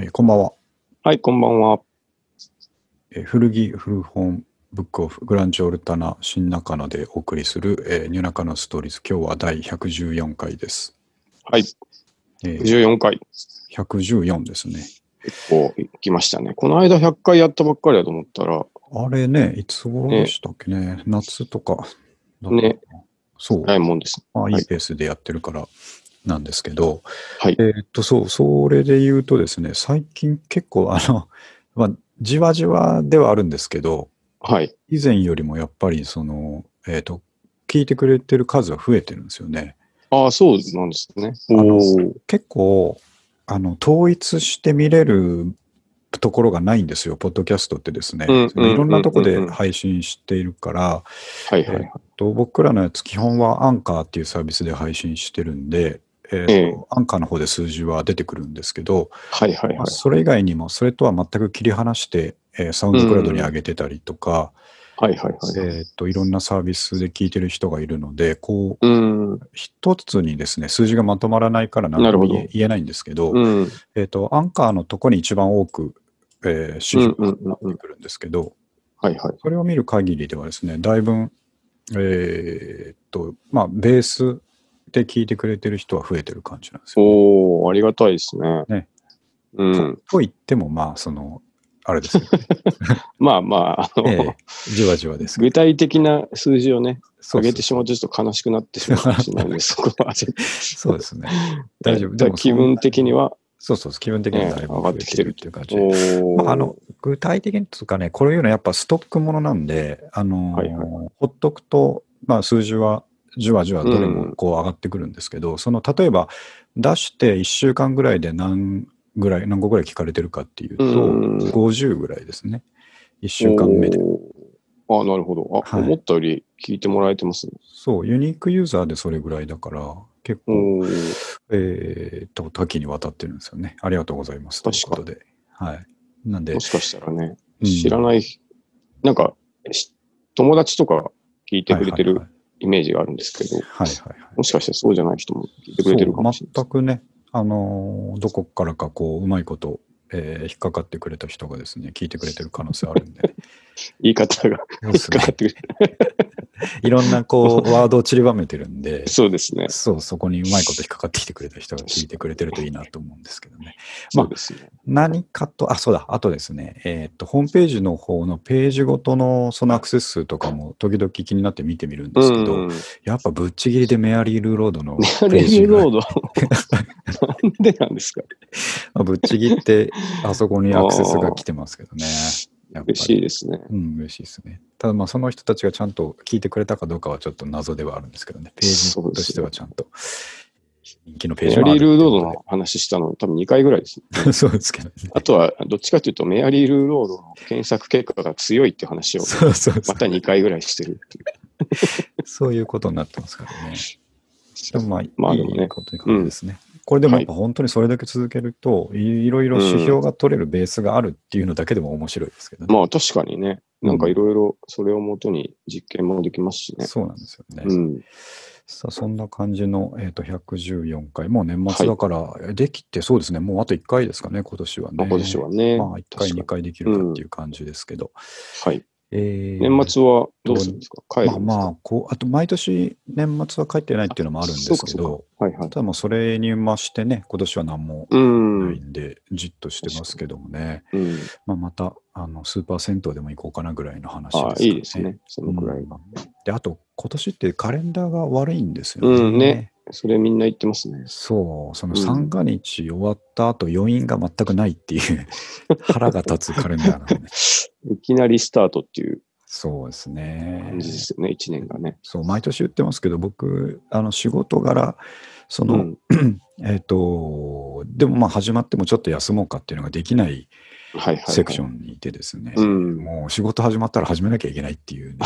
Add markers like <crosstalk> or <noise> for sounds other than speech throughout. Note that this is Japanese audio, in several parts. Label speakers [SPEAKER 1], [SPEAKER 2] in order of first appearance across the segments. [SPEAKER 1] はい、こんばんは。
[SPEAKER 2] えー古着、古本、ブックオフ、グランチオルタナ、新中野でお送りする、えーニューナカのストーリーズ、今日は第114回です。
[SPEAKER 1] はい、
[SPEAKER 2] えー
[SPEAKER 1] 14回。
[SPEAKER 2] 114ですね。
[SPEAKER 1] 結構行きましたね。この間100回やったばっかりだと思ったら、
[SPEAKER 2] あれね、いつ頃でしたっけね、夏とか。
[SPEAKER 1] ね。
[SPEAKER 2] そう、
[SPEAKER 1] ないもんです。
[SPEAKER 2] まあ、
[SPEAKER 1] はいい
[SPEAKER 2] いペースでやってるからなんですけど、
[SPEAKER 1] はい
[SPEAKER 2] えーっと、そう、それで言うとですね、最近結構、あの、 <laughs> まあ、じわじわではあるんですけど、
[SPEAKER 1] はい。
[SPEAKER 2] 以前よりもやっぱり、その、えーっと、聞いてくれてる数は増えてるんですよね。
[SPEAKER 1] ああ、そうなんですね。
[SPEAKER 2] あの
[SPEAKER 1] おお。
[SPEAKER 2] 結構あの統一して見れるところがないんですよ、ポッドキャストってですね。
[SPEAKER 1] うんうん
[SPEAKER 2] そのいろんなとこ
[SPEAKER 1] うんう
[SPEAKER 2] で
[SPEAKER 1] んうん
[SPEAKER 2] 配信しているから、
[SPEAKER 1] はい
[SPEAKER 2] え
[SPEAKER 1] は
[SPEAKER 2] ー
[SPEAKER 1] い。
[SPEAKER 2] っと僕らのやつ、基本はアンカーっていうサービスで配信してるんで、えーっと
[SPEAKER 1] ええ
[SPEAKER 2] アンカーの方で数字は出てくるんですけど、
[SPEAKER 1] はいはい
[SPEAKER 2] ま
[SPEAKER 1] は
[SPEAKER 2] あ
[SPEAKER 1] い。
[SPEAKER 2] それ以外にも、それとは全く切り離して、えーサウンドクラウドに上げてたりとか、
[SPEAKER 1] はいはいはい。
[SPEAKER 2] えーっといろんなサービスで聞いてる人がいるので、こう
[SPEAKER 1] うーん。う
[SPEAKER 2] 一つにですね数字がまとまらないから
[SPEAKER 1] な
[SPEAKER 2] 何
[SPEAKER 1] る
[SPEAKER 2] と
[SPEAKER 1] ほ
[SPEAKER 2] も
[SPEAKER 1] ど
[SPEAKER 2] 言え言えないんですけど、
[SPEAKER 1] ん。
[SPEAKER 2] えっ、と、アンカーのとこに一番多く、えー、
[SPEAKER 1] うん
[SPEAKER 2] 指
[SPEAKER 1] うん
[SPEAKER 2] 標
[SPEAKER 1] うんう
[SPEAKER 2] が
[SPEAKER 1] ん
[SPEAKER 2] 出。てくるんですけど、
[SPEAKER 1] はいはい。
[SPEAKER 2] それを見る限りではですね、だいぶ、えーっと、まあ、ベースで聞いてくれてる人は増えてる感じなんですよ、ね。
[SPEAKER 1] おお、ありがたいですね。
[SPEAKER 2] ね
[SPEAKER 1] うん。
[SPEAKER 2] と言っても、まあ、その、あれです
[SPEAKER 1] <laughs>
[SPEAKER 2] よ、ね
[SPEAKER 1] まあまあ、あの、
[SPEAKER 2] ええじわじわですけど。
[SPEAKER 1] 具体的な数字をね、
[SPEAKER 2] そう
[SPEAKER 1] <laughs>
[SPEAKER 2] そ
[SPEAKER 1] 上
[SPEAKER 2] う
[SPEAKER 1] げてしまうとちょっと悲しくなってしまうかもしれないので、そこは。
[SPEAKER 2] そうですね。 <laughs> 大丈夫。
[SPEAKER 1] <laughs> だから気分的に
[SPEAKER 2] は。
[SPEAKER 1] は、
[SPEAKER 2] そうそうそう、気分的にはだいぶ
[SPEAKER 1] 上がってきてる
[SPEAKER 2] っていう感じで。
[SPEAKER 1] おお。
[SPEAKER 2] まあ、あの具体的にというかね、これいうのはやっぱストックものなんで、あのー
[SPEAKER 1] はいは
[SPEAKER 2] ほっとくと、まあ、数字はじわじわどれ
[SPEAKER 1] うん
[SPEAKER 2] もこう上がってくるんですけど、その例えば出して1週間ぐらいで何ぐらい、何個ぐらい聞かれてるかっていうと、
[SPEAKER 1] うん
[SPEAKER 2] 50ぐらいですね、1週間目で。
[SPEAKER 1] おー。あなるほど。あ、
[SPEAKER 2] はい
[SPEAKER 1] 思ったより聞いてもらえてますね。
[SPEAKER 2] そう、ユニークユーザーでそれぐらいだから、結構、
[SPEAKER 1] おー
[SPEAKER 2] えーっと、多岐にわたってるんですよね。ありがとうございます。という
[SPEAKER 1] 確
[SPEAKER 2] こ
[SPEAKER 1] か
[SPEAKER 2] とで。はい。なんで
[SPEAKER 1] も、しかしたらね、
[SPEAKER 2] うん
[SPEAKER 1] 知らない、なんか、し友達とか聞いてくれてる
[SPEAKER 2] はい
[SPEAKER 1] イメージがあるんですけど、
[SPEAKER 2] はいはい、はいはいはい。
[SPEAKER 1] もしかしたらそうじゃない人も聞いてくれてるかもしれな
[SPEAKER 2] そう
[SPEAKER 1] い。
[SPEAKER 2] 全くね、あのーどこからかこう、うまいこと、えー引っかかってくれた人がですね、聞いてくれてる可能性あるん
[SPEAKER 1] <laughs>
[SPEAKER 2] で、
[SPEAKER 1] 言い方が
[SPEAKER 2] そう
[SPEAKER 1] 引
[SPEAKER 2] で
[SPEAKER 1] っ
[SPEAKER 2] す
[SPEAKER 1] かかっ
[SPEAKER 2] ね、
[SPEAKER 1] てくれ
[SPEAKER 2] いろんなこう、ワードを散りばめてるんで
[SPEAKER 1] る。、そうですね。
[SPEAKER 2] そう、そこにうまいこと引っかかってきてくれた人が聞いてくれてるといいなと思うんですけどね。ま
[SPEAKER 1] そ
[SPEAKER 2] あ
[SPEAKER 1] うですね。
[SPEAKER 2] 何かと、あ、そうだ、あとですね、えーっと、ホームページの方のページごとのそのアクセス数とかも時々気になって見てみるんですけど、
[SPEAKER 1] うん。メ
[SPEAKER 2] やっぱぶっちぎりでメアリー・ルーロードのペ
[SPEAKER 1] ア
[SPEAKER 2] ー
[SPEAKER 1] レ
[SPEAKER 2] ジ
[SPEAKER 1] ル
[SPEAKER 2] が <laughs>
[SPEAKER 1] ロードは、なんでなんですか
[SPEAKER 2] まあぶっちぎって、あそこにアクセスが来てますけどね。やっぱ
[SPEAKER 1] 嬉しい
[SPEAKER 2] り。
[SPEAKER 1] ですね。
[SPEAKER 2] うん、嬉しいですね。ただまあ、その人たちがちゃんと聞いてくれたかどうかはちょっと謎ではあるんですけどね。ページ
[SPEAKER 1] そう
[SPEAKER 2] と
[SPEAKER 1] ですね
[SPEAKER 2] してはちゃんと。人気のペー
[SPEAKER 1] メ
[SPEAKER 2] ジ
[SPEAKER 1] ア
[SPEAKER 2] はあ
[SPEAKER 1] リー・
[SPEAKER 2] る
[SPEAKER 1] ルードードの話したの多分2回ぐらいです。
[SPEAKER 2] の。そうですけどね。
[SPEAKER 1] あとは、どっちかというと、メアリー・ルーロードの検索結果が強いって話を、
[SPEAKER 2] そうそうそ
[SPEAKER 1] ま
[SPEAKER 2] う。
[SPEAKER 1] た2回ぐらいしてるっていう。
[SPEAKER 2] そういうことになってますからね。でもまあ、
[SPEAKER 1] まあ
[SPEAKER 2] い
[SPEAKER 1] でもね
[SPEAKER 2] いことに感じですね。これでもやっぱ本当にそれだけ続けると、い、ろいろ指標が取れるベースがあるっていうのだけでも面白いですけどね。
[SPEAKER 1] まあ確かにね、なんかいろいろそれをもとに実験もできますしね。
[SPEAKER 2] そうなんですよね。
[SPEAKER 1] うん。
[SPEAKER 2] さあそんな感じの、えー、と114回、もう年末だから、えできてそうですね、もうあと1回ですかね、今年はね。
[SPEAKER 1] まあ今年はね、
[SPEAKER 2] まあ、1回、
[SPEAKER 1] 確か
[SPEAKER 2] 2回できるかっていう感じですけど。
[SPEAKER 1] はい。
[SPEAKER 2] えー
[SPEAKER 1] 年末はどうするんですか帰るんです
[SPEAKER 2] まあ
[SPEAKER 1] か
[SPEAKER 2] まあこう、あと毎年年末は帰ってないっていうのもあるんですけ
[SPEAKER 1] あそう
[SPEAKER 2] ど、
[SPEAKER 1] はいはい。
[SPEAKER 2] ただもうそれに増してね、今年は何も
[SPEAKER 1] う
[SPEAKER 2] ない
[SPEAKER 1] ん。
[SPEAKER 2] んで、じっとしてますけどもね、
[SPEAKER 1] うん、
[SPEAKER 2] まあ、またあのスーパー銭湯でも行こうかなぐらいの話です
[SPEAKER 1] あ
[SPEAKER 2] か
[SPEAKER 1] あ
[SPEAKER 2] ね、。
[SPEAKER 1] いいですね。そのくらいが。
[SPEAKER 2] で、あと、今年ってカレンダーが悪いんですよね。
[SPEAKER 1] うんねそれみんな言ってますね。
[SPEAKER 2] そう、その
[SPEAKER 1] うん
[SPEAKER 2] 三が日終わった後、余韻が全くないって
[SPEAKER 1] <laughs>
[SPEAKER 2] いう、腹が立つカレンダーなんで、
[SPEAKER 1] いきなりスタートっていう
[SPEAKER 2] そうですね
[SPEAKER 1] 感。じですよね、1年がね。
[SPEAKER 2] そう、毎年言ってますけど、僕、あの仕事柄、その、
[SPEAKER 1] うん。
[SPEAKER 2] えっ、と、でもまあ始まってもちょっと休もうかっていうのができない
[SPEAKER 1] はいはい、はい。
[SPEAKER 2] セクションにいてですね、
[SPEAKER 1] うん。
[SPEAKER 2] もう仕事始まったら始めなきゃいけないっていうね、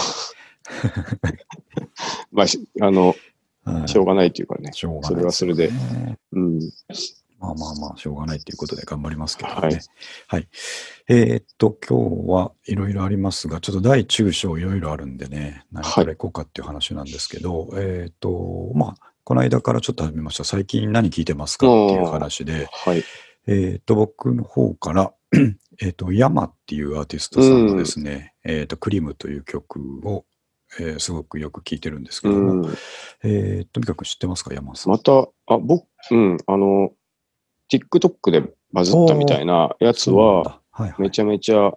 [SPEAKER 1] まあ、しあの、
[SPEAKER 2] はい
[SPEAKER 1] しょうがないというかね。
[SPEAKER 2] しょう
[SPEAKER 1] それはそれで
[SPEAKER 2] がないすよね
[SPEAKER 1] うん。
[SPEAKER 2] まあまあまあ、しょうがないということで頑張りますけどね。
[SPEAKER 1] は
[SPEAKER 2] はいい。えーっと、今日はいろいろありますが、ちょっと大中小いろいろあるんでね、何からいこうかっていう話なんですけど、えーっと、まあ、この間からちょっと始めました。最近何聞いてますかっていう話で、
[SPEAKER 1] はい。
[SPEAKER 2] えーっと、僕の方から、 <clears throat> えっ、と、ヤマっていうアーティストさんのですね、えっ、と、クリームという曲を、えーすごくよく聴いてるんですけ
[SPEAKER 1] う
[SPEAKER 2] ども、
[SPEAKER 1] ん。
[SPEAKER 2] えーとにかく知ってますか、ヤマさん。
[SPEAKER 1] また、あ、僕、うん、あの、TikTok でバズったみたいなやつ
[SPEAKER 2] そうなん
[SPEAKER 1] は、
[SPEAKER 2] だ、はいはい
[SPEAKER 1] めちゃめちゃ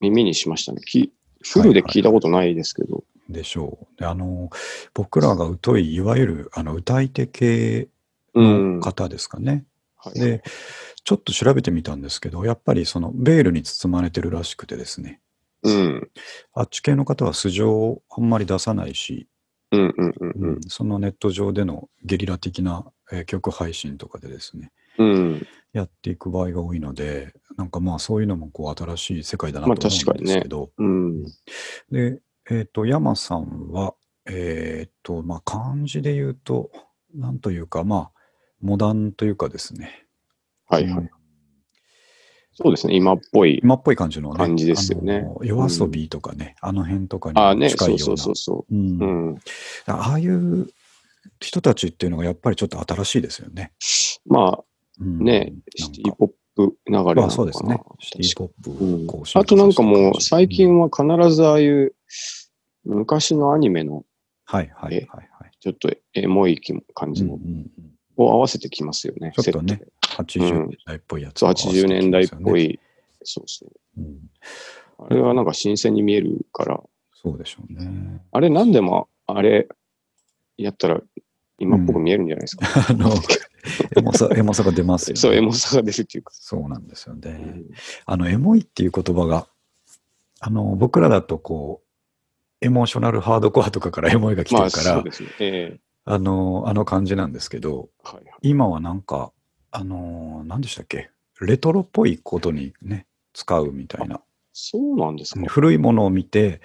[SPEAKER 1] 耳にしましたね。きフルで聞いたことないですけど。
[SPEAKER 2] でしょう。で、あの、僕らが疎い、いわゆる、あの、歌い手系
[SPEAKER 1] うん。
[SPEAKER 2] の方ですかね。
[SPEAKER 1] はい
[SPEAKER 2] で、ちょっと調べてみたんですけど、やっぱりその、ベールに包まれてるらしくてですね、
[SPEAKER 1] うん。
[SPEAKER 2] あっち系の方は素性をあんまり出さないし、
[SPEAKER 1] うんうんうんう
[SPEAKER 2] うんん。そのネット上でのゲリラ的な、えー曲配信とかでですね、
[SPEAKER 1] うん。
[SPEAKER 2] やっていく場合が多いので、なんかまあそういうのもこう新しい世界だな
[SPEAKER 1] まあ
[SPEAKER 2] と思うんですけど、
[SPEAKER 1] うん。
[SPEAKER 2] で、えっ、と、山さんは、えっ、と、まあ漢字で言うと、なんというか、まあ、モダンというかですね、
[SPEAKER 1] はいは
[SPEAKER 2] う
[SPEAKER 1] い
[SPEAKER 2] ん。
[SPEAKER 1] そうですね。今っぽい。
[SPEAKER 2] 今っぽい感じの、ね、
[SPEAKER 1] 感じですよね
[SPEAKER 2] あの夜遊びとかね、あの辺とか
[SPEAKER 1] ああ
[SPEAKER 2] にも
[SPEAKER 1] ね、
[SPEAKER 2] 近い
[SPEAKER 1] そ
[SPEAKER 2] よ
[SPEAKER 1] うそう
[SPEAKER 2] な、
[SPEAKER 1] うそうそうう。うんん。
[SPEAKER 2] ああいう人たちっていうのがやっぱりちょっと新しいですよね。
[SPEAKER 1] ま
[SPEAKER 2] うん
[SPEAKER 1] あね、
[SPEAKER 2] なん
[SPEAKER 1] シ
[SPEAKER 2] か
[SPEAKER 1] ティポップ流れなの
[SPEAKER 2] ま
[SPEAKER 1] かな。
[SPEAKER 2] あそうですね。シティ
[SPEAKER 1] 確か
[SPEAKER 2] ポップをこう進
[SPEAKER 1] あ
[SPEAKER 2] 化させ
[SPEAKER 1] と
[SPEAKER 2] て
[SPEAKER 1] なん
[SPEAKER 2] る
[SPEAKER 1] か
[SPEAKER 2] 感じ
[SPEAKER 1] もう最
[SPEAKER 2] うん
[SPEAKER 1] 近は必ずああいう昔のアニメの
[SPEAKER 2] はいはいはいはい。
[SPEAKER 1] ちょっとエモい感じ
[SPEAKER 2] うんうんう
[SPEAKER 1] も
[SPEAKER 2] ん
[SPEAKER 1] を合わせてきますよね。
[SPEAKER 2] ちょっとね
[SPEAKER 1] セットで。
[SPEAKER 2] 80年代っぽいやつ、
[SPEAKER 1] そう、80年代っぽ。い。そうそ
[SPEAKER 2] う
[SPEAKER 1] う。
[SPEAKER 2] ん、
[SPEAKER 1] あれはなんか新鮮に見えるから、
[SPEAKER 2] そうでしょうね。
[SPEAKER 1] あれ何でもあれやったら今っぽく見えるんじゃないですか。
[SPEAKER 2] <laughs> あの、エモ
[SPEAKER 1] <laughs>
[SPEAKER 2] さ、エモさが出ますよね。
[SPEAKER 1] そう、エモさが出るっていうか。
[SPEAKER 2] そうなんですよね。
[SPEAKER 1] うん
[SPEAKER 2] あの、エモいっていう言葉が、あの、僕らだとこう、エモーショナルハードコアとかからエ <laughs> モいが来て
[SPEAKER 1] まあ
[SPEAKER 2] るから、
[SPEAKER 1] そうですね。ええ
[SPEAKER 2] あの、あの感じなんですけど、
[SPEAKER 1] はいはい。
[SPEAKER 2] 今はなんか、あの、何でしたっけ、レトロっぽいことにね、使うみたいな。
[SPEAKER 1] そうなんですか。
[SPEAKER 2] 古いものを見て、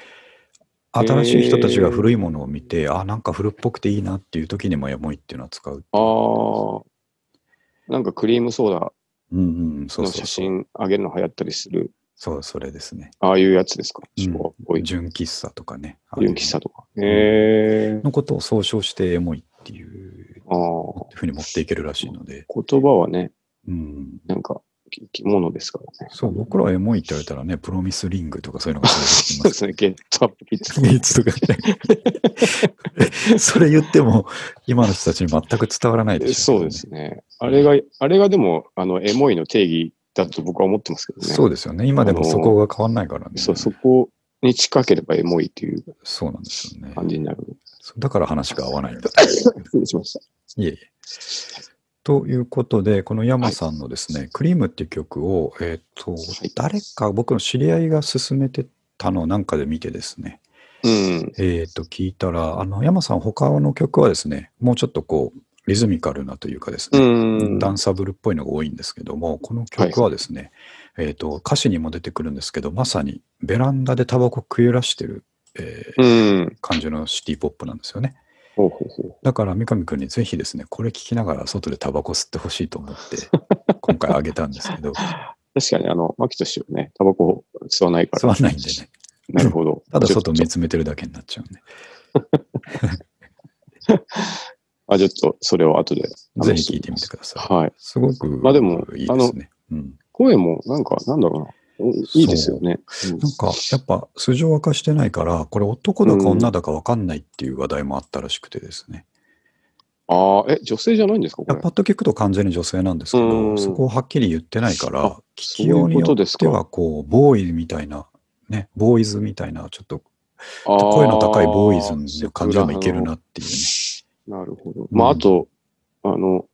[SPEAKER 2] 新しい人たちが古いものを見て、あ、なんか古っぽくていいなっていう時にもエモいっていうのは使う。
[SPEAKER 1] ああ。なんかクリームソーダ
[SPEAKER 2] うんうん、そう
[SPEAKER 1] の
[SPEAKER 2] そう
[SPEAKER 1] 写
[SPEAKER 2] そう。
[SPEAKER 1] 真あげるの流行ったりする、
[SPEAKER 2] そう、それですね。
[SPEAKER 1] ああいうやつですか。
[SPEAKER 2] うん
[SPEAKER 1] 昭和っぽい。
[SPEAKER 2] 純喫茶とかね。ああいう
[SPEAKER 1] 純
[SPEAKER 2] の
[SPEAKER 1] 喫茶とか。
[SPEAKER 2] ん
[SPEAKER 1] ええ
[SPEAKER 2] のことを総称してエモいっていう
[SPEAKER 1] ああ。
[SPEAKER 2] ふうに持っていけるらしいので。
[SPEAKER 1] 言葉はね、
[SPEAKER 2] うん。
[SPEAKER 1] なんか生き物です <laughs> からね。
[SPEAKER 2] そう、僕らはエモいって言われたらね、プロミスリングとかそういうのが出てき
[SPEAKER 1] そう
[SPEAKER 2] ま。
[SPEAKER 1] ですすね。ゲットアップピッ <laughs> ツ。
[SPEAKER 2] いつとかね。 <laughs> それ言っても、今の人たちに全く伝わらないでしょ
[SPEAKER 1] そうですね。あれが、あれがでも、あの、エモいの定義だと僕は思ってますけどね。
[SPEAKER 2] そうですよね。今でもそこが変わんないからね。
[SPEAKER 1] そうそこに近ければエモいっていう
[SPEAKER 2] そうなんですよね。
[SPEAKER 1] 感じになる。
[SPEAKER 2] そうだから話が合わないんだ。
[SPEAKER 1] 失礼しました。
[SPEAKER 2] いえいえ。ということで、この山さんのですね、クリームっていう曲を、えっ、と、
[SPEAKER 1] はい
[SPEAKER 2] 誰か僕の知り合いが勧めてたのをなんかで見てですね、
[SPEAKER 1] うん。
[SPEAKER 2] えっ、と、聞いたら、あの、山さん他の曲はですね、もうちょっとこう、リズミカルなというかです
[SPEAKER 1] う
[SPEAKER 2] ね、
[SPEAKER 1] ん。
[SPEAKER 2] ダンサブルっぽいのが多いんですけども、この曲はですね、えっ、と、歌詞にも出てくるんですけど、まさにベランダでタバコ食いらしてる、えー
[SPEAKER 1] うん。
[SPEAKER 2] 感じのシティポップなんですよね。
[SPEAKER 1] ほうほうほう。
[SPEAKER 2] だから三上君にぜひですね、これ聞きながら外でタバコ吸ってほしいと思って、今回あげたんですけど、
[SPEAKER 1] 確かに、 <laughs> あの、マキト氏はね、タバコ吸わないから。
[SPEAKER 2] 吸わないんでね、
[SPEAKER 1] なるほど。
[SPEAKER 2] <laughs> ただ外
[SPEAKER 1] ちょ
[SPEAKER 2] 見
[SPEAKER 1] っと
[SPEAKER 2] つめてるだけになっちゃうんで、
[SPEAKER 1] あ、ちょっと、それを後で。
[SPEAKER 2] ぜひ聞いてみてください。
[SPEAKER 1] はい。
[SPEAKER 2] すごく
[SPEAKER 1] まあでも
[SPEAKER 2] いいですね。うん、
[SPEAKER 1] 声も、なんか、なんだろうな。おいいですよね。うん
[SPEAKER 2] なんか、やっぱ素性は化してないから、これ男だか女だか分かんないっていう話題もあったらしくてですね。
[SPEAKER 1] ああ、え、女性じゃないんですかこ
[SPEAKER 2] い
[SPEAKER 1] れ
[SPEAKER 2] や。パッと聞くと完全に女性なんですけど、
[SPEAKER 1] うん
[SPEAKER 2] そこをはっきり言ってないから、
[SPEAKER 1] あ
[SPEAKER 2] 聞きように
[SPEAKER 1] そういうこ
[SPEAKER 2] よ
[SPEAKER 1] とで
[SPEAKER 2] っ
[SPEAKER 1] す
[SPEAKER 2] て
[SPEAKER 1] か
[SPEAKER 2] は、こう、ボーイみたいな、ね、ボーイズみたいな、ちょっと
[SPEAKER 1] あー
[SPEAKER 2] 声の高いボーイズの感じでもいけるなっていうね。
[SPEAKER 1] なるほど。まあ、あと、あの、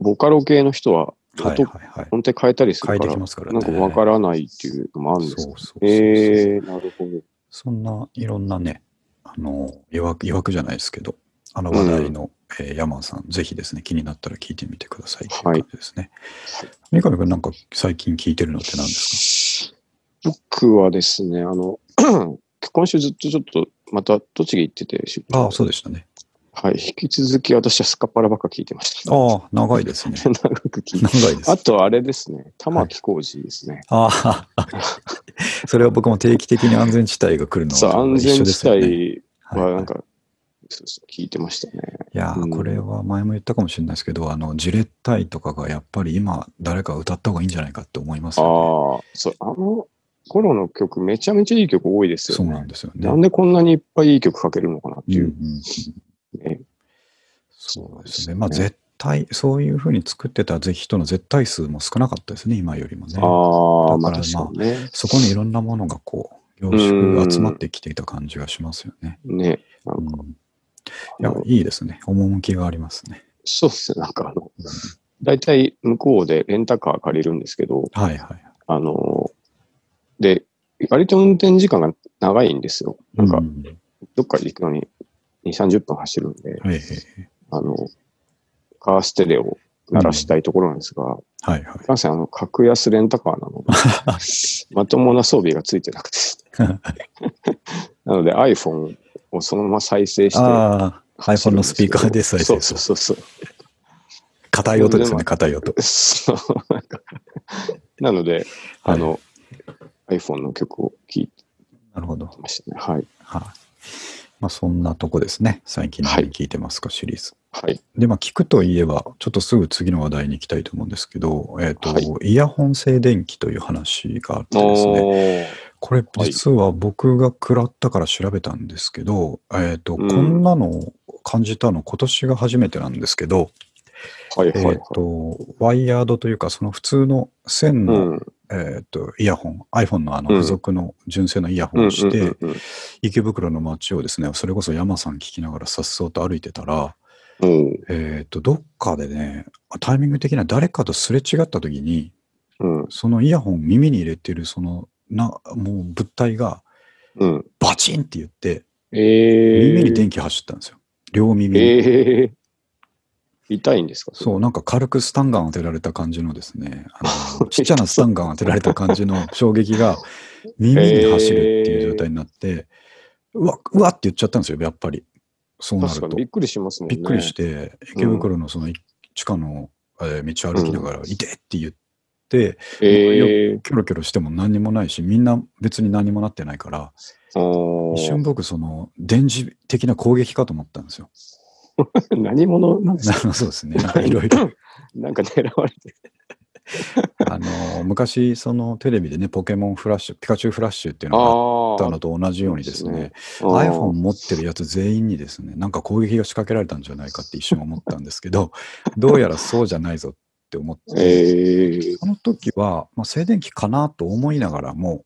[SPEAKER 1] ボカロ系の人は、
[SPEAKER 2] はい
[SPEAKER 1] 音
[SPEAKER 2] はいはい。
[SPEAKER 1] 音程変えたりす
[SPEAKER 2] 変
[SPEAKER 1] る
[SPEAKER 2] え
[SPEAKER 1] か
[SPEAKER 2] てき
[SPEAKER 1] ら、な
[SPEAKER 2] ますからね。
[SPEAKER 1] んかわからないっていうのもあるんです
[SPEAKER 2] そう
[SPEAKER 1] か
[SPEAKER 2] そうそうそう
[SPEAKER 1] えー、なるほど。
[SPEAKER 2] そんないろんなね、あの、いわく、いわくじゃないですけど、あの話題の、えー山さん、ぜひですね、気になったら聞いてみてくださいという感じですね。三上君なんか最近聞いてるのって何です
[SPEAKER 1] 僕はですね、あの、 <clears throat> 今週ずっとちょっと、また栃木行ってて、出
[SPEAKER 2] かあ
[SPEAKER 1] 張
[SPEAKER 2] あ、そうでしたね。
[SPEAKER 1] はい、引き続き私はスカパラばっか聞いてました。。
[SPEAKER 2] ああ、長いですね
[SPEAKER 1] <laughs> 長く聞いて。
[SPEAKER 2] 長いです
[SPEAKER 1] あ。とあれですね、玉置浩二ですね。
[SPEAKER 2] ああ、 <laughs> それは僕も定期的に安全地帯が来るの
[SPEAKER 1] さあ、
[SPEAKER 2] と
[SPEAKER 1] 安
[SPEAKER 2] 一緒
[SPEAKER 1] 全
[SPEAKER 2] です
[SPEAKER 1] 地
[SPEAKER 2] よね。
[SPEAKER 1] 帯
[SPEAKER 2] はい
[SPEAKER 1] はなんか、そうそう聞いてましたね。
[SPEAKER 2] いやー
[SPEAKER 1] うん
[SPEAKER 2] これは前も言ったかもしれないですけど、あの、ジレッタイとかがやっぱり今、誰か歌った方がいいんじゃないかって思います
[SPEAKER 1] あ
[SPEAKER 2] よ
[SPEAKER 1] あ、そう、あの頃の曲、めちゃめちゃいい曲多いで
[SPEAKER 2] ね。
[SPEAKER 1] す
[SPEAKER 2] そ
[SPEAKER 1] よ
[SPEAKER 2] う
[SPEAKER 1] ね。
[SPEAKER 2] なんですよね。
[SPEAKER 1] なんでこんなにいっぱいいい曲かけるのかなっ
[SPEAKER 2] う
[SPEAKER 1] て
[SPEAKER 2] ん
[SPEAKER 1] い
[SPEAKER 2] うんう
[SPEAKER 1] う。
[SPEAKER 2] ん
[SPEAKER 1] ね
[SPEAKER 2] そうですね。まあ、絶対、そういうふうに作ってた是非との絶対数も少なかったですね、今よりもね。
[SPEAKER 1] あ
[SPEAKER 2] だ
[SPEAKER 1] あ、
[SPEAKER 2] か
[SPEAKER 1] まあ
[SPEAKER 2] ら
[SPEAKER 1] 確かにね。
[SPEAKER 2] そこにいろんなものがこう、凝縮集まってきていた感じがしますよね。
[SPEAKER 1] ね。な
[SPEAKER 2] うんん、い
[SPEAKER 1] か、
[SPEAKER 2] や
[SPEAKER 1] あの、
[SPEAKER 2] いいですね。趣がありますね。
[SPEAKER 1] そうですね。なんかあの、
[SPEAKER 2] うん
[SPEAKER 1] 大体向こうでレンタカー借りるんですけど、
[SPEAKER 2] はいはい。
[SPEAKER 1] あの、で、割と運転時間が長いんですよ。なん
[SPEAKER 2] う
[SPEAKER 1] か、
[SPEAKER 2] ん
[SPEAKER 1] どっか行くのに2、30分走るんで、
[SPEAKER 2] はいはい
[SPEAKER 1] あの、カーステレオを鳴らしたいところなんですが、
[SPEAKER 2] はいはい。
[SPEAKER 1] いかんせん、あの、格安レンタカーなので、
[SPEAKER 2] <laughs>
[SPEAKER 1] まともな装備がついてなくて、なので iPhone をそのまま再生して、
[SPEAKER 2] ああ、iPhone のスピーカーで再生す
[SPEAKER 1] そ
[SPEAKER 2] る
[SPEAKER 1] うそうそうそう。
[SPEAKER 2] 硬い音ですね、硬い音。
[SPEAKER 1] そうなんかなので、あ
[SPEAKER 2] はい、
[SPEAKER 1] の、iPhone の曲を聴いて
[SPEAKER 2] なるほど。
[SPEAKER 1] ましたね。はい。
[SPEAKER 2] はい、まあ、そんなとこですね。最近
[SPEAKER 1] はい
[SPEAKER 2] 何聞いてますか、シリーズ。
[SPEAKER 1] はい。
[SPEAKER 2] で、まあ、聞くといえば、ちょっとすぐ次の話題に行きたいと思うんですけど、えっ、と、
[SPEAKER 1] は
[SPEAKER 2] イヤホン静電気という話があってですね、
[SPEAKER 1] ー
[SPEAKER 2] これ
[SPEAKER 1] い
[SPEAKER 2] 実は僕が食らったから調べたんですけど、えっ、と、
[SPEAKER 1] うん
[SPEAKER 2] こんなのを感じたの今年が初めてなんですけど、
[SPEAKER 1] はい
[SPEAKER 2] えっ、
[SPEAKER 1] はいはい。
[SPEAKER 2] と、ワイヤードというか、その普通の線
[SPEAKER 1] う
[SPEAKER 2] の、
[SPEAKER 1] ん。
[SPEAKER 2] えっ、と、イヤホン、iPhone のあの
[SPEAKER 1] うん
[SPEAKER 2] 付属の純正のイヤ
[SPEAKER 1] う
[SPEAKER 2] ホ
[SPEAKER 1] ん
[SPEAKER 2] ン
[SPEAKER 1] う
[SPEAKER 2] をして、
[SPEAKER 1] んうん
[SPEAKER 2] 池袋の街をですね、それこそ山さん聞きながらさっそうと歩いてたら、
[SPEAKER 1] うん
[SPEAKER 2] えっ、と、どっかでね、タイミング的には誰かとすれ違った時に、
[SPEAKER 1] うん
[SPEAKER 2] そのイヤホン耳に入れてるその、な、もう物体が
[SPEAKER 1] うん。
[SPEAKER 2] バチンって言って、
[SPEAKER 1] えー。
[SPEAKER 2] 耳に電気走ったんですよ。両耳に。
[SPEAKER 1] ええ痛いんですか
[SPEAKER 2] そう、なんか軽くスタンガン当てられた感じのですね、あ
[SPEAKER 1] <laughs>
[SPEAKER 2] のちっちゃなスタンガン当てられた感じの <laughs> 衝撃が耳に走るっていう状態になって、うわ、うわって言っちゃったんですよ、やっぱり。そうなる
[SPEAKER 1] 確か
[SPEAKER 2] と
[SPEAKER 1] にび。っくりしますもんね。
[SPEAKER 2] びっくりして、池袋のそのい地下の、えー道を歩きながら、いてって言って、
[SPEAKER 1] ええ
[SPEAKER 2] キョロキョロしても何にもないし、みんな別に何もなってないから、
[SPEAKER 1] あー
[SPEAKER 2] 一瞬僕、その、電磁的な攻撃かと思ったん <laughs> ですよ。
[SPEAKER 1] 何者なんです
[SPEAKER 2] な
[SPEAKER 1] か
[SPEAKER 2] そうですね。なんかいろい <laughs> ろ。
[SPEAKER 1] なんか狙われて
[SPEAKER 2] あの、昔、そのテレビでね、ポケモンフラッシュ、ピカチュウフラッシュっていう
[SPEAKER 1] あ
[SPEAKER 2] のがあっ
[SPEAKER 1] ー
[SPEAKER 2] たのと同じようにですね、
[SPEAKER 1] あー
[SPEAKER 2] iPhone 持ってるやつ全員にですね、なんか攻撃が仕掛けられたんじゃないかって一瞬思ったんですけど、どうやらそうじゃないぞって <laughs> 思って、
[SPEAKER 1] ええ
[SPEAKER 2] その時は、まあ、静電気かなと思いながらも、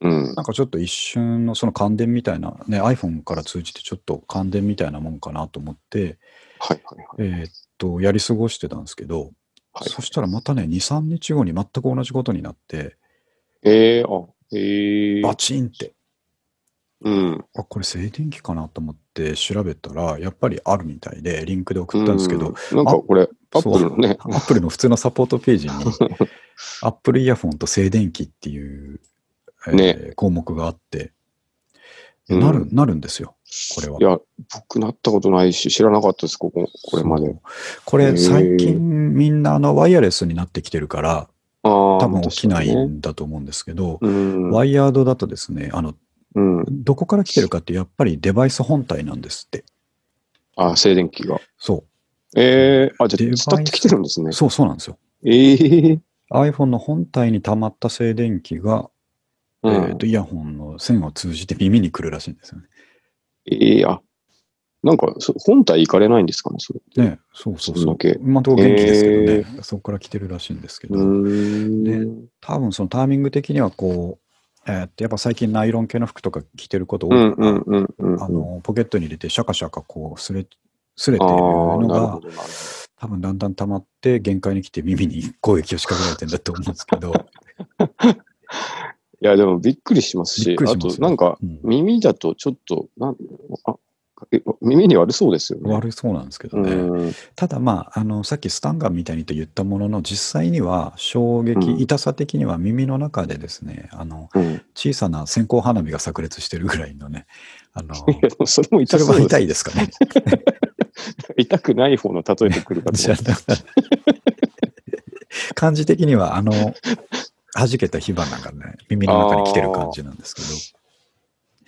[SPEAKER 1] うん。
[SPEAKER 2] なんかちょっと一瞬のその感電みたいな、ね、iPhone から通じてちょっと感電みたいなもんかなと思って、
[SPEAKER 1] はいはいはい。
[SPEAKER 2] えーっと、やり過ごしてたんですけど、
[SPEAKER 1] はい、
[SPEAKER 2] そしたらまたね、2、3日後に全く同じことになって、
[SPEAKER 1] ええあ、ええ
[SPEAKER 2] バチンって、
[SPEAKER 1] うん。
[SPEAKER 2] あ、これ静電気かなと思って調べたら、やっぱりあるみたいで、リンクで送ったんですけど、
[SPEAKER 1] うんなんかこれ、アッ
[SPEAKER 2] そう
[SPEAKER 1] プルのね、
[SPEAKER 2] アップルの普通のサポートペー
[SPEAKER 1] <laughs>
[SPEAKER 2] ジに、アップルイヤフォンと静電気っていう、えー
[SPEAKER 1] ね
[SPEAKER 2] 項目があって、で
[SPEAKER 1] うん。
[SPEAKER 2] なる、なるんですよ、これはい
[SPEAKER 1] や、僕なったことないし、知らなかったです、ここ、これま
[SPEAKER 2] そ
[SPEAKER 1] で。
[SPEAKER 2] う。これ、最
[SPEAKER 1] へ
[SPEAKER 2] 近みんなあのワイヤレスになってきてるから、
[SPEAKER 1] ああ、
[SPEAKER 2] 多分起きない
[SPEAKER 1] 確かにね
[SPEAKER 2] んだと思うんですけど、
[SPEAKER 1] うん。
[SPEAKER 2] ワイヤードだとですね、あの、
[SPEAKER 1] うん。
[SPEAKER 2] どこから来てるかってやっぱりデバイス本体なんですって。
[SPEAKER 1] あ、静電気が。
[SPEAKER 2] そ
[SPEAKER 1] ええあ、
[SPEAKER 2] デ
[SPEAKER 1] じ
[SPEAKER 2] バ
[SPEAKER 1] ゃ
[SPEAKER 2] イ
[SPEAKER 1] あ、
[SPEAKER 2] ス
[SPEAKER 1] 伝ってきてるんですね
[SPEAKER 2] う。。そうそうなんですよ。
[SPEAKER 1] ええ
[SPEAKER 2] iPhone の本体に溜まった静電気が、
[SPEAKER 1] うん
[SPEAKER 2] えーとイヤホンの線を通じて耳に来るらしいんですよね。
[SPEAKER 1] ええあ、なんか、そ本体行かれないんですかね、それって。
[SPEAKER 2] ね、そうそう
[SPEAKER 1] そん
[SPEAKER 2] そ
[SPEAKER 1] だ
[SPEAKER 2] う
[SPEAKER 1] け。
[SPEAKER 2] 今のところ元気ですけどね、そこから来てるらしいんですけど、
[SPEAKER 1] うーん。
[SPEAKER 2] 多分そのタイミング的にはこう、えーっとやっぱ最近ナイロン系の服とか着てること多
[SPEAKER 1] うん
[SPEAKER 2] いか
[SPEAKER 1] う
[SPEAKER 2] ら、
[SPEAKER 1] んうんうん。
[SPEAKER 2] あのポケットに入れてシャカシャカこうすれすれて
[SPEAKER 1] あ
[SPEAKER 2] いる
[SPEAKER 1] ー、
[SPEAKER 2] の
[SPEAKER 1] なる
[SPEAKER 2] が
[SPEAKER 1] ほどなるほど。
[SPEAKER 2] 多分だんだん溜まって限界に来て耳に攻撃を仕掛けられてんだと思うんですけ
[SPEAKER 1] <laughs>
[SPEAKER 2] ど、
[SPEAKER 1] いや、でもびっくりします
[SPEAKER 2] びっ
[SPEAKER 1] し
[SPEAKER 2] く、りし
[SPEAKER 1] あ
[SPEAKER 2] ますよ
[SPEAKER 1] と、なんか、
[SPEAKER 2] うん
[SPEAKER 1] 耳だとちょっと、なんあえ耳に悪そうですよね。
[SPEAKER 2] 悪そうなんですけど
[SPEAKER 1] う
[SPEAKER 2] ね。
[SPEAKER 1] ん。
[SPEAKER 2] ただまあ、あの、さっきスタンガンみたいにと言ったものの、実際には衝撃、
[SPEAKER 1] うん
[SPEAKER 2] 痛さ的には耳の中でですね、あの、
[SPEAKER 1] うん、い
[SPEAKER 2] 小さな線香花火が炸裂してるぐらいのね、あの、
[SPEAKER 1] や、でもそれも
[SPEAKER 2] そ
[SPEAKER 1] 痛
[SPEAKER 2] れ
[SPEAKER 1] そ
[SPEAKER 2] は
[SPEAKER 1] うです
[SPEAKER 2] 痛いですかね。
[SPEAKER 1] 痛くない方の例えてく
[SPEAKER 2] <laughs>
[SPEAKER 1] るかと
[SPEAKER 2] 知ら
[SPEAKER 1] 思っ
[SPEAKER 2] なかった感じ的には、あの、弾けた火花がね、耳の中に来てる感じなんですけど、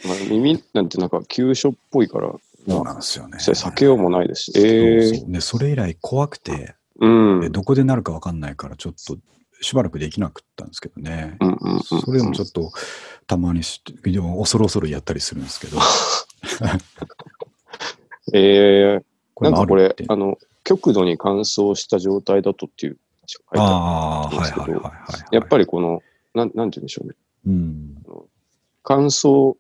[SPEAKER 1] たまあ耳なんてなんか急所っぽいから、
[SPEAKER 2] そうなんですよね。
[SPEAKER 1] それ避けようもないですし。
[SPEAKER 2] そう
[SPEAKER 1] ええ
[SPEAKER 2] そうでそれ以来怖くて、
[SPEAKER 1] うん。う
[SPEAKER 2] で
[SPEAKER 1] ん
[SPEAKER 2] どこでなるかわかんないから、ちょっとしばらくできなくったんですけどね。
[SPEAKER 1] うんうん。
[SPEAKER 2] それでもちょっとたまにしでも恐る恐るやったりするんですけど、
[SPEAKER 1] ええ
[SPEAKER 2] こ
[SPEAKER 1] なんかこ
[SPEAKER 2] もある
[SPEAKER 1] れ
[SPEAKER 2] って、
[SPEAKER 1] あの、極度に乾燥した状態だとっていう書いてあ
[SPEAKER 2] ああ、
[SPEAKER 1] るんで
[SPEAKER 2] はい
[SPEAKER 1] すけ
[SPEAKER 2] は
[SPEAKER 1] ど
[SPEAKER 2] いはいはい。
[SPEAKER 1] る。やっぱ
[SPEAKER 2] り、
[SPEAKER 1] りこの、なん、なんて言うんでしょうね。
[SPEAKER 2] うん、
[SPEAKER 1] 乾燥、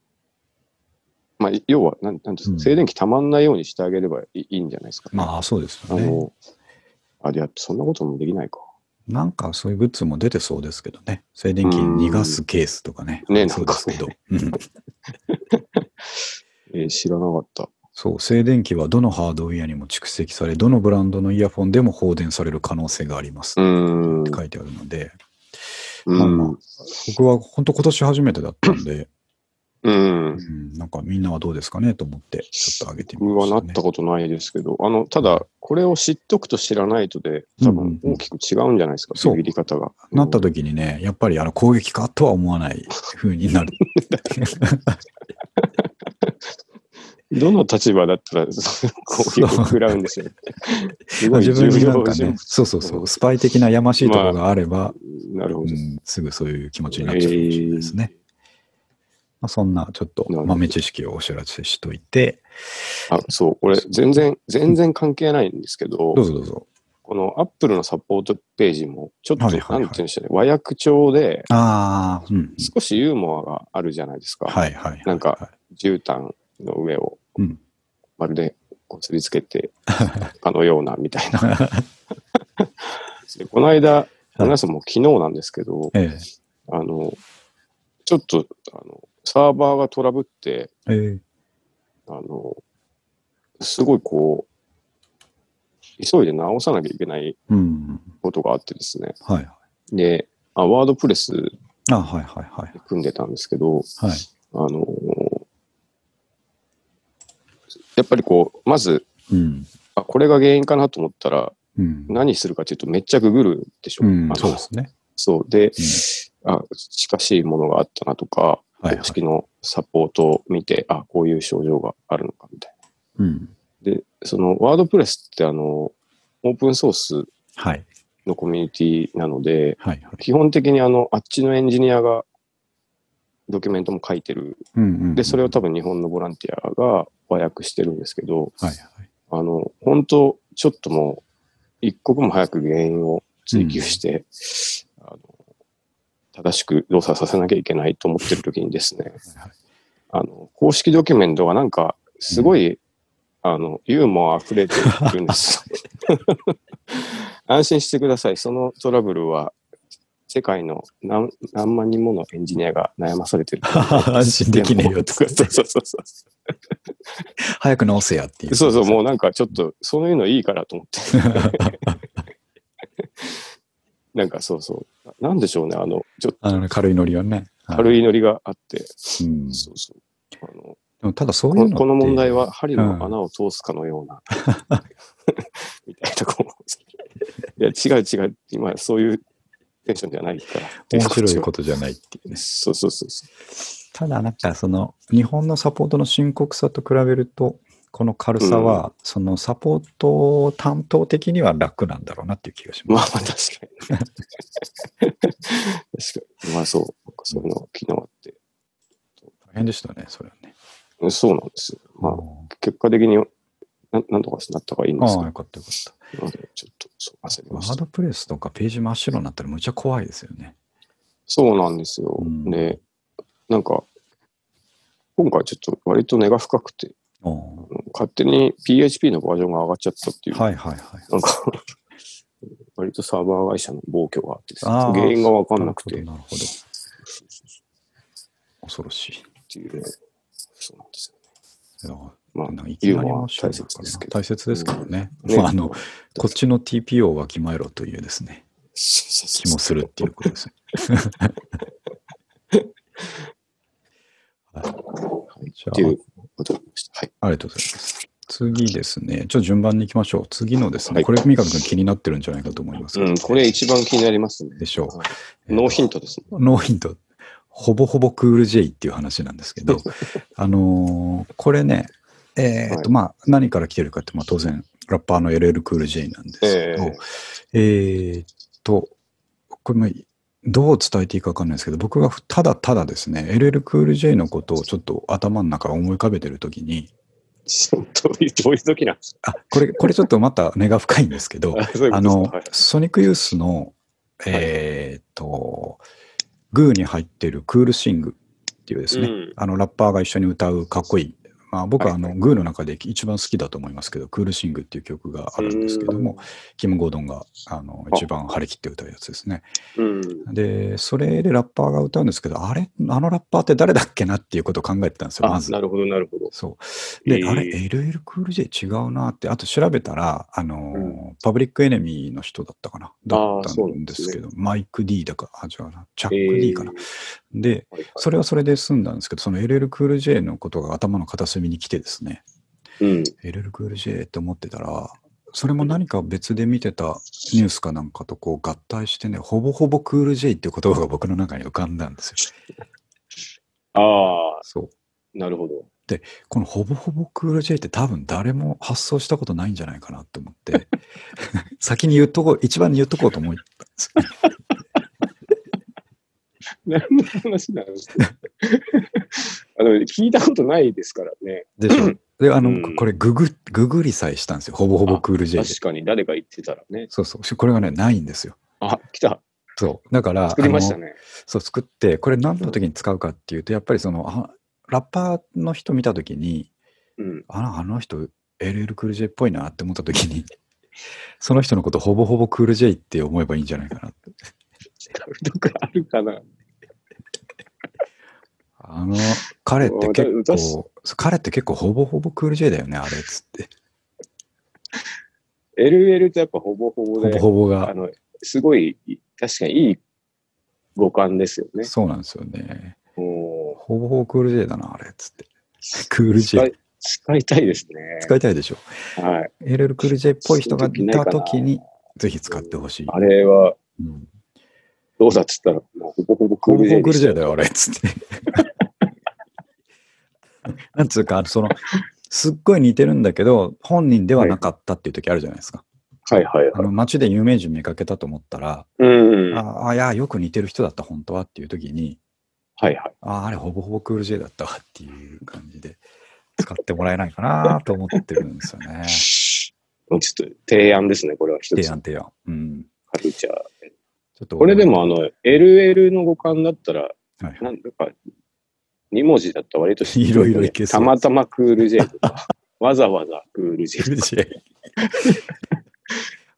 [SPEAKER 1] まあ、い要は、なん、なんていうんですか、
[SPEAKER 2] うん
[SPEAKER 1] 静電気たまんないようにしてあげればいいいいんじゃないですか、
[SPEAKER 2] まあそうです
[SPEAKER 1] あ
[SPEAKER 2] よね。
[SPEAKER 1] の、あ、いや、そんなこともできないか。
[SPEAKER 2] なんかそういうグッズも出てそうですけどね。静電気逃がすケースとかね。
[SPEAKER 1] うんね
[SPEAKER 2] そうですけど。うん
[SPEAKER 1] えー知らなかった。
[SPEAKER 2] そう、静電気はどのハードウェアにも蓄積され、どのブランドのイヤフォンでも放電される可能性があります。
[SPEAKER 1] う
[SPEAKER 2] っ
[SPEAKER 1] ん。
[SPEAKER 2] て書いてあるので、
[SPEAKER 1] う
[SPEAKER 2] まあまあ
[SPEAKER 1] ん。
[SPEAKER 2] 僕は本当今年初めてだったんで、
[SPEAKER 1] うん
[SPEAKER 2] う。ん、なんかみんなはどうですかねと思って、ちょっと上げてみ
[SPEAKER 1] 僕
[SPEAKER 2] ま
[SPEAKER 1] は
[SPEAKER 2] した、
[SPEAKER 1] なっ
[SPEAKER 2] ね。
[SPEAKER 1] たことないですけど、あの、ただ、これを知っとくと知らないとで、多
[SPEAKER 2] うん
[SPEAKER 1] 分
[SPEAKER 2] うん
[SPEAKER 1] 大きく違うんじゃないですか、
[SPEAKER 2] そう
[SPEAKER 1] ビビり方が。
[SPEAKER 2] なった時にね、やっぱりあの攻撃かとは思わない風になる。
[SPEAKER 1] どの立場だったら、そのこういう
[SPEAKER 2] そう
[SPEAKER 1] 食らうんでしょう。
[SPEAKER 2] <laughs>
[SPEAKER 1] すごい
[SPEAKER 2] 自
[SPEAKER 1] 重
[SPEAKER 2] 分になん
[SPEAKER 1] 要
[SPEAKER 2] か
[SPEAKER 1] 人
[SPEAKER 2] ね
[SPEAKER 1] 物、
[SPEAKER 2] そうそうそう、スパイ的なやましいところがあれば、
[SPEAKER 1] なるほ
[SPEAKER 2] う
[SPEAKER 1] ど。
[SPEAKER 2] ん、すぐそういう気持ちになっちゃうかもしれないですね。まあ、そんなちょっと
[SPEAKER 1] なるほど
[SPEAKER 2] 豆知識をお知らせしといて、
[SPEAKER 1] あそう、これ、全然、全然関係ないんですけど
[SPEAKER 2] ど、うぞどうぞ。
[SPEAKER 1] このアップルのサポートページも、ちょっと、
[SPEAKER 2] はい
[SPEAKER 1] な
[SPEAKER 2] はい
[SPEAKER 1] んて
[SPEAKER 2] は
[SPEAKER 1] 言
[SPEAKER 2] い
[SPEAKER 1] うんでしょうね、和訳調で、
[SPEAKER 2] ああ、うん。
[SPEAKER 1] 少しユーモアがあるじゃないですか。
[SPEAKER 2] はいはいはい。
[SPEAKER 1] なんか、絨毯の上を
[SPEAKER 2] うん。
[SPEAKER 1] まるでこすりつ
[SPEAKER 2] <laughs>
[SPEAKER 1] けて、あのような、みたいな。でこの間、皆さんも昨日なんですけど、
[SPEAKER 2] え
[SPEAKER 1] あの、ちょっと、あの、サーバーがトラブって、
[SPEAKER 2] え。え
[SPEAKER 1] あの、すごいこう、急いで直さなきゃいけない
[SPEAKER 2] え。うん。
[SPEAKER 1] ことがあってですね。
[SPEAKER 2] はいはい。
[SPEAKER 1] で、あワードプレス
[SPEAKER 2] あはいはいはい。
[SPEAKER 1] 組んでたんですけど、
[SPEAKER 2] はい。
[SPEAKER 1] あの、やっぱりこう、まず、
[SPEAKER 2] うん。
[SPEAKER 1] あ、これが原因かなと思ったら、
[SPEAKER 2] うん。
[SPEAKER 1] 何するかというと、めっちゃググるでしょ。
[SPEAKER 2] うん
[SPEAKER 1] あ、の
[SPEAKER 2] そうですね。
[SPEAKER 1] そうで、あ、近しいものがあったなとか、
[SPEAKER 2] はいは
[SPEAKER 1] 公
[SPEAKER 2] い。
[SPEAKER 1] 式のサポートを見て、あ、こういう症状があるのかみたい
[SPEAKER 2] うん。
[SPEAKER 1] な。で、そのワードプレスってあの、オープンソース
[SPEAKER 2] はい。
[SPEAKER 1] のコミュニティなので、
[SPEAKER 2] はいはい。
[SPEAKER 1] 基本的にあの、あっちのエンジニアがドキュメントも書いてる。
[SPEAKER 2] うんうん。
[SPEAKER 1] で、それを多分日本のボランティアが和訳してるんですけど、
[SPEAKER 2] はいはい。
[SPEAKER 1] あの、本当ちょっともう、一刻も早く原因を追求して、あの正しく動作させなきゃいけないと思ってる時にですね、
[SPEAKER 2] はい
[SPEAKER 1] あの、公式ドキュメントがなんか、すごい、あの、ユーモア溢れてる
[SPEAKER 2] <laughs>
[SPEAKER 1] んです。安心してください。そのトラブルは、世界の何何万人ものエンジニアが悩まされてる。
[SPEAKER 2] はい。 <laughs> 安心できねえよと
[SPEAKER 1] とか。
[SPEAKER 2] か。
[SPEAKER 1] そうそうそうそう。
[SPEAKER 2] 早く直せやっていう。
[SPEAKER 1] そうそう、もうなんかちょっと、そういうのいいからと思って。なんかそうそう。なんでしょうね、あの、ちょっ
[SPEAKER 2] <laughs> あのね、軽いノリはね。
[SPEAKER 1] と軽
[SPEAKER 2] い。
[SPEAKER 1] いノリがあって、
[SPEAKER 2] うん。で
[SPEAKER 1] そうそう。あの
[SPEAKER 2] もただそういう
[SPEAKER 1] こ
[SPEAKER 2] の。
[SPEAKER 1] この問題。は針の穴を通すかのよ
[SPEAKER 2] <laughs>
[SPEAKER 1] うな、みたいなこう。いや、違う違う。今、そういうテンションじゃないから。。
[SPEAKER 2] 面白いこととじゃないっていうね。
[SPEAKER 1] そうそうそうそ
[SPEAKER 2] ただなんかその日本のサポートの深刻さと比べるとこの軽さはそのサポート担当的には楽なんだろうなっていう気がし
[SPEAKER 1] う。ま
[SPEAKER 2] ま
[SPEAKER 1] あ
[SPEAKER 2] す。
[SPEAKER 1] まあ、確かに。確かに。まあそう。なんかそういうのが昨日あって。
[SPEAKER 2] 大変でしたね、それはね。
[SPEAKER 1] うんそうなんですよ。まあ、結果的にななんとかなった方がいいん
[SPEAKER 2] あ
[SPEAKER 1] です
[SPEAKER 2] あ、よかったよかった。
[SPEAKER 1] けど、うんちょっとそう焦り
[SPEAKER 2] ワ
[SPEAKER 1] ま
[SPEAKER 2] ー
[SPEAKER 1] した。
[SPEAKER 2] ドプレスとかページ真っ白になったらむっちゃ怖いですよね。
[SPEAKER 1] そうなんですよ。
[SPEAKER 2] うん
[SPEAKER 1] で、なんか、今回ちょっと割と根が深くて、
[SPEAKER 2] おお
[SPEAKER 1] 勝手に PHP のバージョンが上がっちゃったっていう、
[SPEAKER 2] はいはいはい。
[SPEAKER 1] なんか、 <laughs> 割とサーバー会社の暴挙があってですね、
[SPEAKER 2] ああ
[SPEAKER 1] 原因がわかんなく
[SPEAKER 2] な
[SPEAKER 1] て、
[SPEAKER 2] るほど。なるほど恐ろしい。
[SPEAKER 1] っていうね、そうなんですよ。
[SPEAKER 2] いや
[SPEAKER 1] まあ
[SPEAKER 2] なんかい、き
[SPEAKER 1] ユー
[SPEAKER 2] なり
[SPEAKER 1] モアは
[SPEAKER 2] 真っ白
[SPEAKER 1] 大
[SPEAKER 2] になっ
[SPEAKER 1] 切
[SPEAKER 2] た
[SPEAKER 1] で
[SPEAKER 2] な
[SPEAKER 1] すけど。
[SPEAKER 2] 大切ですけどね。
[SPEAKER 1] ね
[SPEAKER 2] まあ、あの、こっちの TPO をわきまえろというですね、気もするっていうことです
[SPEAKER 1] <laughs>
[SPEAKER 2] ね。はい、じゃ
[SPEAKER 1] っていうことでした。はい。
[SPEAKER 2] あ、ありがとうございます。次ですね、ちょっと順番に行きましょう。次のですね、
[SPEAKER 1] はい
[SPEAKER 2] これ、三上君気になってるんじゃないかと思いますけど
[SPEAKER 1] うん、これ一番気になりますね。
[SPEAKER 2] でしょう。えー
[SPEAKER 1] ノーヒントですね。
[SPEAKER 2] ノーヒント、ほぼほぼクール J っていう話なんですけど、あのーこれね、えーっとまあ、何から来てるかって、まあ、当然、ラッパーの LL クール J なんですけど、えーっと、これもどう伝えていいか分かんないですけど、僕がただただですね、LL クール J のことをちょっと頭の中思い浮かべてるときに、
[SPEAKER 1] <laughs> どういう、どういう時なんです
[SPEAKER 2] あ、これ、これちょっとまた根が深いんですけど
[SPEAKER 1] か、 <laughs> そういう
[SPEAKER 2] あ
[SPEAKER 1] こと
[SPEAKER 2] の、
[SPEAKER 1] ですかはい
[SPEAKER 2] ソニックユースの、えーっと、グーに入ってるクールシングっていうですね、
[SPEAKER 1] うん
[SPEAKER 2] あのラッパーが一緒に歌うかっこいい、まあ、僕はあの、
[SPEAKER 1] はい
[SPEAKER 2] グーの中で一番好きだと思いますけど、クールシングっていう曲があるんですけども、キム・ゴードンがあの
[SPEAKER 1] あ
[SPEAKER 2] 一番張り切って歌うやつですね。
[SPEAKER 1] うん。
[SPEAKER 2] で、それでラッパーが歌うんですけど、あれ、あのラッパーって誰だっけなっていうことを考えてたんですよ、ま
[SPEAKER 1] あ、
[SPEAKER 2] ず
[SPEAKER 1] な。るほど、なるほど。
[SPEAKER 2] そう。で、
[SPEAKER 1] えー
[SPEAKER 2] あれ、LL クール J 違うなって、あと調べたら、あのー
[SPEAKER 1] う
[SPEAKER 2] パブリックエネミーの人だったかな、だ
[SPEAKER 1] あー
[SPEAKER 2] った
[SPEAKER 1] そうなんん
[SPEAKER 2] で
[SPEAKER 1] ですす
[SPEAKER 2] け
[SPEAKER 1] ね
[SPEAKER 2] ど、マイク D だか、あ、違うな、チャッ
[SPEAKER 1] え
[SPEAKER 2] ク D かな。
[SPEAKER 1] ー
[SPEAKER 2] で、
[SPEAKER 1] はいはい
[SPEAKER 2] それはそれで済んだんですけど、その LL クール J のことが頭の片隅に来てですね、
[SPEAKER 1] うん。
[SPEAKER 2] LL クール J って思ってたら、それも何か別で見てたニュースかなんかとこう合体してね、ほぼほぼクール J っていう言葉が僕の中に浮かんだんですよ。
[SPEAKER 1] ああ、
[SPEAKER 2] そう。
[SPEAKER 1] なるほど。
[SPEAKER 2] このほぼほぼクール J って多分誰も発想したことないんじゃないかなと思
[SPEAKER 1] <laughs>
[SPEAKER 2] って、先に言っとこう、一番に言っとこうと思い、
[SPEAKER 1] 何の話なんですか <laughs> あの聞いたことないですからね。
[SPEAKER 2] でしょ。で、あの、
[SPEAKER 1] うん
[SPEAKER 2] これググ、ググりさえしたんですよ。ほぼほぼクール J で。
[SPEAKER 1] 確かに誰か言ってたらね。
[SPEAKER 2] そうそう。しこれがね、ないんですよ。
[SPEAKER 1] あ、来た。
[SPEAKER 2] そう。だから、
[SPEAKER 1] 作りました
[SPEAKER 2] あの
[SPEAKER 1] ね。
[SPEAKER 2] そう、作って、これ何の時に使うかっていうと、やっぱりその、あラッパーの人見た時に、
[SPEAKER 1] うん。
[SPEAKER 2] あのあの人、LL クール J っぽいなって思った時に、 <laughs> その人のことほぼほぼクール J って思えばいいんじゃないかなって。
[SPEAKER 1] どっかあるかな。
[SPEAKER 2] あの、彼って結
[SPEAKER 1] だだし
[SPEAKER 2] 構、彼って結構ほぼほぼクール J だよね、あれっつって。
[SPEAKER 1] LL ってやっぱほぼほぼ
[SPEAKER 2] ほ
[SPEAKER 1] で、
[SPEAKER 2] ぼほぼ
[SPEAKER 1] あ
[SPEAKER 2] が。
[SPEAKER 1] のすごい、確かにいい五感ですよね。
[SPEAKER 2] そうなんですよね。
[SPEAKER 1] もう
[SPEAKER 2] ほぼほぼクール J だな、あれっつ
[SPEAKER 1] <laughs>
[SPEAKER 2] って。クール
[SPEAKER 1] 使
[SPEAKER 2] J
[SPEAKER 1] い。使いたいですね。
[SPEAKER 2] 使いたいでしょ。
[SPEAKER 1] はい。
[SPEAKER 2] LL クール J っぽい人がいたとき
[SPEAKER 1] そういう時ない
[SPEAKER 2] に、ぜひ使ってほしい。
[SPEAKER 1] あれは
[SPEAKER 2] うん
[SPEAKER 1] どうだっつったら、もうほぼほぼク
[SPEAKER 2] ほ
[SPEAKER 1] ー
[SPEAKER 2] ぼ
[SPEAKER 1] ル
[SPEAKER 2] ほ
[SPEAKER 1] ジ
[SPEAKER 2] ぼ
[SPEAKER 1] ェ
[SPEAKER 2] クール
[SPEAKER 1] イ
[SPEAKER 2] J だよ、あれっつって。 <laughs> なんつうか、その、すっごい似てるんだけど、本人ではなかったっていう時あるじゃないですか。
[SPEAKER 1] はいはいは
[SPEAKER 2] あ
[SPEAKER 1] い。
[SPEAKER 2] の街で有名人見かけたと思ったら、
[SPEAKER 1] うん。はい
[SPEAKER 2] ああ、いや、よく似てる人だった、本当はっていう時に、
[SPEAKER 1] はい。
[SPEAKER 2] ああ、あれほぼほぼクール J だったわっていう感じで使ってもらえないかなと思ってるんですよ
[SPEAKER 1] <laughs>
[SPEAKER 2] ね。
[SPEAKER 1] もうちょっと提案ですね、これは一
[SPEAKER 2] 提
[SPEAKER 1] つ。
[SPEAKER 2] 案提案。うん。
[SPEAKER 1] カルチャー。
[SPEAKER 2] ちょっと
[SPEAKER 1] これでもあの、LL の五感だったら、
[SPEAKER 2] はい
[SPEAKER 1] なんか、2文字だった
[SPEAKER 2] <laughs>
[SPEAKER 1] ら割と知ってる
[SPEAKER 2] いろいろいけそう
[SPEAKER 1] たまたまクール J と
[SPEAKER 2] <laughs>
[SPEAKER 1] か、わざわざクール J
[SPEAKER 2] クー
[SPEAKER 1] と
[SPEAKER 2] ル
[SPEAKER 1] か、
[SPEAKER 2] J。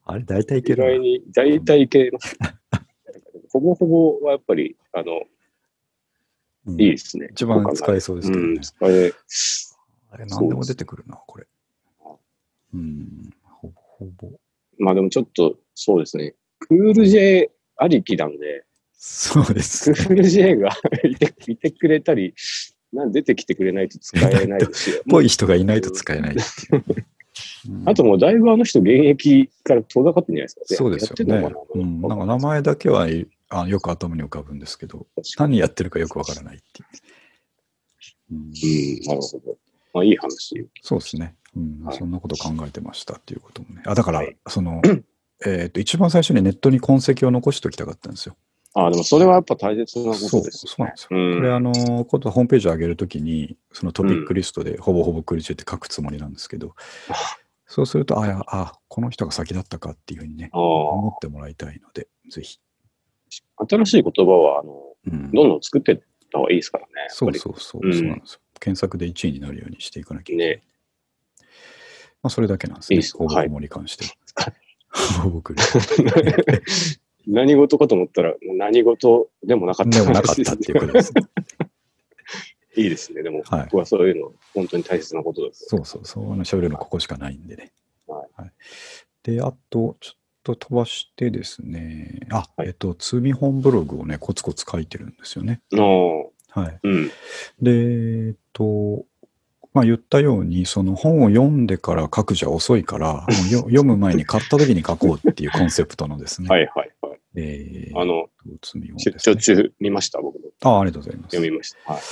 [SPEAKER 2] あれ大体い
[SPEAKER 1] 意
[SPEAKER 2] け
[SPEAKER 1] 外
[SPEAKER 2] るな。
[SPEAKER 1] に大体いけます。ほぼほぼはやっぱり、あの、
[SPEAKER 2] うん
[SPEAKER 1] いいですね。
[SPEAKER 2] 一番使えそうですけど
[SPEAKER 1] う
[SPEAKER 2] ね
[SPEAKER 1] ん、。使え、
[SPEAKER 2] あれ何でも出てくるな、これ。うん。ほぼほぼ。
[SPEAKER 1] まあでもちょっと、そうですね。クール J ありきなんで、
[SPEAKER 2] そうです
[SPEAKER 1] ク
[SPEAKER 2] ね。
[SPEAKER 1] ール J がいていてくれたり、なん出てきてくれないと使えないですよ。
[SPEAKER 2] <laughs> ぽい人がいないと使えないっていう。うん
[SPEAKER 1] <laughs> あともうだいぶあの人現役から遠ざかってんじゃないですか。
[SPEAKER 2] そうですよ
[SPEAKER 1] やって
[SPEAKER 2] ね
[SPEAKER 1] んのか。
[SPEAKER 2] う
[SPEAKER 1] な。
[SPEAKER 2] ん、なんか名前だけはいあよく頭に浮かぶんですけど、何やってるかよくわからないっていう。うん
[SPEAKER 1] うん、なるほど。まあいい話。
[SPEAKER 2] そうですね、うん
[SPEAKER 1] はい
[SPEAKER 2] そんなこと考えてましたっていうこともね。あだから、
[SPEAKER 1] はい
[SPEAKER 2] その、えっと、一番最初にネットに痕跡を残しておきたかったんですよ。
[SPEAKER 1] ああ、でもそれはやっぱ大切なこ
[SPEAKER 2] そう
[SPEAKER 1] と、です。
[SPEAKER 2] そうなんですよ。
[SPEAKER 1] う
[SPEAKER 2] これ、
[SPEAKER 1] ん。
[SPEAKER 2] あの、ことホームページ上げるときに、そのトピックリストで、ほぼほぼクリチュって書くつもりなんですけど、そうすると、あや、あ、この人が先だったかっていうふうにね、
[SPEAKER 1] ああ
[SPEAKER 2] 思ってもらいたいので、ぜひ。
[SPEAKER 1] 新しい言葉は、あの、
[SPEAKER 2] うん
[SPEAKER 1] どんどん作っていった方がいいですからね。
[SPEAKER 2] そうそうそう、
[SPEAKER 1] うん
[SPEAKER 2] そうなんですよ。検索で1位になるようにしていかなきゃいけない。
[SPEAKER 1] ね。
[SPEAKER 2] まあ、それだけなんですね。
[SPEAKER 1] いいっす
[SPEAKER 2] ほぼ
[SPEAKER 1] はい
[SPEAKER 2] ほぼに関して
[SPEAKER 1] は
[SPEAKER 2] は。 <laughs> ほぼほぼクリチュ
[SPEAKER 1] <laughs> 何事かと思ったら、もう何事でもなかった
[SPEAKER 2] でもなかったっていうことですね。
[SPEAKER 1] <laughs> いいですね。でも、
[SPEAKER 2] はい
[SPEAKER 1] 僕はそういうの、本当に大切なことです。
[SPEAKER 2] そうそう、そうあの喋るのここしかないんでね。。
[SPEAKER 1] はい
[SPEAKER 2] で、あと、ちょっと飛ばしてですね、あ、
[SPEAKER 1] はい
[SPEAKER 2] えっと、通見本ブログをね、コツコツ書いてるんですよね。
[SPEAKER 1] の
[SPEAKER 2] はい。
[SPEAKER 1] うん。
[SPEAKER 2] で、えっと、まあ言ったように、その本を読んでから書くじゃ遅い
[SPEAKER 1] <laughs>
[SPEAKER 2] から、もうよ読む前に買った時に書こうっていうコンセプトのですね。。
[SPEAKER 1] はいいはいはい。
[SPEAKER 2] えー、
[SPEAKER 1] あの、
[SPEAKER 2] 通見本
[SPEAKER 1] 出
[SPEAKER 2] です、
[SPEAKER 1] 張
[SPEAKER 2] ね。
[SPEAKER 1] 中見ました、僕も。
[SPEAKER 2] あありがとうございます。
[SPEAKER 1] <coughs> 読みました。はい。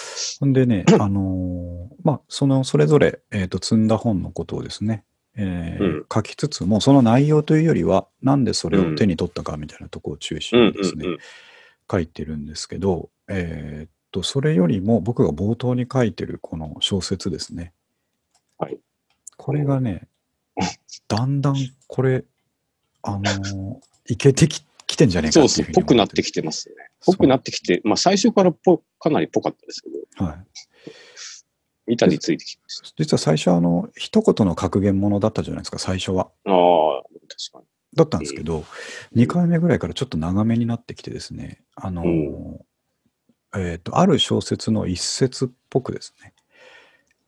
[SPEAKER 2] ほんでね、あのーまあ、その、それぞれ、えっ、と、積んだ本のことをですね、えー
[SPEAKER 1] うん
[SPEAKER 2] 書きつつも、その内容というよりは、なんでそれを手に取ったかみたいなところを中
[SPEAKER 1] うん
[SPEAKER 2] 心にですね、
[SPEAKER 1] うんうん
[SPEAKER 2] 書いてるんですけど、えーっと、それよりも僕が冒頭に書いてるこの小説ですね。
[SPEAKER 1] はい。
[SPEAKER 2] これが
[SPEAKER 1] <laughs>
[SPEAKER 2] ね、だんだんこれ、あのーいけてききてんじゃねえか
[SPEAKER 1] そう
[SPEAKER 2] って
[SPEAKER 1] です
[SPEAKER 2] いう
[SPEAKER 1] ね
[SPEAKER 2] ふ。うに
[SPEAKER 1] ぽくなって
[SPEAKER 2] き
[SPEAKER 1] きてますね。ぽくなってきて、まあ最初からぽかなりぽかったですけど、
[SPEAKER 2] はい。
[SPEAKER 1] 板についてきまし
[SPEAKER 2] 実は最初はあの、一言の格言ものだったじゃないですか、最初は。
[SPEAKER 1] た。ああ、確かに。
[SPEAKER 2] だったんですけど、2回目ぐらいからちょっと長めになってきてですね、あのーえーっと、ある小説の一節っぽくですね、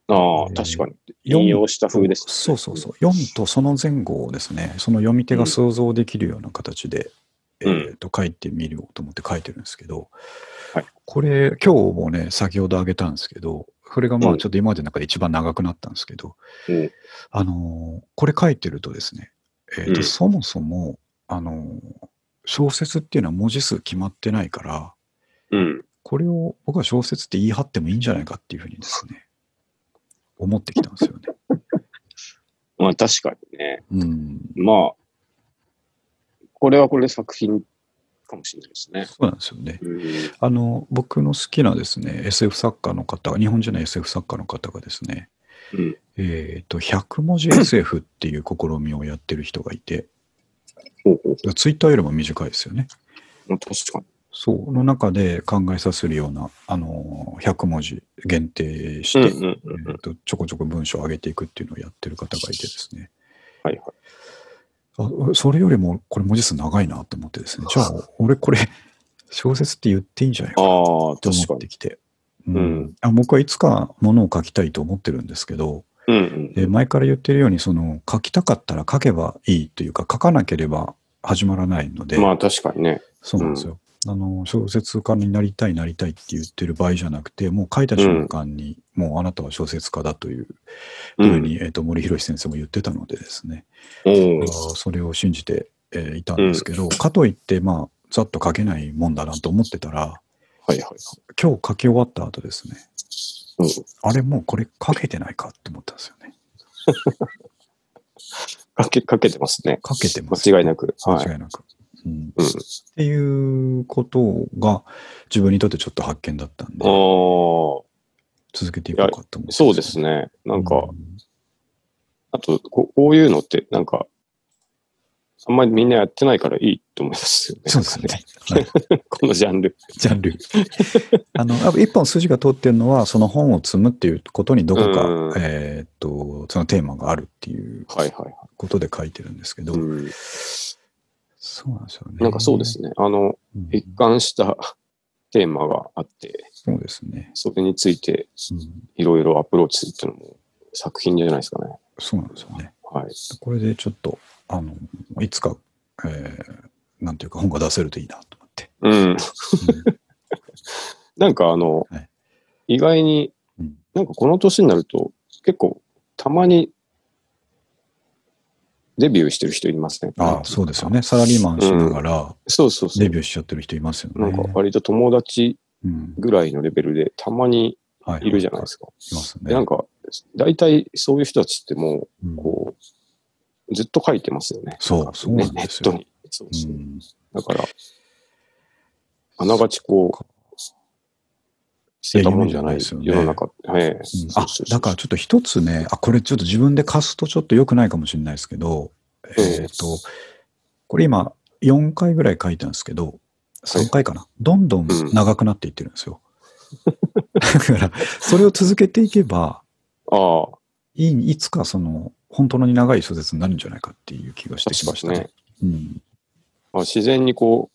[SPEAKER 1] ああ、
[SPEAKER 2] えー
[SPEAKER 1] 確かに。
[SPEAKER 2] 四
[SPEAKER 1] 引用した風です、
[SPEAKER 2] そうそうそう。4とその前後をですね、その読み手が想像できるような形で、
[SPEAKER 1] うん
[SPEAKER 2] えっと書いてみようと思って書いてるんですけど、
[SPEAKER 1] はい
[SPEAKER 2] これ、今日もね、先ほどあげたんですけど、これがま
[SPEAKER 1] う
[SPEAKER 2] あ
[SPEAKER 1] ん
[SPEAKER 2] ちょっと今までの中で一番長くなったんですけど、
[SPEAKER 1] うん
[SPEAKER 2] あのーこれ書いてるとですね、えっと
[SPEAKER 1] うん
[SPEAKER 2] そもそも、あのー小説っていうのは文字数決まってないから、
[SPEAKER 1] うん。
[SPEAKER 2] これを僕は小説って言い張ってもいいんじゃないかっていうふうにですね、思ってきたんですよね。
[SPEAKER 1] まあ確かにね。
[SPEAKER 2] うん、
[SPEAKER 1] まあ、これはこれ作品かもしれないですね。
[SPEAKER 2] そうなんですよね。
[SPEAKER 1] うん。
[SPEAKER 2] あの、僕の好きなですね、SF 作家の方、日本人の SF 作家の方がですね、
[SPEAKER 1] うん
[SPEAKER 2] えっ、と、100文字 SF っていう試みをやってる人がいて、
[SPEAKER 1] ほうほう
[SPEAKER 2] ツイッターよりも短いですよね。
[SPEAKER 1] まあ確かに。
[SPEAKER 2] そう、の中で考えさせるような、あの、100文字限定して、
[SPEAKER 1] うんうんうんう
[SPEAKER 2] え
[SPEAKER 1] ん
[SPEAKER 2] ー。とちょこちょこ文章を上げていくっていうのをやってる方がいてですね、
[SPEAKER 1] はいはい。
[SPEAKER 2] あそれよりもこれ文字数長いなと思ってですね、じゃあ、俺これ、小説って言っていいんじゃないかな
[SPEAKER 1] ああ、
[SPEAKER 2] と
[SPEAKER 1] 確
[SPEAKER 2] 思
[SPEAKER 1] か
[SPEAKER 2] っ
[SPEAKER 1] に。
[SPEAKER 2] てきて。
[SPEAKER 1] ん
[SPEAKER 2] うんあ僕はいつかものを書きたいと思ってるんですけど、
[SPEAKER 1] うん
[SPEAKER 2] で前から言ってるようにその書きたかったら書けばいいというか書かなければ始まらないの
[SPEAKER 1] う
[SPEAKER 2] で、
[SPEAKER 1] ん。まあ確かにね。
[SPEAKER 2] そうなんですよ、あの小説家になりたいなりたいって言ってる場合じゃなくてもう書いた瞬間に、もうあなたは小説家だという
[SPEAKER 1] う
[SPEAKER 2] ふうに、
[SPEAKER 1] ん。
[SPEAKER 2] えー、と森博先生も言ってたのでですね、
[SPEAKER 1] お
[SPEAKER 2] あ
[SPEAKER 1] ー
[SPEAKER 2] ーそれを信じて、えーいたんですけど、かといってまあざっと書けないもんだなと思ってたら
[SPEAKER 1] はいはい。
[SPEAKER 2] 今日書き終わった後ですね
[SPEAKER 1] うん
[SPEAKER 2] あれもうこれかけてないかって思ったんですよね。
[SPEAKER 1] かけ、かけてますね。
[SPEAKER 2] かけてます。
[SPEAKER 1] 間違いなく。はい。
[SPEAKER 2] 間違いなく。うん
[SPEAKER 1] うん
[SPEAKER 2] っていうことが自分にとってちょっと発見だったん
[SPEAKER 1] あ
[SPEAKER 2] で
[SPEAKER 1] あ、、
[SPEAKER 2] 続けていこうかと思って、
[SPEAKER 1] そうです。ね。なんか、
[SPEAKER 2] うん
[SPEAKER 1] あとこ、こういうのって、なんか、あんまりみんなやってないからいいと思いますよね。
[SPEAKER 2] そうですね。はい、
[SPEAKER 1] なんかね。このジャンル。
[SPEAKER 2] ジャンル。 <laughs> あの、やっぱ一本筋が通ってるのは、その本を積むっていうことにどこか、
[SPEAKER 1] うん
[SPEAKER 2] えーっと、そのテーマがあるっていう
[SPEAKER 1] はいはいはい。
[SPEAKER 2] ことで書いてるんですけど、
[SPEAKER 1] うん、
[SPEAKER 2] そうなんですよね。
[SPEAKER 1] なんかそうですね。あの、
[SPEAKER 2] うん。
[SPEAKER 1] 一貫したテーマがあって、
[SPEAKER 2] そうですね、
[SPEAKER 1] それについて
[SPEAKER 2] うん。
[SPEAKER 1] いろいろアプローチするっていうのも作品じゃないですかね。
[SPEAKER 2] そうなんですよね。
[SPEAKER 1] はい。
[SPEAKER 2] これでちょっと、あの、いつか、えーなんていうか本が出せるといいなと思
[SPEAKER 1] <laughs>
[SPEAKER 2] って。
[SPEAKER 1] うん。なんかあの、
[SPEAKER 2] はい
[SPEAKER 1] 意外に
[SPEAKER 2] うん、
[SPEAKER 1] なんかこの年になると、結構たまにデビューしてる人いますね。
[SPEAKER 2] ああ、そうですよね。サラリーマンしながら
[SPEAKER 1] そうそうそう。
[SPEAKER 2] デビューしちゃってる人いますよね。
[SPEAKER 1] なんか割と友達
[SPEAKER 2] うん
[SPEAKER 1] ぐらいのレベルでたまに
[SPEAKER 2] はい
[SPEAKER 1] いるじゃないですか。
[SPEAKER 2] いますね。
[SPEAKER 1] でなんか、大体そういう人たちっても
[SPEAKER 2] うん
[SPEAKER 1] う、こう、ずっと書いてますよね。
[SPEAKER 2] そう
[SPEAKER 1] なんか
[SPEAKER 2] そうなん
[SPEAKER 1] ねネ
[SPEAKER 2] です
[SPEAKER 1] ッ
[SPEAKER 2] よ
[SPEAKER 1] トに。そう
[SPEAKER 2] う
[SPEAKER 1] そうんだから、あながちこう、捨てたもんじゃな
[SPEAKER 2] い
[SPEAKER 1] い
[SPEAKER 2] や
[SPEAKER 1] 世
[SPEAKER 2] 夢じゃな
[SPEAKER 1] の
[SPEAKER 2] い
[SPEAKER 1] 中。ええ
[SPEAKER 2] うんあ、だからちょっと一つね、あ、これちょっと自分で貸すとちょっと良くないかもしれないですけど、えっと、これ今4回ぐらい書いたんですけど、3回かな。どんどん長くなっていってるんですよ。 <laughs> だから、それを続けていけば、
[SPEAKER 1] ああ、
[SPEAKER 2] いいいつかその、本当に長い小説になるんじゃないかっていう気がしてきま
[SPEAKER 1] 確
[SPEAKER 2] し
[SPEAKER 1] か
[SPEAKER 2] た
[SPEAKER 1] に
[SPEAKER 2] ね。
[SPEAKER 1] ね。
[SPEAKER 2] うん。
[SPEAKER 1] まあ、自然にこ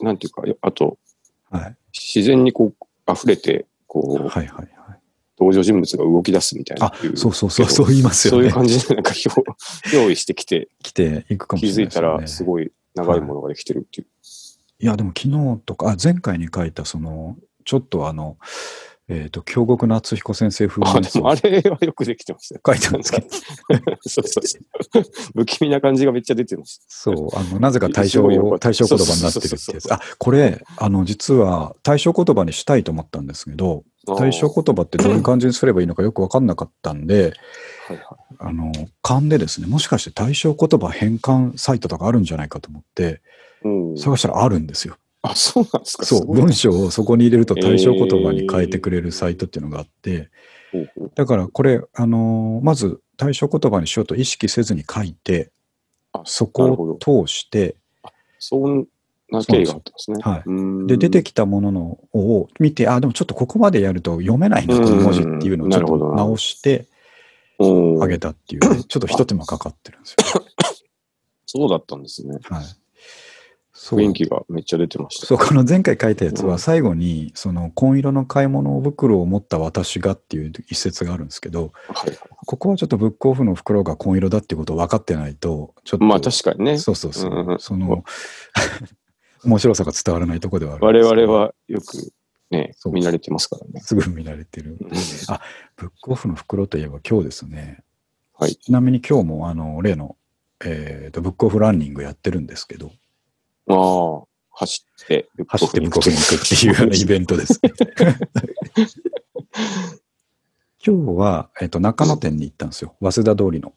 [SPEAKER 1] う、なんていうか、あと、
[SPEAKER 2] はい。
[SPEAKER 1] 自然にこう、溢れて、こう、
[SPEAKER 2] はいはいはい。
[SPEAKER 1] 登場人物が動き出すみたいな
[SPEAKER 2] あ
[SPEAKER 1] ってい。、
[SPEAKER 2] そうそうそう、
[SPEAKER 1] 結
[SPEAKER 2] そ
[SPEAKER 1] 構
[SPEAKER 2] う言います
[SPEAKER 1] そ
[SPEAKER 2] よ
[SPEAKER 1] うい
[SPEAKER 2] ね
[SPEAKER 1] う。感じで、なんか用
[SPEAKER 2] <laughs>
[SPEAKER 1] 用意してきて、
[SPEAKER 2] 来ていくかも
[SPEAKER 1] 気
[SPEAKER 2] し
[SPEAKER 1] づ
[SPEAKER 2] れないいです
[SPEAKER 1] た
[SPEAKER 2] よね。
[SPEAKER 1] ら、すごい長いものができてるっていう。
[SPEAKER 2] いや、でも昨日とか、あ前回に書いた、その、ちょっとあの、えっ、と、京極夏彦先生風の
[SPEAKER 1] あ、
[SPEAKER 2] やつ
[SPEAKER 1] で
[SPEAKER 2] を
[SPEAKER 1] もあれはよくできてましたよ。
[SPEAKER 2] 書いたんですけど、
[SPEAKER 1] そうそうそう。不気味な感じがめっちゃ出てまし
[SPEAKER 2] そう、あの、なぜか対象
[SPEAKER 1] すごいよか
[SPEAKER 2] を、
[SPEAKER 1] った
[SPEAKER 2] 対象言葉になってるって
[SPEAKER 1] そうそう
[SPEAKER 2] や
[SPEAKER 1] そう
[SPEAKER 2] つ。あ、これ、あの、実は対象言葉にしたいと思ったんですけど、対象言葉ってどういう感じにすればいいのかよく分かんなかったんで、
[SPEAKER 1] はいは
[SPEAKER 2] あの、勘でですね、もしかして対象言葉変換サイトとかあるんじゃないかと思って、
[SPEAKER 1] い。うん。
[SPEAKER 2] 探したらあるんですよ。
[SPEAKER 1] あ、そうなんですか。
[SPEAKER 2] そ
[SPEAKER 1] す
[SPEAKER 2] う、
[SPEAKER 1] ごいな
[SPEAKER 2] 文章をそこに入れると対象言葉に変えてくれるサイトっていうのがあって、
[SPEAKER 1] ほうほう
[SPEAKER 2] だからこれ、あのーまず対象言葉にしようと意識せずに書いて
[SPEAKER 1] あ、
[SPEAKER 2] そ
[SPEAKER 1] なるほ
[SPEAKER 2] こを通して、
[SPEAKER 1] そんな経緯があったんですね。
[SPEAKER 2] はい
[SPEAKER 1] い
[SPEAKER 2] で、出てきたもののを見て、あ、でもちょっとここまでやると読めないな、この文字っていうのをちょっと
[SPEAKER 1] うんなるほどな
[SPEAKER 2] 直して
[SPEAKER 1] あ
[SPEAKER 2] あげたっていう、ちょっと一手間かかってるんです
[SPEAKER 1] <laughs>
[SPEAKER 2] よ。
[SPEAKER 1] そうだったんですね。
[SPEAKER 2] はい。そう
[SPEAKER 1] 雰囲気がめっちゃ出てました。
[SPEAKER 2] そう、この前回書いたやつ
[SPEAKER 1] う
[SPEAKER 2] は
[SPEAKER 1] ん
[SPEAKER 2] 最後に、その紺色の買い物袋を持った私がっていう一節があるんですけど、
[SPEAKER 1] はいはい
[SPEAKER 2] ここはちょっとブックオフの袋が紺色だっていうことを分かってないと、ちょっと、
[SPEAKER 1] まあ確かにね、
[SPEAKER 2] そうそうそう、
[SPEAKER 1] うんうん
[SPEAKER 2] その、 <laughs> 面白さが伝わらないとこではあるん
[SPEAKER 1] 我
[SPEAKER 2] ですけど。
[SPEAKER 1] 々はよくね、
[SPEAKER 2] そう
[SPEAKER 1] 見慣れてますからね。
[SPEAKER 2] すぐ見られてる。
[SPEAKER 1] うん
[SPEAKER 2] ブックオフの袋といえば今日ですね。
[SPEAKER 1] はい
[SPEAKER 2] ちなみに今日も、あの、例の、えーと、ブックオフランニングやってるんですけど、
[SPEAKER 1] ああ、走って、
[SPEAKER 2] 走ってブックオフに行くっていうあのイベントですね。 <laughs> 今日は、えっと、中野店に行ったんですよ。早稲田通りの。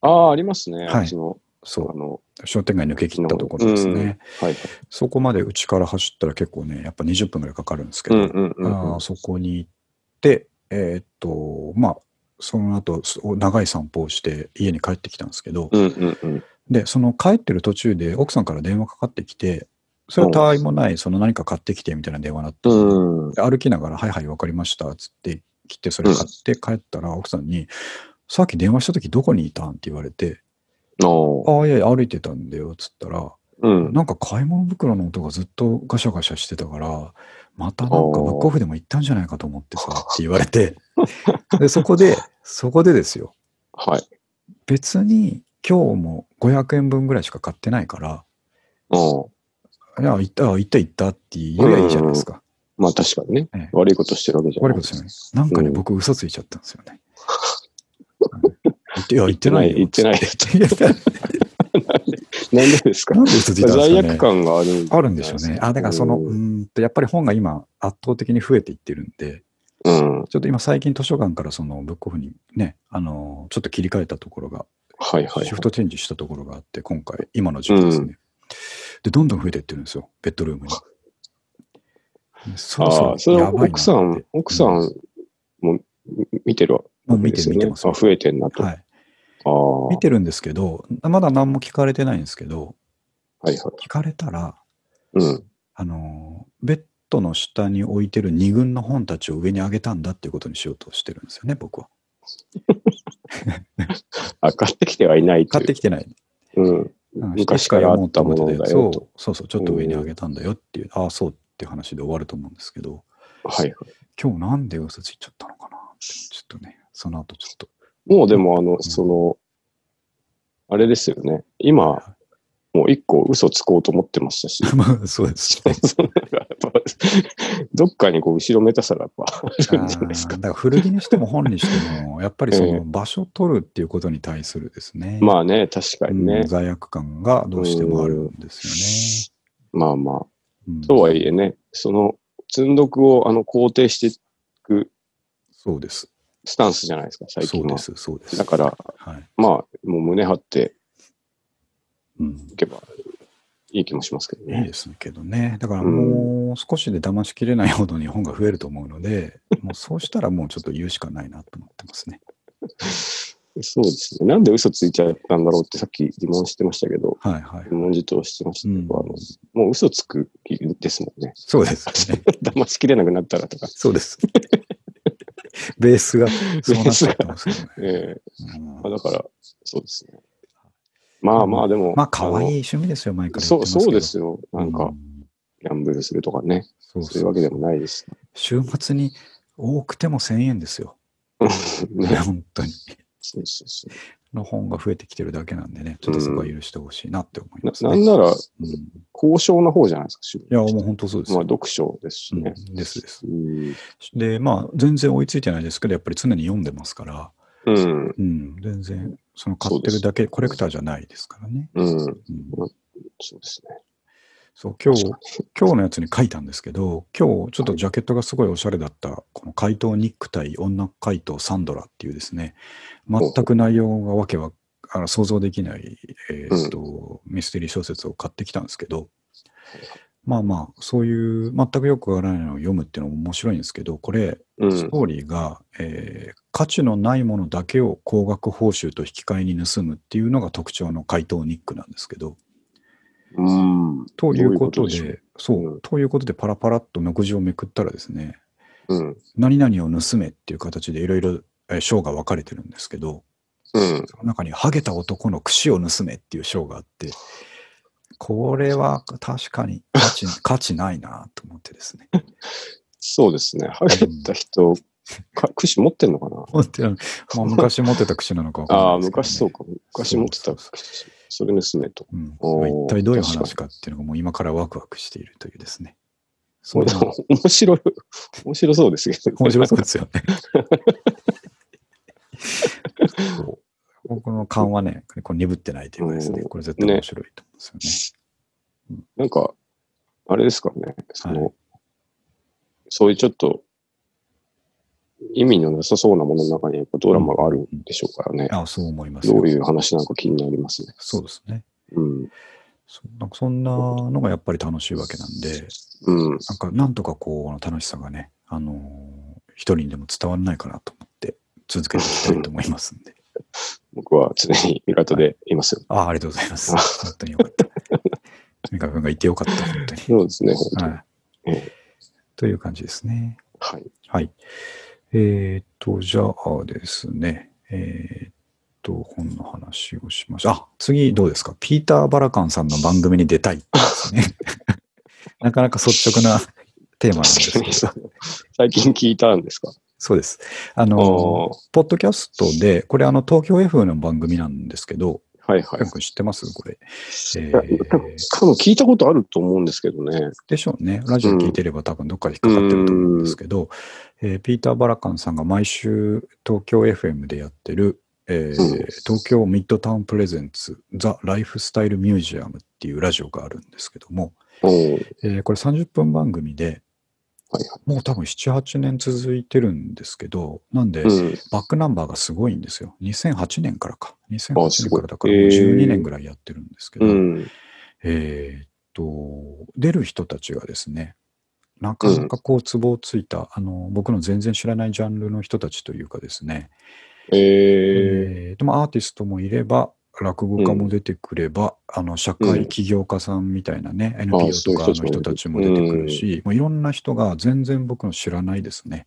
[SPEAKER 1] ああ、ありますね。
[SPEAKER 2] はい
[SPEAKER 1] あっちの、
[SPEAKER 2] そ
[SPEAKER 1] あの、
[SPEAKER 2] う。商店街抜け切ったところです
[SPEAKER 1] うん
[SPEAKER 2] ね。
[SPEAKER 1] はい。
[SPEAKER 2] そこまでうちから走ったら結構ね、やっぱ20分ぐらいかかるんですけ
[SPEAKER 1] う
[SPEAKER 2] ど、
[SPEAKER 1] んうんう
[SPEAKER 2] あ
[SPEAKER 1] んう
[SPEAKER 2] ー
[SPEAKER 1] ん。
[SPEAKER 2] そこに行って、えーっと、まあ、その後、す長い散歩をして家に帰ってきたんですけど、
[SPEAKER 1] うんうんうん。
[SPEAKER 2] で、その帰ってる途中で奥さんから電話かかってきて、それはたわいもない、その何か買ってきてみたいな電話だったんですよ
[SPEAKER 1] うん。
[SPEAKER 2] で歩きながら、はいはい、わかりました、つって、来て、それ買って帰ったら、奥さんに、さっき電話した時どこにいたんって言われて、
[SPEAKER 1] の、
[SPEAKER 2] ああ、いやいや、歩いてたんだよ、つったら、
[SPEAKER 1] うん。
[SPEAKER 2] なんか買い物袋の音がずっとガシャガシャしてたから、またなんかブックオフでも行ったんじゃないかと思ってさ、って言われて、で、そこで、そこでですよ、
[SPEAKER 1] はい。
[SPEAKER 2] 別に今日も500円分ぐらいしか買ってないから、
[SPEAKER 1] の、
[SPEAKER 2] いや、行った、あ行った行ったって言えばいいじゃないですか。
[SPEAKER 1] まあ確かにね
[SPEAKER 2] ええ、
[SPEAKER 1] 悪いことしてるわけじゃない。
[SPEAKER 2] 悪いことじゃない。なんかね、
[SPEAKER 1] うん
[SPEAKER 2] 僕、嘘ついちゃったんですよ
[SPEAKER 1] <laughs>
[SPEAKER 2] ね。言っていや、言ってないよ。
[SPEAKER 1] 言ってない
[SPEAKER 2] 言ってない。
[SPEAKER 1] なんでですか
[SPEAKER 2] <laughs> なんで嘘ついたんですか、ね、
[SPEAKER 1] 罪悪感がある。
[SPEAKER 2] あるんでしょうね。あ、だからその、う
[SPEAKER 1] うん
[SPEAKER 2] ーんと、やっぱり本が今、圧倒的に増えていってるんで、
[SPEAKER 1] うん。
[SPEAKER 2] ちょっと今、最近図書館からその、ブックオフにね、あのー、ちょっと切り替えたところが、
[SPEAKER 1] はいはい
[SPEAKER 2] シフ。トチェンジしたところがあって、今回、今の時期ですね。
[SPEAKER 1] うん
[SPEAKER 2] で、どんどん増えていってるんですよ、ベッドルームに。そ
[SPEAKER 1] ああ、それは奥さ
[SPEAKER 2] やばいなって
[SPEAKER 1] ん、奥さんも見てるわ
[SPEAKER 2] もう見
[SPEAKER 1] けで
[SPEAKER 2] て
[SPEAKER 1] す
[SPEAKER 2] る、見
[SPEAKER 1] よ
[SPEAKER 2] て
[SPEAKER 1] ね。
[SPEAKER 2] ます
[SPEAKER 1] あ、。増えてんなと。あ
[SPEAKER 2] はい。
[SPEAKER 1] あ。
[SPEAKER 2] 見てるんですけど、まだ何も聞かれてないんですけど、
[SPEAKER 1] はいはい。
[SPEAKER 2] 聞かれたら、
[SPEAKER 1] うん。
[SPEAKER 2] あのー、ベッドの下に置いてる二軍の本たちを上に上げたんだっていうことにしようとしてるんですよね、僕は。
[SPEAKER 1] あ、買ってきてはいないと
[SPEAKER 2] 買っ
[SPEAKER 1] いう
[SPEAKER 2] てきてない。
[SPEAKER 1] うん。
[SPEAKER 2] うん
[SPEAKER 1] 昔からあったものだよ
[SPEAKER 2] 一回
[SPEAKER 1] と
[SPEAKER 2] 読もうと思っててそうそうそう、ちょっと上に上げたんだよっていう、ああ、そうっていう話で終わると思うんですけど、
[SPEAKER 1] はいはい。
[SPEAKER 2] 今日なんで嘘ついちゃったのかなって、ちょっとね、その後ちょっと。
[SPEAKER 1] もうでも、あ
[SPEAKER 2] ん
[SPEAKER 1] の、その、あれですよね。今、
[SPEAKER 2] は
[SPEAKER 1] もう一個嘘つこうと思ってまし
[SPEAKER 2] <laughs>
[SPEAKER 1] たし。
[SPEAKER 2] い
[SPEAKER 1] <laughs>
[SPEAKER 2] <laughs> まあ、そうですね。
[SPEAKER 1] そうなんかやっぱどっかにこう後ろめたさがやっぱあるんじゃないです
[SPEAKER 2] あ
[SPEAKER 1] か
[SPEAKER 2] ー。だから古着にしても本にしても、やっぱりその場所取るっていうことに対するですね。
[SPEAKER 1] まあね、確かに
[SPEAKER 2] うん
[SPEAKER 1] ね。
[SPEAKER 2] 罪悪感がどうしてもあるんです
[SPEAKER 1] まあまあ。
[SPEAKER 2] よね。うん
[SPEAKER 1] とはいえね、その、積んどくをあの肯定していく
[SPEAKER 2] そうです。
[SPEAKER 1] スタンスじゃないですか、最
[SPEAKER 2] そ
[SPEAKER 1] 近
[SPEAKER 2] うで
[SPEAKER 1] は。
[SPEAKER 2] す。そうです。
[SPEAKER 1] だから、
[SPEAKER 2] はい。
[SPEAKER 1] まあ、もう胸張って
[SPEAKER 2] うん
[SPEAKER 1] いけばいい気もしますけ
[SPEAKER 2] い
[SPEAKER 1] ど
[SPEAKER 2] い
[SPEAKER 1] ね。
[SPEAKER 2] ですけどね。だからもう少しで騙しきれないほど日本が増えると思うの
[SPEAKER 1] <laughs>
[SPEAKER 2] で、もうそうしたらもうちょっと言うしかないなと思ってますね。
[SPEAKER 1] <laughs> そうですね。なんで嘘ついちゃったんだろうってさっき疑問してましたけど、
[SPEAKER 2] はいはい
[SPEAKER 1] 疑。問自答してました
[SPEAKER 2] う
[SPEAKER 1] け
[SPEAKER 2] ん
[SPEAKER 1] ど、あの、もう嘘つく気ですもんね。
[SPEAKER 2] そうですよね。
[SPEAKER 1] 騙しきれなくなったらとか。
[SPEAKER 2] そうです。ベースがそうなっちゃってますけど
[SPEAKER 1] え
[SPEAKER 2] ね。
[SPEAKER 1] え
[SPEAKER 2] うん
[SPEAKER 1] まあ、だから、そうですね。まあまあ、でも、
[SPEAKER 2] まあ、可愛い
[SPEAKER 1] い
[SPEAKER 2] 趣味ですよ、前から
[SPEAKER 1] そ
[SPEAKER 2] 言っ
[SPEAKER 1] う、
[SPEAKER 2] てますけど。
[SPEAKER 1] そうですよ。なん
[SPEAKER 2] う
[SPEAKER 1] か、ギャンブルするとかね、
[SPEAKER 2] そう
[SPEAKER 1] そう
[SPEAKER 2] そ
[SPEAKER 1] いう
[SPEAKER 2] う
[SPEAKER 1] わけでもないです。
[SPEAKER 2] 週末に多くても1000円ですよ。い
[SPEAKER 1] ね
[SPEAKER 2] や本当に。
[SPEAKER 1] そうそうそう
[SPEAKER 2] の本が増えてきてるだけなんでね、ちょっとそこは許してほしいなって思います、
[SPEAKER 1] な。
[SPEAKER 2] ね
[SPEAKER 1] なんなら、
[SPEAKER 2] うんい
[SPEAKER 1] 高尚な方じゃないですか、趣味
[SPEAKER 2] や、もう本当そうです
[SPEAKER 1] ま
[SPEAKER 2] よ
[SPEAKER 1] あ、読書ですしね。
[SPEAKER 2] うんですです。
[SPEAKER 1] うん。
[SPEAKER 2] で、まあ、全然追いついてないですけど、やっぱり常に読んでますから、
[SPEAKER 1] うん。
[SPEAKER 2] うん、全然、その買ってるだけ、コレクターじゃないですからね。
[SPEAKER 1] うん。
[SPEAKER 2] うん
[SPEAKER 1] そうですね。
[SPEAKER 2] そう、今日、今日のやつに書いたんですけど、今日ちょっとジャケットがすごいおしゃれだった、この怪盗ニック対女怪盗サンドラっていうですね、全く内容がわけはあの想像できない、えーっとミステリー小説を買ってきたんですけど、まあまあ、そういう全くよくわからないのを読むっていうのも面白いんですけど、これ、
[SPEAKER 1] う
[SPEAKER 2] ス
[SPEAKER 1] ん
[SPEAKER 2] ト。ーリーが、えー価値のないものだけを高額報酬と引き換えに盗むっていうのが特徴の怪盗ニックなんですけど、
[SPEAKER 1] うん。
[SPEAKER 2] ということ
[SPEAKER 1] どうい
[SPEAKER 2] で、そう、ということでパラパラっと目次をめくったらですね、
[SPEAKER 1] うん。
[SPEAKER 2] 何々を盗めっていう形でいろいろえー章が分かれてるんですけど、
[SPEAKER 1] うん。
[SPEAKER 2] その中に、ハゲた男の櫛を盗めっていう章があって、これは確かに価値
[SPEAKER 1] <laughs>
[SPEAKER 2] 価値ないなと思ってですね。
[SPEAKER 1] そうですね。ハゲた人、か櫛持ってんのかな
[SPEAKER 2] 持ってるまあ、昔持ってた櫛なのか分かんない
[SPEAKER 1] <laughs> ああ、
[SPEAKER 2] ですけどね
[SPEAKER 1] 昔そうか。昔持ってた櫛。それ盗めと。 <laughs>
[SPEAKER 2] うん、
[SPEAKER 1] おー
[SPEAKER 2] 一体どういう話かっていうのがもう今からワクワクしているというですね。そういうのが
[SPEAKER 1] 面白い、面白そうですけど、
[SPEAKER 2] 面白そうですよ
[SPEAKER 1] <laughs>
[SPEAKER 2] ね。そう僕の勘はね、こう鈍ってないというかですね、
[SPEAKER 1] うん
[SPEAKER 2] これ絶対面白いと思うんです
[SPEAKER 1] なんか、あれですかね、その、
[SPEAKER 2] は
[SPEAKER 1] そういうちょっと、意味のなさそうなものの中にやっぱドラマがあるんでしょうからね
[SPEAKER 2] よね。。あそう思いますよ
[SPEAKER 1] どういう話なんか気になりますね。
[SPEAKER 2] そうですね。
[SPEAKER 1] うん。
[SPEAKER 2] そうなんかそんなのがやっぱり楽しいわけなんで、
[SPEAKER 1] うん。
[SPEAKER 2] なんかなんとかこう楽しさがね、あのー一人にでも伝わらないかなと思って続けていきたいと思います
[SPEAKER 1] <laughs>
[SPEAKER 2] んで。
[SPEAKER 1] 僕は常に浦田でいますよ。
[SPEAKER 2] あありがとうございます。本当によかった。三河君がいてよかった、本当に。
[SPEAKER 1] <laughs> そうですね、本当に。
[SPEAKER 2] はい
[SPEAKER 1] え。
[SPEAKER 2] という感じですね。
[SPEAKER 1] はい。
[SPEAKER 2] はい。えーっと、じゃあですね。えーっと、本の話をしました。あ、次どうですかピーター・バラカンさんの番組に出たいです
[SPEAKER 1] <laughs>
[SPEAKER 2] ね。なかなか率直なテーマなんですけ
[SPEAKER 1] 確か
[SPEAKER 2] ど
[SPEAKER 1] に。そう。最近聞いたんですか
[SPEAKER 2] そうです。あ
[SPEAKER 1] あ
[SPEAKER 2] の、
[SPEAKER 1] あ。は
[SPEAKER 2] ポッドキャストで、これあの、東京 FM の番組なんですけど、
[SPEAKER 1] いはい。
[SPEAKER 2] 知ってますこれ。え
[SPEAKER 1] いや
[SPEAKER 2] ー
[SPEAKER 1] 多分多分聞いたことあると思うんですけどね。
[SPEAKER 2] でしょうね。ラジオ聞いてれば多分どっかで引っかかってると思うんですけど、えーピーター・バラカンさんが毎週東京 FM でやってる、えー
[SPEAKER 1] うん
[SPEAKER 2] 東京ミッドタウンプレゼンツザ・ライフスタイル・ミュージアムっていうラジオがあるんですけども、
[SPEAKER 1] おー
[SPEAKER 2] えーこれ30分番組で
[SPEAKER 1] はい
[SPEAKER 2] もう多分7、8年続いてるんですけど、なんで、
[SPEAKER 1] はい。うん。
[SPEAKER 2] バックナンバーがすごいんですよ。2008年からか。2008
[SPEAKER 1] あす
[SPEAKER 2] 年
[SPEAKER 1] ご
[SPEAKER 2] か
[SPEAKER 1] い
[SPEAKER 2] らだから
[SPEAKER 1] えー
[SPEAKER 2] 12年ぐらいやってるんですけど、
[SPEAKER 1] うん。
[SPEAKER 2] えーっと、出る人たちがですね、なかなかこう、ツボをついた、あの、僕の全然知らないジャンルの人たちというかですね、
[SPEAKER 1] えー、
[SPEAKER 2] えーでもアーティストもいれば、落語家も出てくれば、あの、社
[SPEAKER 1] う
[SPEAKER 2] 会
[SPEAKER 1] ん
[SPEAKER 2] 起業家さんみたいなね、
[SPEAKER 1] あ
[SPEAKER 2] NPO
[SPEAKER 1] そう
[SPEAKER 2] と
[SPEAKER 1] いう
[SPEAKER 2] か
[SPEAKER 1] 人
[SPEAKER 2] の
[SPEAKER 1] たちもいる
[SPEAKER 2] 人たちも出てくるし、もういろんな人が全然僕の知らないですね、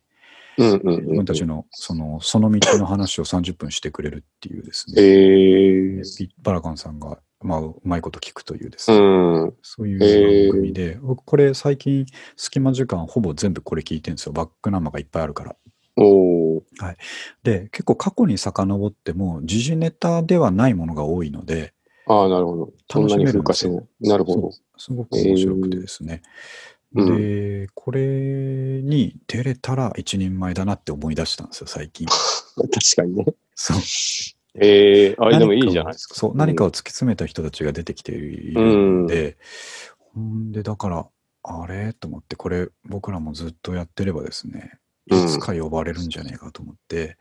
[SPEAKER 1] うんうん
[SPEAKER 2] 自
[SPEAKER 1] うんう
[SPEAKER 2] 分
[SPEAKER 1] ん
[SPEAKER 2] た。ちの、その、その道の話を30分してくれるっていうですね、
[SPEAKER 1] えー、
[SPEAKER 2] ピバラカンさんが、まあ、うまいこと聞くというですね、
[SPEAKER 1] うん。
[SPEAKER 2] そういう番組で、僕これ最近、隙間時間ほぼ全部これ聞いてるんですよ。バックナンバーがいっぱいあるから。
[SPEAKER 1] おー
[SPEAKER 2] で、結構過去に遡っても、時事ネタではないものが多いので、
[SPEAKER 1] ああ、なるほど。そん
[SPEAKER 2] 楽し
[SPEAKER 1] な
[SPEAKER 2] め
[SPEAKER 1] に
[SPEAKER 2] るんで
[SPEAKER 1] 風化
[SPEAKER 2] す
[SPEAKER 1] せ
[SPEAKER 2] よ
[SPEAKER 1] ない。なるほ
[SPEAKER 2] そ
[SPEAKER 1] ど
[SPEAKER 2] う。すごく面白くてですね。
[SPEAKER 1] えー
[SPEAKER 2] で、これに出れたら一人前だなって思い出したんですよ、最近。
[SPEAKER 1] 確か
[SPEAKER 2] <laughs>
[SPEAKER 1] にね。
[SPEAKER 2] そう。
[SPEAKER 1] えー、あ、でもいいじゃないですか。
[SPEAKER 2] そう、何かを突き詰めた人たちが出てきているんで、ほんで、だから、あれと思って、これ、僕らもずっとやってればですね、
[SPEAKER 1] う
[SPEAKER 2] い
[SPEAKER 1] ん
[SPEAKER 2] つか呼ばれるんじゃねえかと思って、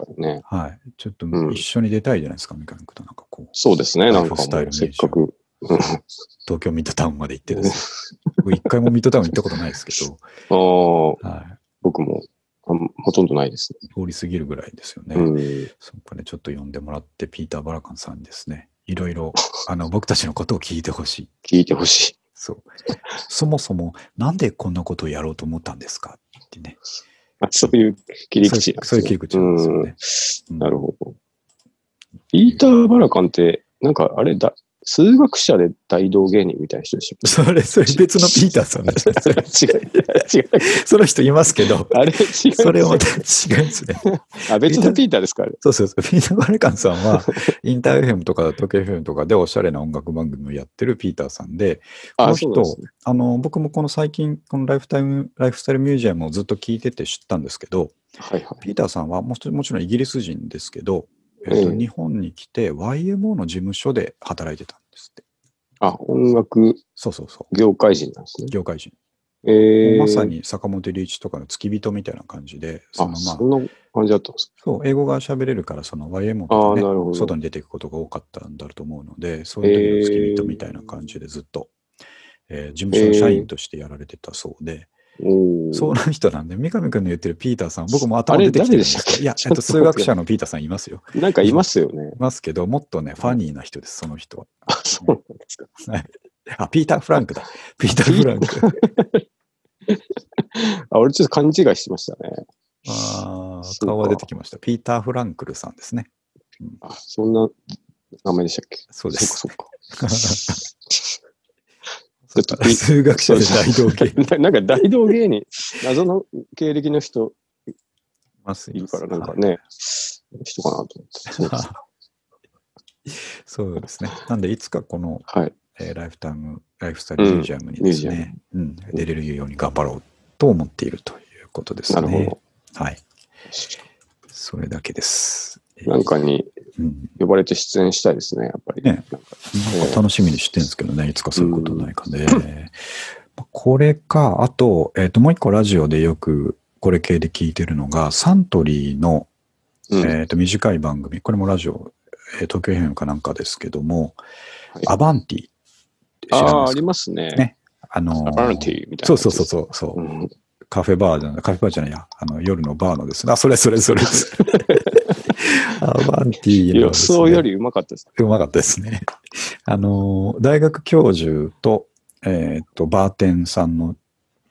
[SPEAKER 1] 確かにね。
[SPEAKER 2] はい、ちょっと
[SPEAKER 1] ん
[SPEAKER 2] 一緒に出たいじゃないですか、三上君となんかこう、
[SPEAKER 1] そうですね。なん
[SPEAKER 2] ラ
[SPEAKER 1] か
[SPEAKER 2] イフスタイ
[SPEAKER 1] も
[SPEAKER 2] ル
[SPEAKER 1] う、せっかく。うんあ
[SPEAKER 2] 東京ミッドタウンまで行ってですね、僕一回もミッドタウン行ったことないですけど、
[SPEAKER 1] ー
[SPEAKER 2] はい、
[SPEAKER 1] 僕もあんほとんどないです
[SPEAKER 2] 通り過ぎるぐらいですよね。
[SPEAKER 1] ね。うん。
[SPEAKER 2] そこでちょっと呼んでもらって、ピーター・バラカンさんにですね、いろいろ、あの、僕たちのことを聞いてほしい。
[SPEAKER 1] 聞いてほしい。
[SPEAKER 2] そう。そもそも、なんでこんなことをやろうと思ったんですかってね。
[SPEAKER 1] あそういう切り口なんです
[SPEAKER 2] そういうそういう切り口なんですよね。
[SPEAKER 1] うんなるほど。ピーター・バラカンって、なんかあれだ、数学者で大道芸人みたいな人でしょ
[SPEAKER 2] ど。それ、それ別のピーターさん
[SPEAKER 1] <laughs>
[SPEAKER 2] ですね。そ <laughs> れ
[SPEAKER 1] 違う、違う。
[SPEAKER 2] その人いますけど、
[SPEAKER 1] あれ違う。
[SPEAKER 2] それはまた違うんですね。
[SPEAKER 1] あ、別のピーターですかあれ
[SPEAKER 2] そうそうそう。ピーター・バルカンさんは、インターフェムとか東京フェムとかでおしゃれな音楽番組をやってるピーターさんで、この
[SPEAKER 1] あ、
[SPEAKER 2] 人
[SPEAKER 1] そうなんですね。
[SPEAKER 2] あの、僕もこの最近、このライフタイム、ライフスタイルミュージアムをずっと聞いてて知ったんですけど、
[SPEAKER 1] はいはい。
[SPEAKER 2] ピーターさんはもちもちろんイギリス人ですけど、えっと
[SPEAKER 1] うん
[SPEAKER 2] 日本に来て YMO の事務所で働いてたんですって。
[SPEAKER 1] あ、音楽
[SPEAKER 2] そうそうそ
[SPEAKER 1] 業界人なんで
[SPEAKER 2] う。
[SPEAKER 1] すね。
[SPEAKER 2] 業界人。
[SPEAKER 1] えー、
[SPEAKER 2] まさ。に坂本龍一とかの付き人みたいな感じで、そ
[SPEAKER 1] あ、
[SPEAKER 2] のまあ
[SPEAKER 1] そ、んな感じだったんです
[SPEAKER 2] そう、英語が喋れるから、その YM
[SPEAKER 1] あ
[SPEAKER 2] とか
[SPEAKER 1] ーなるほ
[SPEAKER 2] ね、
[SPEAKER 1] ど
[SPEAKER 2] 外に出ていくことが多かったんだと思うので、そういう時の付き人みたいな感じでずっと、えー事務所の社員としてやられてたそうで、
[SPEAKER 1] か。おー
[SPEAKER 2] そうな人なんで、三上君の言ってるピーターさん、僕も頭出てきてるんです
[SPEAKER 1] あれ誰でしたっ
[SPEAKER 2] け
[SPEAKER 1] け
[SPEAKER 2] ど、いや、えっと、数学者のピーターさんいますよ。
[SPEAKER 1] なんかいますよね
[SPEAKER 2] い。ますけど、もっとね、ファニーな人です、その人は。
[SPEAKER 1] あ、そうなんですか。
[SPEAKER 2] あ、ピーター・フランクだ。ピーター・フランク。
[SPEAKER 1] あ、俺ちょっと勘違いしてましたね。
[SPEAKER 2] あー
[SPEAKER 1] そうか
[SPEAKER 2] 顔が出てきました。ピーター・フランクルさんですね。
[SPEAKER 1] あ、そんな名前でしたっけ
[SPEAKER 2] そうです。
[SPEAKER 1] そうか、
[SPEAKER 2] そう
[SPEAKER 1] ちょっ
[SPEAKER 2] か
[SPEAKER 1] とピ
[SPEAKER 2] 数 <laughs> 学者で大道芸
[SPEAKER 1] そうか。 <laughs> ななんか大道芸人、謎の経歴の人
[SPEAKER 2] ます
[SPEAKER 1] いるから、なんかね、人かなと思って。そうです
[SPEAKER 2] そうですね。なんで、いつかこの、
[SPEAKER 1] はい。
[SPEAKER 2] えーライフタイム、ライフスタイルミュージアムにですね、うん出れるように頑張ろうと思っているということです
[SPEAKER 1] な
[SPEAKER 2] ね。
[SPEAKER 1] るほど。
[SPEAKER 2] はい。それだけです。えー
[SPEAKER 1] なんかに
[SPEAKER 2] うん、
[SPEAKER 1] 呼ばれて出演したいですね、やっぱり。
[SPEAKER 2] ね
[SPEAKER 1] なんか
[SPEAKER 2] なんか楽しみにしてるんですけどね、いつかそういうことないかね。まあこれか、あと、えっ、と、もう一個ラジオでよくこれ系で聞いてるのが、サントリーの、
[SPEAKER 1] うん
[SPEAKER 2] えっ、と、短い番組、これもラジオ、えー東京編かなんかですけども、
[SPEAKER 1] はい
[SPEAKER 2] アバンティって知らない
[SPEAKER 1] あ
[SPEAKER 2] で
[SPEAKER 1] あ、
[SPEAKER 2] す
[SPEAKER 1] あ
[SPEAKER 2] か
[SPEAKER 1] りますね。
[SPEAKER 2] ねあの
[SPEAKER 1] ア
[SPEAKER 2] ー
[SPEAKER 1] バンティみたいな。
[SPEAKER 2] そうそうそうそうそうう、
[SPEAKER 1] ん。
[SPEAKER 2] カフェバーじゃない、カフェバーじゃないや、あの、夜のバーのですね。あ、それそれそれ。
[SPEAKER 1] <laughs>
[SPEAKER 2] アバンティーの
[SPEAKER 1] 予
[SPEAKER 2] ですね、
[SPEAKER 1] 想よりうまかったです。
[SPEAKER 2] うまかったですね。あの、大学教授と、えーっと、バーテンさんの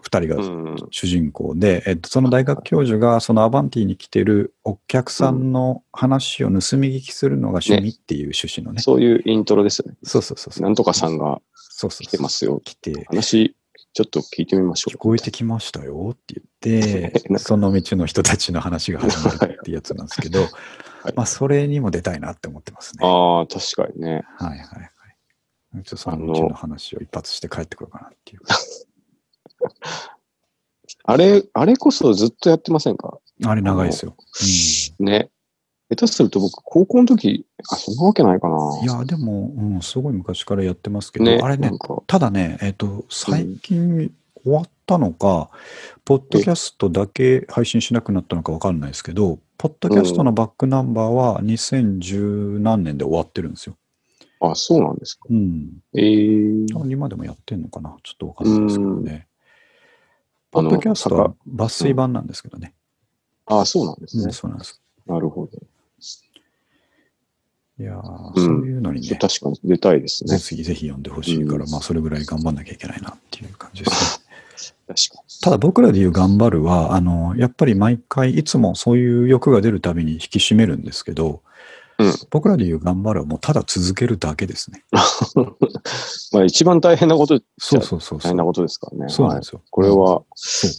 [SPEAKER 2] 二人
[SPEAKER 1] う
[SPEAKER 2] が
[SPEAKER 1] ん。
[SPEAKER 2] 主人公で、えっと、その大学教授がそのアバンティに来てるお客さんの話を盗み聞きするのが趣味っていう趣旨のね。
[SPEAKER 1] そういうイントロですね。
[SPEAKER 2] そうそうそうそう。
[SPEAKER 1] なんとかさんが
[SPEAKER 2] そうそう
[SPEAKER 1] 来
[SPEAKER 2] そ
[SPEAKER 1] て
[SPEAKER 2] う。
[SPEAKER 1] ますよ。
[SPEAKER 2] 来て、
[SPEAKER 1] 話、ちょっと聞いてみましょう。
[SPEAKER 2] 聞こえてきましたよって言っ
[SPEAKER 1] <laughs> なん
[SPEAKER 2] て、
[SPEAKER 1] か
[SPEAKER 2] その道の人たちの話が始まるってやつなんですけど、
[SPEAKER 1] はい
[SPEAKER 2] まあ、それにも出たいなって思ってますね。
[SPEAKER 1] ああ、確かにね。
[SPEAKER 2] はいはいはい。ちょっとそのうちの話を一発して帰ってこようかなっていう。
[SPEAKER 1] あれ、あれこそずっとやってませんか
[SPEAKER 2] あれ長いですよ。
[SPEAKER 1] ね。下手すると僕、高校の時、あ、そんなわけないかな。
[SPEAKER 2] いや、でも、うん、すごい昔からやってますけど、
[SPEAKER 1] ね、
[SPEAKER 2] あれね
[SPEAKER 1] なん、か、
[SPEAKER 2] ただね、えっ、と、最近終わったのか、ポッドキャストだけ配信しなくなったのかわかんないですけど、ポッドキャストのバックナンバーは2010何年で終わってるんですよ。
[SPEAKER 1] あ、そうなんですか。
[SPEAKER 2] うん。
[SPEAKER 1] えー、
[SPEAKER 2] 今でもやってんのかなちょっとわかんないですけどね。ポ
[SPEAKER 1] あ
[SPEAKER 2] ッ
[SPEAKER 1] の
[SPEAKER 2] ドキャスト
[SPEAKER 1] なん
[SPEAKER 2] は
[SPEAKER 1] か
[SPEAKER 2] 抜粋版なんですけどね。
[SPEAKER 1] あ、そうなんです
[SPEAKER 2] うん、
[SPEAKER 1] ね。
[SPEAKER 2] そうなんです。
[SPEAKER 1] なるほど。
[SPEAKER 2] いやー
[SPEAKER 1] うん
[SPEAKER 2] そういうのにね、
[SPEAKER 1] 確かに出たいですね。
[SPEAKER 2] ぜひぜひ読んでほしいから、
[SPEAKER 1] うん
[SPEAKER 2] まあそれぐらい頑張んなきゃいけないなっていう感じですね。
[SPEAKER 1] 確か
[SPEAKER 2] ただ僕らで言う頑張るは、あの、やっぱり毎回いつもそういう欲が出るたびに引き締めるんですけど、
[SPEAKER 1] うん
[SPEAKER 2] 僕らで言う頑張るはもうただ続けるだけですね。
[SPEAKER 1] に。 <laughs> まあ、一番大変なこと、
[SPEAKER 2] そうそうそう
[SPEAKER 1] 大
[SPEAKER 2] そう
[SPEAKER 1] 変。なことですからね。
[SPEAKER 2] そうなん
[SPEAKER 1] はい
[SPEAKER 2] ですよ。
[SPEAKER 1] これは、
[SPEAKER 2] そう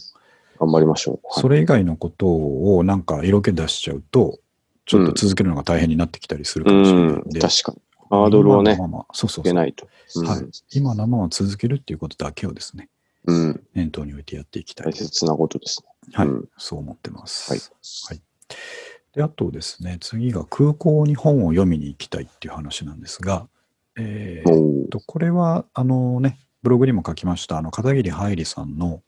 [SPEAKER 1] 頑張りましょう。はい
[SPEAKER 2] それ以外のことをなんか色気出しちゃうと、ちょっと続けるのが大変になってきたりするかもしれ
[SPEAKER 1] う
[SPEAKER 2] ない
[SPEAKER 1] ん
[SPEAKER 2] ん、で。
[SPEAKER 1] 確かに。ハードルをね
[SPEAKER 2] 今、のままそうそそ
[SPEAKER 1] いうけ
[SPEAKER 2] う。
[SPEAKER 1] ないと。うん
[SPEAKER 2] はい今のまま続けるっていうことだけをですね、
[SPEAKER 1] うん、
[SPEAKER 2] 念頭に置いてやっていきたい
[SPEAKER 1] 大。切なことですね。
[SPEAKER 2] はい、
[SPEAKER 1] うん
[SPEAKER 2] そう思ってます。
[SPEAKER 1] はい。
[SPEAKER 2] で、あとですね、次が空港に本を読みに行きたいっていう話なんですが、えーっ
[SPEAKER 1] おー
[SPEAKER 2] と、これは、あのね、ブログにも書きました、あの、片桐はいりさんの、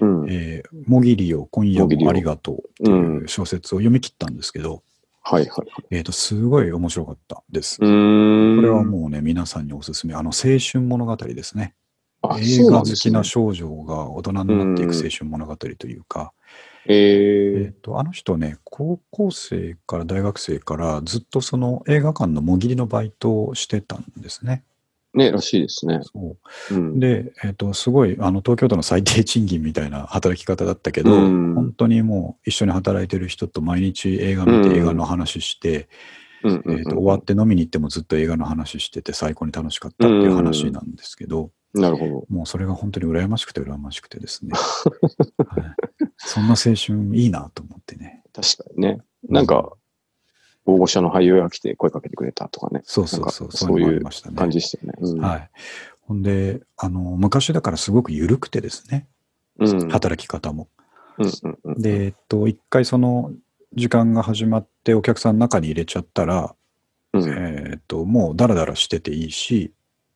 [SPEAKER 1] うん、
[SPEAKER 2] えーもぎりよ、今夜
[SPEAKER 1] もぎり
[SPEAKER 2] も
[SPEAKER 1] よ
[SPEAKER 2] ありがとうってい
[SPEAKER 1] うん。
[SPEAKER 2] う小説を読み切ったんですけど、
[SPEAKER 1] はいはい。
[SPEAKER 2] えーっと、すごい面白かったです。
[SPEAKER 1] うーん。
[SPEAKER 2] これはもうね、皆さんにおすすめ、あの、青春物語ですね。
[SPEAKER 1] あ
[SPEAKER 2] 映
[SPEAKER 1] そう
[SPEAKER 2] 画
[SPEAKER 1] なん
[SPEAKER 2] 好
[SPEAKER 1] です
[SPEAKER 2] き
[SPEAKER 1] ね
[SPEAKER 2] な少女が大人になっていく青春物語というか、え
[SPEAKER 1] え
[SPEAKER 2] っと、あの人ね、高校生から大学生からずっとその映画館のもぎりのバイトをしてたんですね。
[SPEAKER 1] ー、ね、らしいですね。
[SPEAKER 2] そ
[SPEAKER 1] うん
[SPEAKER 2] う。で、えっと、すごい、あの、東京都の最低賃金みたいな働き方だったけど、
[SPEAKER 1] うん
[SPEAKER 2] 本当にもう一緒に働いてる人と毎日映画見
[SPEAKER 1] うん
[SPEAKER 2] て映画の話して、
[SPEAKER 1] うん
[SPEAKER 2] えっと、終わって飲みに行ってもずっと映画の話してて最高に楽しかったっていう話なんですけど、
[SPEAKER 1] なるほど。
[SPEAKER 2] もうそれが本当に羨ましくて羨ましくて
[SPEAKER 1] <laughs>
[SPEAKER 2] ですね。はい、そんな青春いいなと思ってね。
[SPEAKER 1] 確かにね。なんか、大御所の俳優が来て声かけてくれたとかね、
[SPEAKER 2] そうそうそう、
[SPEAKER 1] なんか
[SPEAKER 2] そういうのもありましたね。
[SPEAKER 1] 感じでしたよね。うん
[SPEAKER 2] はい。ほんで、あの、昔だからすごく緩くてですね、
[SPEAKER 1] うん。
[SPEAKER 2] 働き方も。
[SPEAKER 1] うんうんうん
[SPEAKER 2] で、えっと、一回その時間が始まってお客さんの中に入れちゃったら、
[SPEAKER 1] うん
[SPEAKER 2] えっと、もうダラダラしてていいし、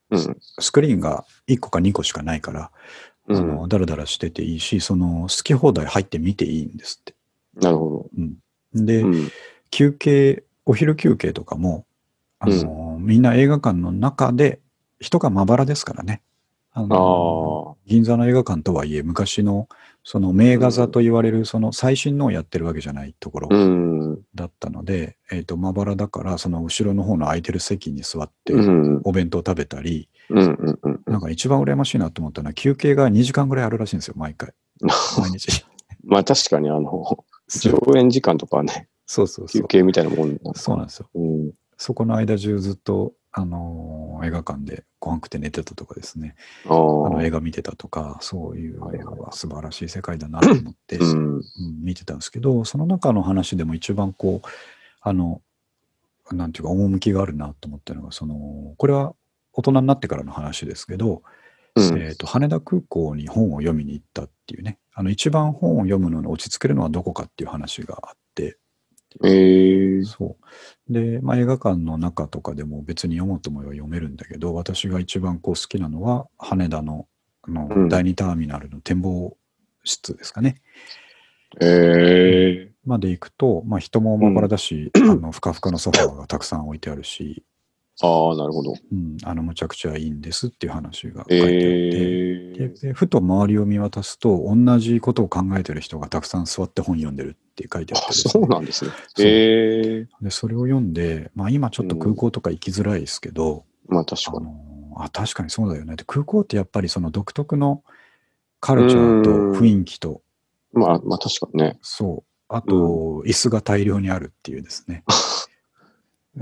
[SPEAKER 1] うん。
[SPEAKER 2] スクリーンが1個か2個しかないから、
[SPEAKER 1] う
[SPEAKER 2] あ
[SPEAKER 1] ん。
[SPEAKER 2] のだらだらしてていいし、その好き放題入って見ていいんですって。
[SPEAKER 1] なるほ
[SPEAKER 2] うん、で、
[SPEAKER 1] ど。うん。
[SPEAKER 2] 休憩、お昼休憩とかも、あのみんな映画館の中で、人がまばらですからね。あ
[SPEAKER 1] ああ
[SPEAKER 2] の
[SPEAKER 1] ー。
[SPEAKER 2] 銀座の映画館とはいえ、昔のその名画座と言われる、その最新のをやってるわけじゃないところ
[SPEAKER 1] うん。う
[SPEAKER 2] だったので、えっとまばらだから、その後ろの方の空いてる席に座って、
[SPEAKER 1] ん。
[SPEAKER 2] お弁当食べたり、
[SPEAKER 1] うん。うん。うん。
[SPEAKER 2] なんか一番羨ましいなと思ったのは、休憩が2時間ぐらいあるらしいんですよ、毎
[SPEAKER 1] <laughs>
[SPEAKER 2] 回。毎日。
[SPEAKER 1] まあ確かにあの、
[SPEAKER 2] そ
[SPEAKER 1] 上
[SPEAKER 2] う
[SPEAKER 1] 演時間とかはね、
[SPEAKER 2] <laughs> そうそうそ
[SPEAKER 1] 休
[SPEAKER 2] う。
[SPEAKER 1] 憩みたいなもんだ。
[SPEAKER 2] そうなんですよ。
[SPEAKER 1] うん。
[SPEAKER 2] そこの間中ずっと、あのー映画館でご飯食って寝てたとかですね、あ
[SPEAKER 1] ああ
[SPEAKER 2] の。映画見てたとか、そういう
[SPEAKER 1] はいはい
[SPEAKER 2] は素晴らしい世界だなと思って、
[SPEAKER 1] う
[SPEAKER 2] うん
[SPEAKER 1] ん。
[SPEAKER 2] 見てたんですけど、その中の話でも一番こう、あの、なんていうか、趣があるなと思ったのが、その、これは大人になってからの話ですけど、
[SPEAKER 1] うん。
[SPEAKER 2] えー、と羽田空港に本を読みに行ったっていうねあの一番本を読むのに落ち着けるのはどこかっていう話があって
[SPEAKER 1] ええ。
[SPEAKER 2] そうで、まあ、映画館の中とかでも別に読もうと思えば読めるんだけど私が一番こう好きなのは羽田のあの、
[SPEAKER 1] うん
[SPEAKER 2] 第2ターミナルの展望室ですかね
[SPEAKER 1] ええ。
[SPEAKER 2] まで行くと、まあ、人もまばらだし、あのふかふかのソファーがたくさん置いてあるし、
[SPEAKER 1] ああ、なるほど。
[SPEAKER 2] うん、あのむちゃくちゃいいんですっていう話が書いてあって。
[SPEAKER 1] え
[SPEAKER 2] で
[SPEAKER 1] え。
[SPEAKER 2] でふと周りを見渡すと同じことを考えてる人がたくさん座って本読んでるって書いてあって
[SPEAKER 1] あ、
[SPEAKER 2] ですね
[SPEAKER 1] そうなんですね。
[SPEAKER 2] そう
[SPEAKER 1] ええ。
[SPEAKER 2] でそれを読んで、まあ、今ちょっと空港とか行きづらいですけど、
[SPEAKER 1] まあ確か
[SPEAKER 2] あ
[SPEAKER 1] に。
[SPEAKER 2] のあ確かにそうだよねって空港ってやっぱりその独特のカルチャーと雰囲気と
[SPEAKER 1] まあ、まあ確かにね。
[SPEAKER 2] そうあと椅子が大量にあるっていうです
[SPEAKER 1] <laughs>
[SPEAKER 2] ね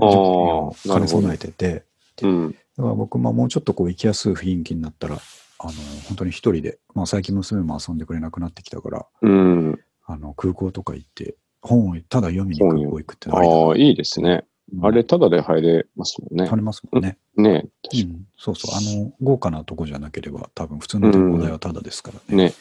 [SPEAKER 1] あー
[SPEAKER 2] 状況を
[SPEAKER 1] な
[SPEAKER 2] 兼
[SPEAKER 1] る
[SPEAKER 2] ね
[SPEAKER 1] ほど
[SPEAKER 2] 備えてて
[SPEAKER 1] うん。
[SPEAKER 2] だから僕、まあ、もうちょっとこう行きやすい雰囲気になったらあの本当に一人で、まあ、最近娘も遊んでくれなくなってきたから
[SPEAKER 1] うん。
[SPEAKER 2] あの空港とか行って、本をただ読みに空港行くってのはありだな
[SPEAKER 1] ああ、いいですね。あれ、、ただで入れますもんね
[SPEAKER 2] あ。りますもんね。
[SPEAKER 1] ね
[SPEAKER 2] う
[SPEAKER 1] 確か
[SPEAKER 2] ん、そうそう、あの、豪華なとこじゃなければ、多分普通の展望台はただですから
[SPEAKER 1] に
[SPEAKER 2] ね。
[SPEAKER 1] ね。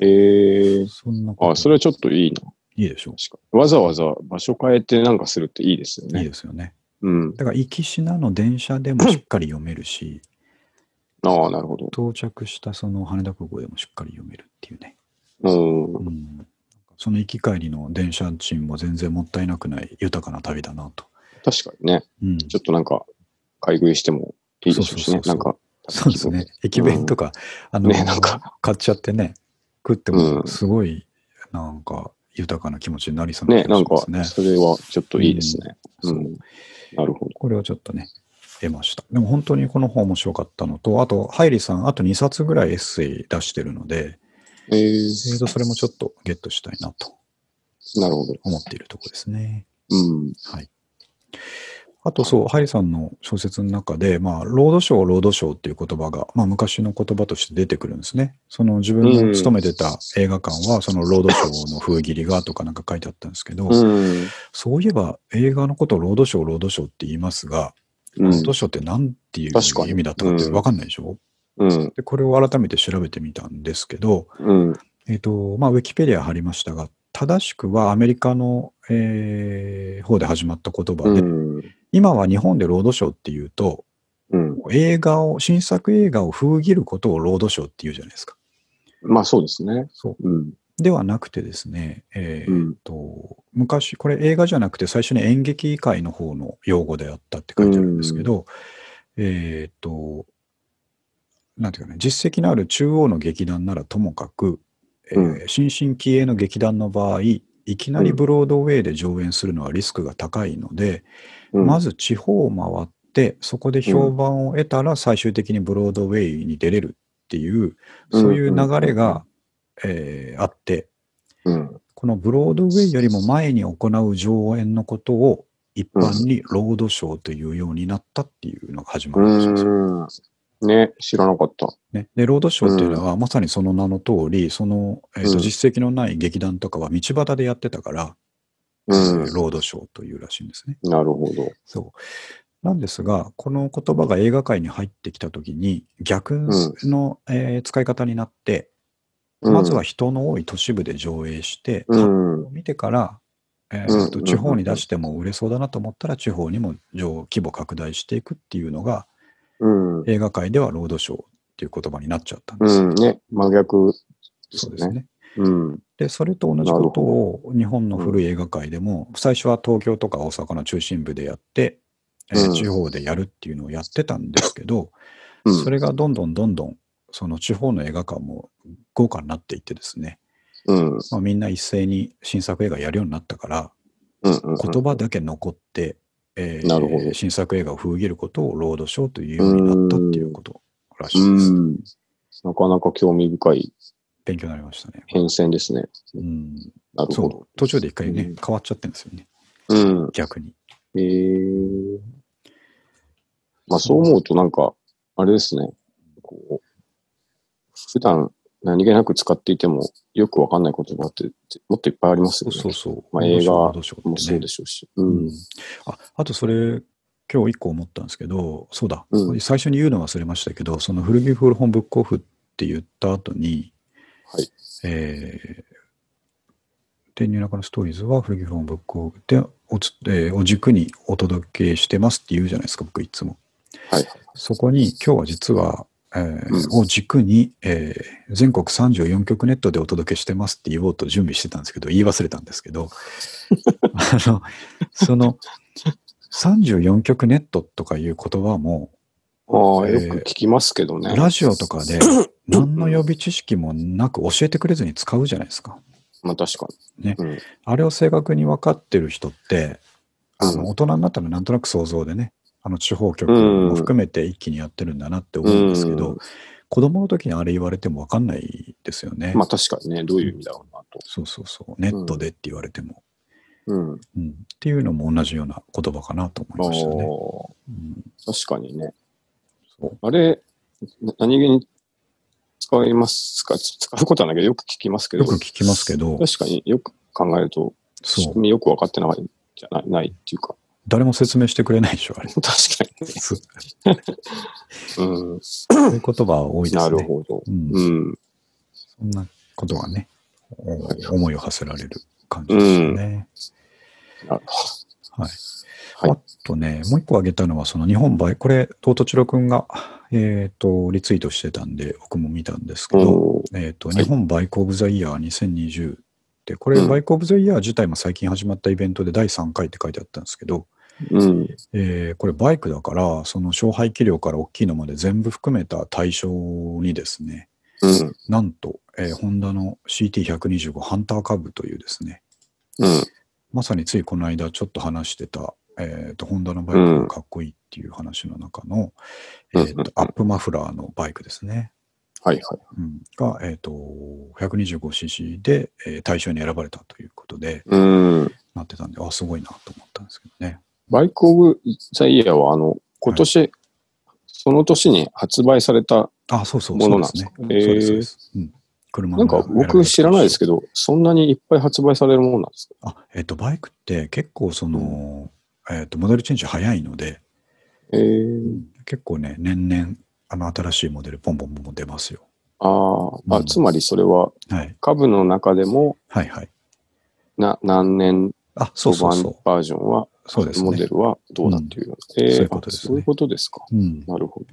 [SPEAKER 1] ええ。
[SPEAKER 2] そんなこと
[SPEAKER 1] あ、それはちょっといいな。
[SPEAKER 2] いいでしょ
[SPEAKER 1] 確かにわざわざ場所変えてなんかするっていいですよ
[SPEAKER 2] う。いい
[SPEAKER 1] ね。
[SPEAKER 2] ですよね。
[SPEAKER 1] うん。
[SPEAKER 2] だから、行きしなの電車でもしっかり読めるし、
[SPEAKER 1] ああ、なるほど。
[SPEAKER 2] 到着したその羽田空港でもしっかり読めるっていうね。
[SPEAKER 1] うん
[SPEAKER 2] う。ん。その行き帰りの電車賃も全然もったいなくない豊かな旅だなと。
[SPEAKER 1] 確かにね。
[SPEAKER 2] うん。
[SPEAKER 1] ちょっとなんか、買い食いしてもいいでしょうしね。
[SPEAKER 2] そ
[SPEAKER 1] な
[SPEAKER 2] うそうそうそうんそ
[SPEAKER 1] か、
[SPEAKER 2] うですね。駅弁とか、あの、
[SPEAKER 1] ねなんか
[SPEAKER 2] 買っちゃってね、食って
[SPEAKER 1] う
[SPEAKER 2] も
[SPEAKER 1] ん
[SPEAKER 2] すごい、なんか、豊かな気持ちになりそうな
[SPEAKER 1] ね、
[SPEAKER 2] 気
[SPEAKER 1] な
[SPEAKER 2] が
[SPEAKER 1] ん
[SPEAKER 2] しま
[SPEAKER 1] か
[SPEAKER 2] すね。、
[SPEAKER 1] それはちょっといいですね。
[SPEAKER 2] う
[SPEAKER 1] うんん。なるほど。
[SPEAKER 2] これをちょっとね、得ました。でも本当にこの本面白かったのと、あと、ハイリさん、あと2冊ぐらいエッセイ出してるので、
[SPEAKER 1] え
[SPEAKER 2] えーと
[SPEAKER 1] ー、
[SPEAKER 2] それもちょっとゲットしたいなと
[SPEAKER 1] なるほど。
[SPEAKER 2] 思っているところですね。
[SPEAKER 1] うん。
[SPEAKER 2] あとそう、ハイさんの小説の中で、まあ、ロードショー、ロードショーっていう言葉が、まあ、昔の言葉として出てくるんですね。その自分の勤めてた映画館は、そのロードショーの風切りがとかなんか書いてあったんですけど、
[SPEAKER 1] うん。
[SPEAKER 2] そういえば映画のことをロードショー、ロードショーって言いますが、
[SPEAKER 1] うん
[SPEAKER 2] ロードショーって何ていう
[SPEAKER 1] 確かに
[SPEAKER 2] 意味だったかって
[SPEAKER 1] うん
[SPEAKER 2] 分かんないでしょ、
[SPEAKER 1] うん。
[SPEAKER 2] でこれを改めて調べてみたんですけど、
[SPEAKER 1] うん。
[SPEAKER 2] えっ、と、まあ、ウィキペディア貼りましたが、正しくはアメリカの、えー方で始まった言葉
[SPEAKER 1] う
[SPEAKER 2] で、
[SPEAKER 1] ん。
[SPEAKER 2] 今は日本でロードショーっていうと、
[SPEAKER 1] うん。
[SPEAKER 2] 映画を、新作映画を封切ることをロードショーっていうじゃないですか。
[SPEAKER 1] まあそうですね。
[SPEAKER 2] そ
[SPEAKER 1] うん。
[SPEAKER 2] う。ではなくてですね、え
[SPEAKER 1] う
[SPEAKER 2] ーっ
[SPEAKER 1] ん。
[SPEAKER 2] と、昔、これ映画じゃなくて最初に演劇界の方の用語であったって書いてあるんですけど、えーっと、なんていうかね、実績のある中央の劇団ならともかく、えー
[SPEAKER 1] う
[SPEAKER 2] 新進気鋭の劇団の場合、いきなりブロードウェイで上演するのはリスクが高いので、
[SPEAKER 1] うん
[SPEAKER 2] まず地方を回って、そこで評判を得たら最終的にブロードウェイに出れるっていう、
[SPEAKER 1] うん
[SPEAKER 2] そういう流れが、えーあって、
[SPEAKER 1] うん。
[SPEAKER 2] このブロードウェイよりも前に行う上演のことを一般にロードショーというようになったっていうのが始まるんですよ。
[SPEAKER 1] うん。ね、知らなかった。
[SPEAKER 2] ね、で、ロードショーっていうのはまさにその名の通り、その、えーと
[SPEAKER 1] うん
[SPEAKER 2] 実績のない劇団とかは道端でやってたから、
[SPEAKER 1] うん。
[SPEAKER 2] ロードショーというらしいんですね。
[SPEAKER 1] なるほど。
[SPEAKER 2] そう。なんですが、この言葉が映画界に入ってきたときに、逆の、えー使い方になって、
[SPEAKER 1] うん
[SPEAKER 2] まずは人の多い都市部で上映して、
[SPEAKER 1] うん。
[SPEAKER 2] 見てから、え
[SPEAKER 1] うん
[SPEAKER 2] ーと地方に出しても売れそうだなと思ったら、地方にも上規模拡大していくっていうのが、
[SPEAKER 1] うん。
[SPEAKER 2] 映画界ではロードショーっていう言葉になっちゃったんです。
[SPEAKER 1] うん。ね。真逆です
[SPEAKER 2] そう
[SPEAKER 1] ね。
[SPEAKER 2] ですね。
[SPEAKER 1] うん。
[SPEAKER 2] で、それと同じことを日本の古い映画界でも、最初は東京とか大阪の中心部でやって、えー
[SPEAKER 1] うん
[SPEAKER 2] 地方でやるっていうのをやってたんですけど、
[SPEAKER 1] うん
[SPEAKER 2] それがどんどんどんどん、その地方の映画館も豪華になっていってですね、
[SPEAKER 1] うん。うん
[SPEAKER 2] まあ、みんな一斉に新作映画やるようになったから、
[SPEAKER 1] うん。
[SPEAKER 2] 言葉だけ残って、えー
[SPEAKER 1] なるほど
[SPEAKER 2] 新作映画を封切ることをロードショーというようになったっていうことらしいです。
[SPEAKER 1] うん。なかなか興味深い
[SPEAKER 2] 勉強になりましたね。
[SPEAKER 1] 変遷ですね。
[SPEAKER 2] うん、
[SPEAKER 1] なる
[SPEAKER 2] そ
[SPEAKER 1] ほ
[SPEAKER 2] う
[SPEAKER 1] ど。、
[SPEAKER 2] 途中で一回ね、
[SPEAKER 1] うん
[SPEAKER 2] 変わっちゃってるんですよね、
[SPEAKER 1] うん。
[SPEAKER 2] 逆に。
[SPEAKER 1] えー。まあそう思うとなんか、あれですね。こう、普段何気なく使っていてもよくわかんない言葉ってもっといっぱいあります
[SPEAKER 2] そ
[SPEAKER 1] よ
[SPEAKER 2] う
[SPEAKER 1] ね。
[SPEAKER 2] そうそう。
[SPEAKER 1] まあ映画
[SPEAKER 2] ロードショーロード
[SPEAKER 1] もう
[SPEAKER 2] ショーっ
[SPEAKER 1] そう
[SPEAKER 2] て
[SPEAKER 1] で
[SPEAKER 2] ね
[SPEAKER 1] しょうし。う
[SPEAKER 2] うん
[SPEAKER 1] ん。
[SPEAKER 2] ああとそれ、今日一個思ったんですけど、そうだ、
[SPEAKER 1] うん
[SPEAKER 2] 最初に言うの忘れましたけど、その古着古本ブックオフって言った後に、
[SPEAKER 1] はい
[SPEAKER 2] えー、で、ニューナカのストーリーズは古着古本ブックオフでおつ、えーお軸にお届けしてますって言うじゃないですか、僕いつも。
[SPEAKER 1] はい。
[SPEAKER 2] そこに今日は実は、えー
[SPEAKER 1] うん
[SPEAKER 2] を軸に、えー全国34局ネットでお届けしてますって言おうと準備してたんですけど、言い忘れたんですけど、あの、その、34局ネットとかいう言葉も、
[SPEAKER 1] ああ、
[SPEAKER 2] えー
[SPEAKER 1] よく聞きますけどね。
[SPEAKER 2] ラジオとかで
[SPEAKER 1] <laughs>
[SPEAKER 2] 何の予備知識もなく教えてくれずに使うじゃないですか。
[SPEAKER 1] まあ確かに。
[SPEAKER 2] ね
[SPEAKER 1] うん。
[SPEAKER 2] あれを正確に分かってる人って、あ
[SPEAKER 1] う
[SPEAKER 2] の
[SPEAKER 1] ん
[SPEAKER 2] 大人になったらなんとなく想像でね、あの地方局も含めて一気にやってるんだなって思うんですけど、
[SPEAKER 1] うん
[SPEAKER 2] 子供の時にあれ言われても分かんないですよね。
[SPEAKER 1] まあ確かにね、どういう意味だろうなと。
[SPEAKER 2] そうそうそう、ネットでって言われても。
[SPEAKER 1] うん。
[SPEAKER 2] うんっていうのも同じような言葉かなと思いましたね。
[SPEAKER 1] あ
[SPEAKER 2] うん
[SPEAKER 1] あ、確かにね。
[SPEAKER 2] そう
[SPEAKER 1] あれ、な何気に使いますか使うことはないけど、よく聞きますけど。
[SPEAKER 2] よく聞きますけど、
[SPEAKER 1] 確かによく考えると、仕
[SPEAKER 2] そう
[SPEAKER 1] 組みよく分かってないじゃないないっていうか。 <laughs>
[SPEAKER 2] 誰も説明してくれないでしょ、あれ。
[SPEAKER 1] 確
[SPEAKER 2] そう
[SPEAKER 1] かに。うん。
[SPEAKER 2] そういう言葉は多いです
[SPEAKER 1] な
[SPEAKER 2] ね。
[SPEAKER 1] るほど。
[SPEAKER 2] うん
[SPEAKER 1] うん。
[SPEAKER 2] そんなことがね、お
[SPEAKER 1] はい
[SPEAKER 2] 思いを馳せられる感じですよね。
[SPEAKER 1] なる
[SPEAKER 2] はい。
[SPEAKER 1] はい
[SPEAKER 2] あとね、もう一個挙げたのは、その日本バイ、これ、東都千代くんが、えっ、と、リツイートしてたんで、僕も見たんですけ
[SPEAKER 1] ほど
[SPEAKER 2] ど、
[SPEAKER 1] おー
[SPEAKER 2] えっ、と、
[SPEAKER 1] はい
[SPEAKER 2] 日本バイクオブザイヤー2020って、これ、
[SPEAKER 1] うん
[SPEAKER 2] バイクオブザイヤー自体も最近始まったイベントで第3回って書いてあったんですけど、
[SPEAKER 1] うん。
[SPEAKER 2] えーこれバイクだから、その勝敗器量から大きいのまで全部含めた対象にですね、
[SPEAKER 1] うん。
[SPEAKER 2] なんと、えーホンダの CT125 ハンターカブというですね、
[SPEAKER 1] うん。
[SPEAKER 2] まさについこの間ちょっと話してた、えー、とホンダのバイクがかっこいいっていう話の中の、
[SPEAKER 1] うん
[SPEAKER 2] えー
[SPEAKER 1] うんうん
[SPEAKER 2] とアップマフラーのバイクですね、
[SPEAKER 1] はいはい。
[SPEAKER 2] うん、が、えー、と 125cc で、えー対象に選ばれたということで
[SPEAKER 1] うん。
[SPEAKER 2] なってたんであすごいなと思ったんですけどね。
[SPEAKER 1] バイクオブザイヤーは、あの、今年、その年に発売された、
[SPEAKER 2] あそうそう
[SPEAKER 1] も
[SPEAKER 2] そ
[SPEAKER 1] の
[SPEAKER 2] うで
[SPEAKER 1] なん
[SPEAKER 2] す
[SPEAKER 1] です
[SPEAKER 2] ねそ
[SPEAKER 1] か。
[SPEAKER 2] うです
[SPEAKER 1] へー
[SPEAKER 2] そうですうん車
[SPEAKER 1] なんか僕知らないですけ
[SPEAKER 2] ど。
[SPEAKER 1] ど、そんなにいっぱい発売されるものなんですか
[SPEAKER 2] あえっ、と、バイクって結構その、えっ、と、モデルチェンジ早いので、
[SPEAKER 1] えー、
[SPEAKER 2] 結構ね、年々、あの、新しいモデル、ポンポンポンポン出ますよ。
[SPEAKER 1] ああ、
[SPEAKER 2] う
[SPEAKER 1] あ
[SPEAKER 2] ん
[SPEAKER 1] つまりそれは
[SPEAKER 2] はい。
[SPEAKER 1] 株の中でも
[SPEAKER 2] はいはい。
[SPEAKER 1] な何年
[SPEAKER 2] あ、そう
[SPEAKER 1] 当
[SPEAKER 2] そう
[SPEAKER 1] 番
[SPEAKER 2] そ
[SPEAKER 1] バージョンは、
[SPEAKER 2] う。そうです
[SPEAKER 1] モデ
[SPEAKER 2] ね。
[SPEAKER 1] ルはどうだっていうような、
[SPEAKER 2] ん
[SPEAKER 1] えー
[SPEAKER 2] そういうことですね
[SPEAKER 1] あそういうことですか。
[SPEAKER 2] うん。
[SPEAKER 1] なるほど。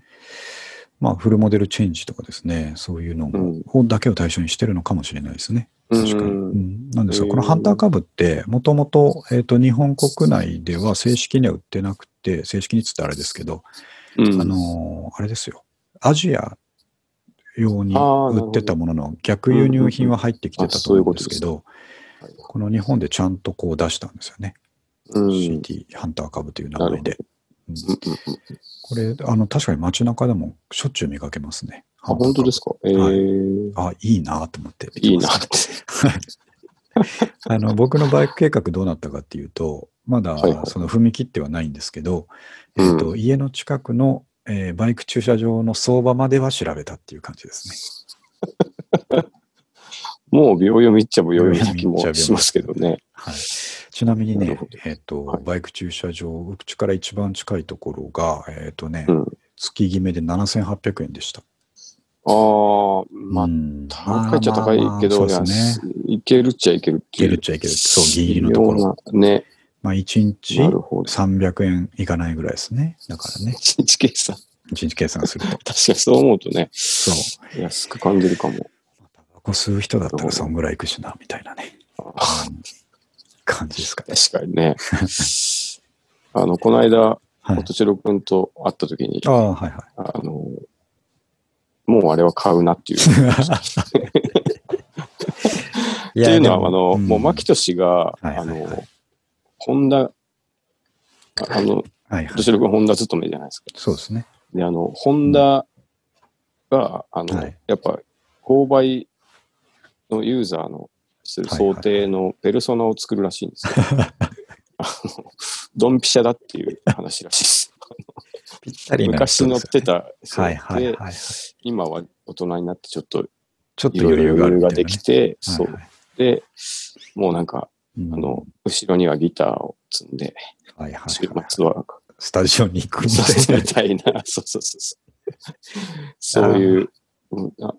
[SPEAKER 2] まあ、フルモデルチェンジとかですね、そういうの
[SPEAKER 1] うん
[SPEAKER 2] をだけを対象にしてるのかもしれないですね。確かに。
[SPEAKER 1] うん
[SPEAKER 2] うんなんですが、
[SPEAKER 1] うん
[SPEAKER 2] このハンターカブって、もともと、えっ、と、日本国内では正式には売ってなくて、正式にっつったらあれですけど、
[SPEAKER 1] うん
[SPEAKER 2] あのーあれですよ。アジア用に
[SPEAKER 1] あーなる
[SPEAKER 2] 売
[SPEAKER 1] ほど
[SPEAKER 2] ってたものの逆輸入品は入ってきてたと思うんですけ
[SPEAKER 1] う
[SPEAKER 2] ど、この日本でちゃんとこう出したんですよね。
[SPEAKER 1] うん、うん
[SPEAKER 2] CT ハンターカブという名前で。うん
[SPEAKER 1] うん
[SPEAKER 2] これ、あの、確かに街中でもしょっちゅう見かけますね。
[SPEAKER 1] あ本当ですか。えー
[SPEAKER 2] はいあ、いいなと思って。
[SPEAKER 1] いいなって。
[SPEAKER 2] あの、僕のバイク計画どうなったかっていうと、まだ
[SPEAKER 1] はいはい
[SPEAKER 2] その踏み切ってはないんですけど、
[SPEAKER 1] うん
[SPEAKER 2] えっと、家の近くの、えーバイク駐車場の相場までは調べたっていう感じですね。
[SPEAKER 1] もう秒読みっちゃ秒読みな気
[SPEAKER 2] 秒読みっちゃ秒読
[SPEAKER 1] も
[SPEAKER 2] み
[SPEAKER 1] しますけどね。
[SPEAKER 2] はい、ちなみに
[SPEAKER 1] なる
[SPEAKER 2] ね
[SPEAKER 1] ほど、
[SPEAKER 2] えっと
[SPEAKER 1] はい
[SPEAKER 2] バイク駐車場、うちから一番近いところが、えっとね
[SPEAKER 1] うん
[SPEAKER 2] 月決めで7800円でした。
[SPEAKER 1] ああ、まあ、
[SPEAKER 2] うん
[SPEAKER 1] 高いっちゃ高いけど、
[SPEAKER 2] まあまあまあそうですね。
[SPEAKER 1] いやいけるっちゃいけるっていう。
[SPEAKER 2] いけるっちゃいけるそうギリギリのところ
[SPEAKER 1] ようなね、
[SPEAKER 2] まあ、1日
[SPEAKER 1] なるほど。
[SPEAKER 2] 300円いかないぐらいですね。だからね。
[SPEAKER 1] 一日計算。
[SPEAKER 2] 一日計算すると。
[SPEAKER 1] 確かにそう思うと
[SPEAKER 2] <laughs>
[SPEAKER 1] ね、
[SPEAKER 2] そう。
[SPEAKER 1] 安く感じるかも。
[SPEAKER 2] タバコ吸う人だったらそんぐらいいくしな、みたいなね。うん感じです
[SPEAKER 1] <laughs>
[SPEAKER 2] かね。
[SPEAKER 1] 確かにね。あの、この間、
[SPEAKER 2] はい
[SPEAKER 1] 音千代くんと会った時に、
[SPEAKER 2] ああ、はいは
[SPEAKER 1] あの、もうあれは買うなっていう。
[SPEAKER 2] <laughs>
[SPEAKER 1] <laughs>
[SPEAKER 2] い。
[SPEAKER 1] っていうの
[SPEAKER 2] で
[SPEAKER 1] は、あの、もう、牧
[SPEAKER 2] ん
[SPEAKER 1] 俊が、
[SPEAKER 2] はいはい
[SPEAKER 1] あ
[SPEAKER 2] は
[SPEAKER 1] の、ホンダ、ああの、
[SPEAKER 2] はいは
[SPEAKER 1] ど
[SPEAKER 2] い
[SPEAKER 1] ち。らかホンダ勤めじゃないですか。
[SPEAKER 2] そうですね。
[SPEAKER 1] で、あの、ホンダが、あの、
[SPEAKER 2] はい
[SPEAKER 1] やっぱ、購買のユーザーのする
[SPEAKER 2] はいはい
[SPEAKER 1] 想定のペルソナを作るらしいん
[SPEAKER 2] <laughs>
[SPEAKER 1] ですよ。あの、ドンピシャだっていう話らしいです。
[SPEAKER 2] ぴったりな
[SPEAKER 1] 昔
[SPEAKER 2] 人で
[SPEAKER 1] 乗っ
[SPEAKER 2] すよ
[SPEAKER 1] て
[SPEAKER 2] ね。
[SPEAKER 1] た、そう
[SPEAKER 2] はいはいはい
[SPEAKER 1] で
[SPEAKER 2] はい。
[SPEAKER 1] 今は大人になってちょっと
[SPEAKER 2] ちょっ
[SPEAKER 1] い
[SPEAKER 2] と
[SPEAKER 1] ろい
[SPEAKER 2] 余
[SPEAKER 1] ろ
[SPEAKER 2] 裕
[SPEAKER 1] 余
[SPEAKER 2] があるみたいな
[SPEAKER 1] 裕が
[SPEAKER 2] ね
[SPEAKER 1] できて、そ
[SPEAKER 2] はいうは。い
[SPEAKER 1] で、もうなんか、
[SPEAKER 2] うん
[SPEAKER 1] あの、後ろにはギターを積んで、
[SPEAKER 2] はいはい
[SPEAKER 1] 週
[SPEAKER 2] はい
[SPEAKER 1] 末は、
[SPEAKER 2] スタジオに行くみた
[SPEAKER 1] そう
[SPEAKER 2] い
[SPEAKER 1] みたい
[SPEAKER 2] <laughs>
[SPEAKER 1] な、そうそうそうそう。そういう、うんあ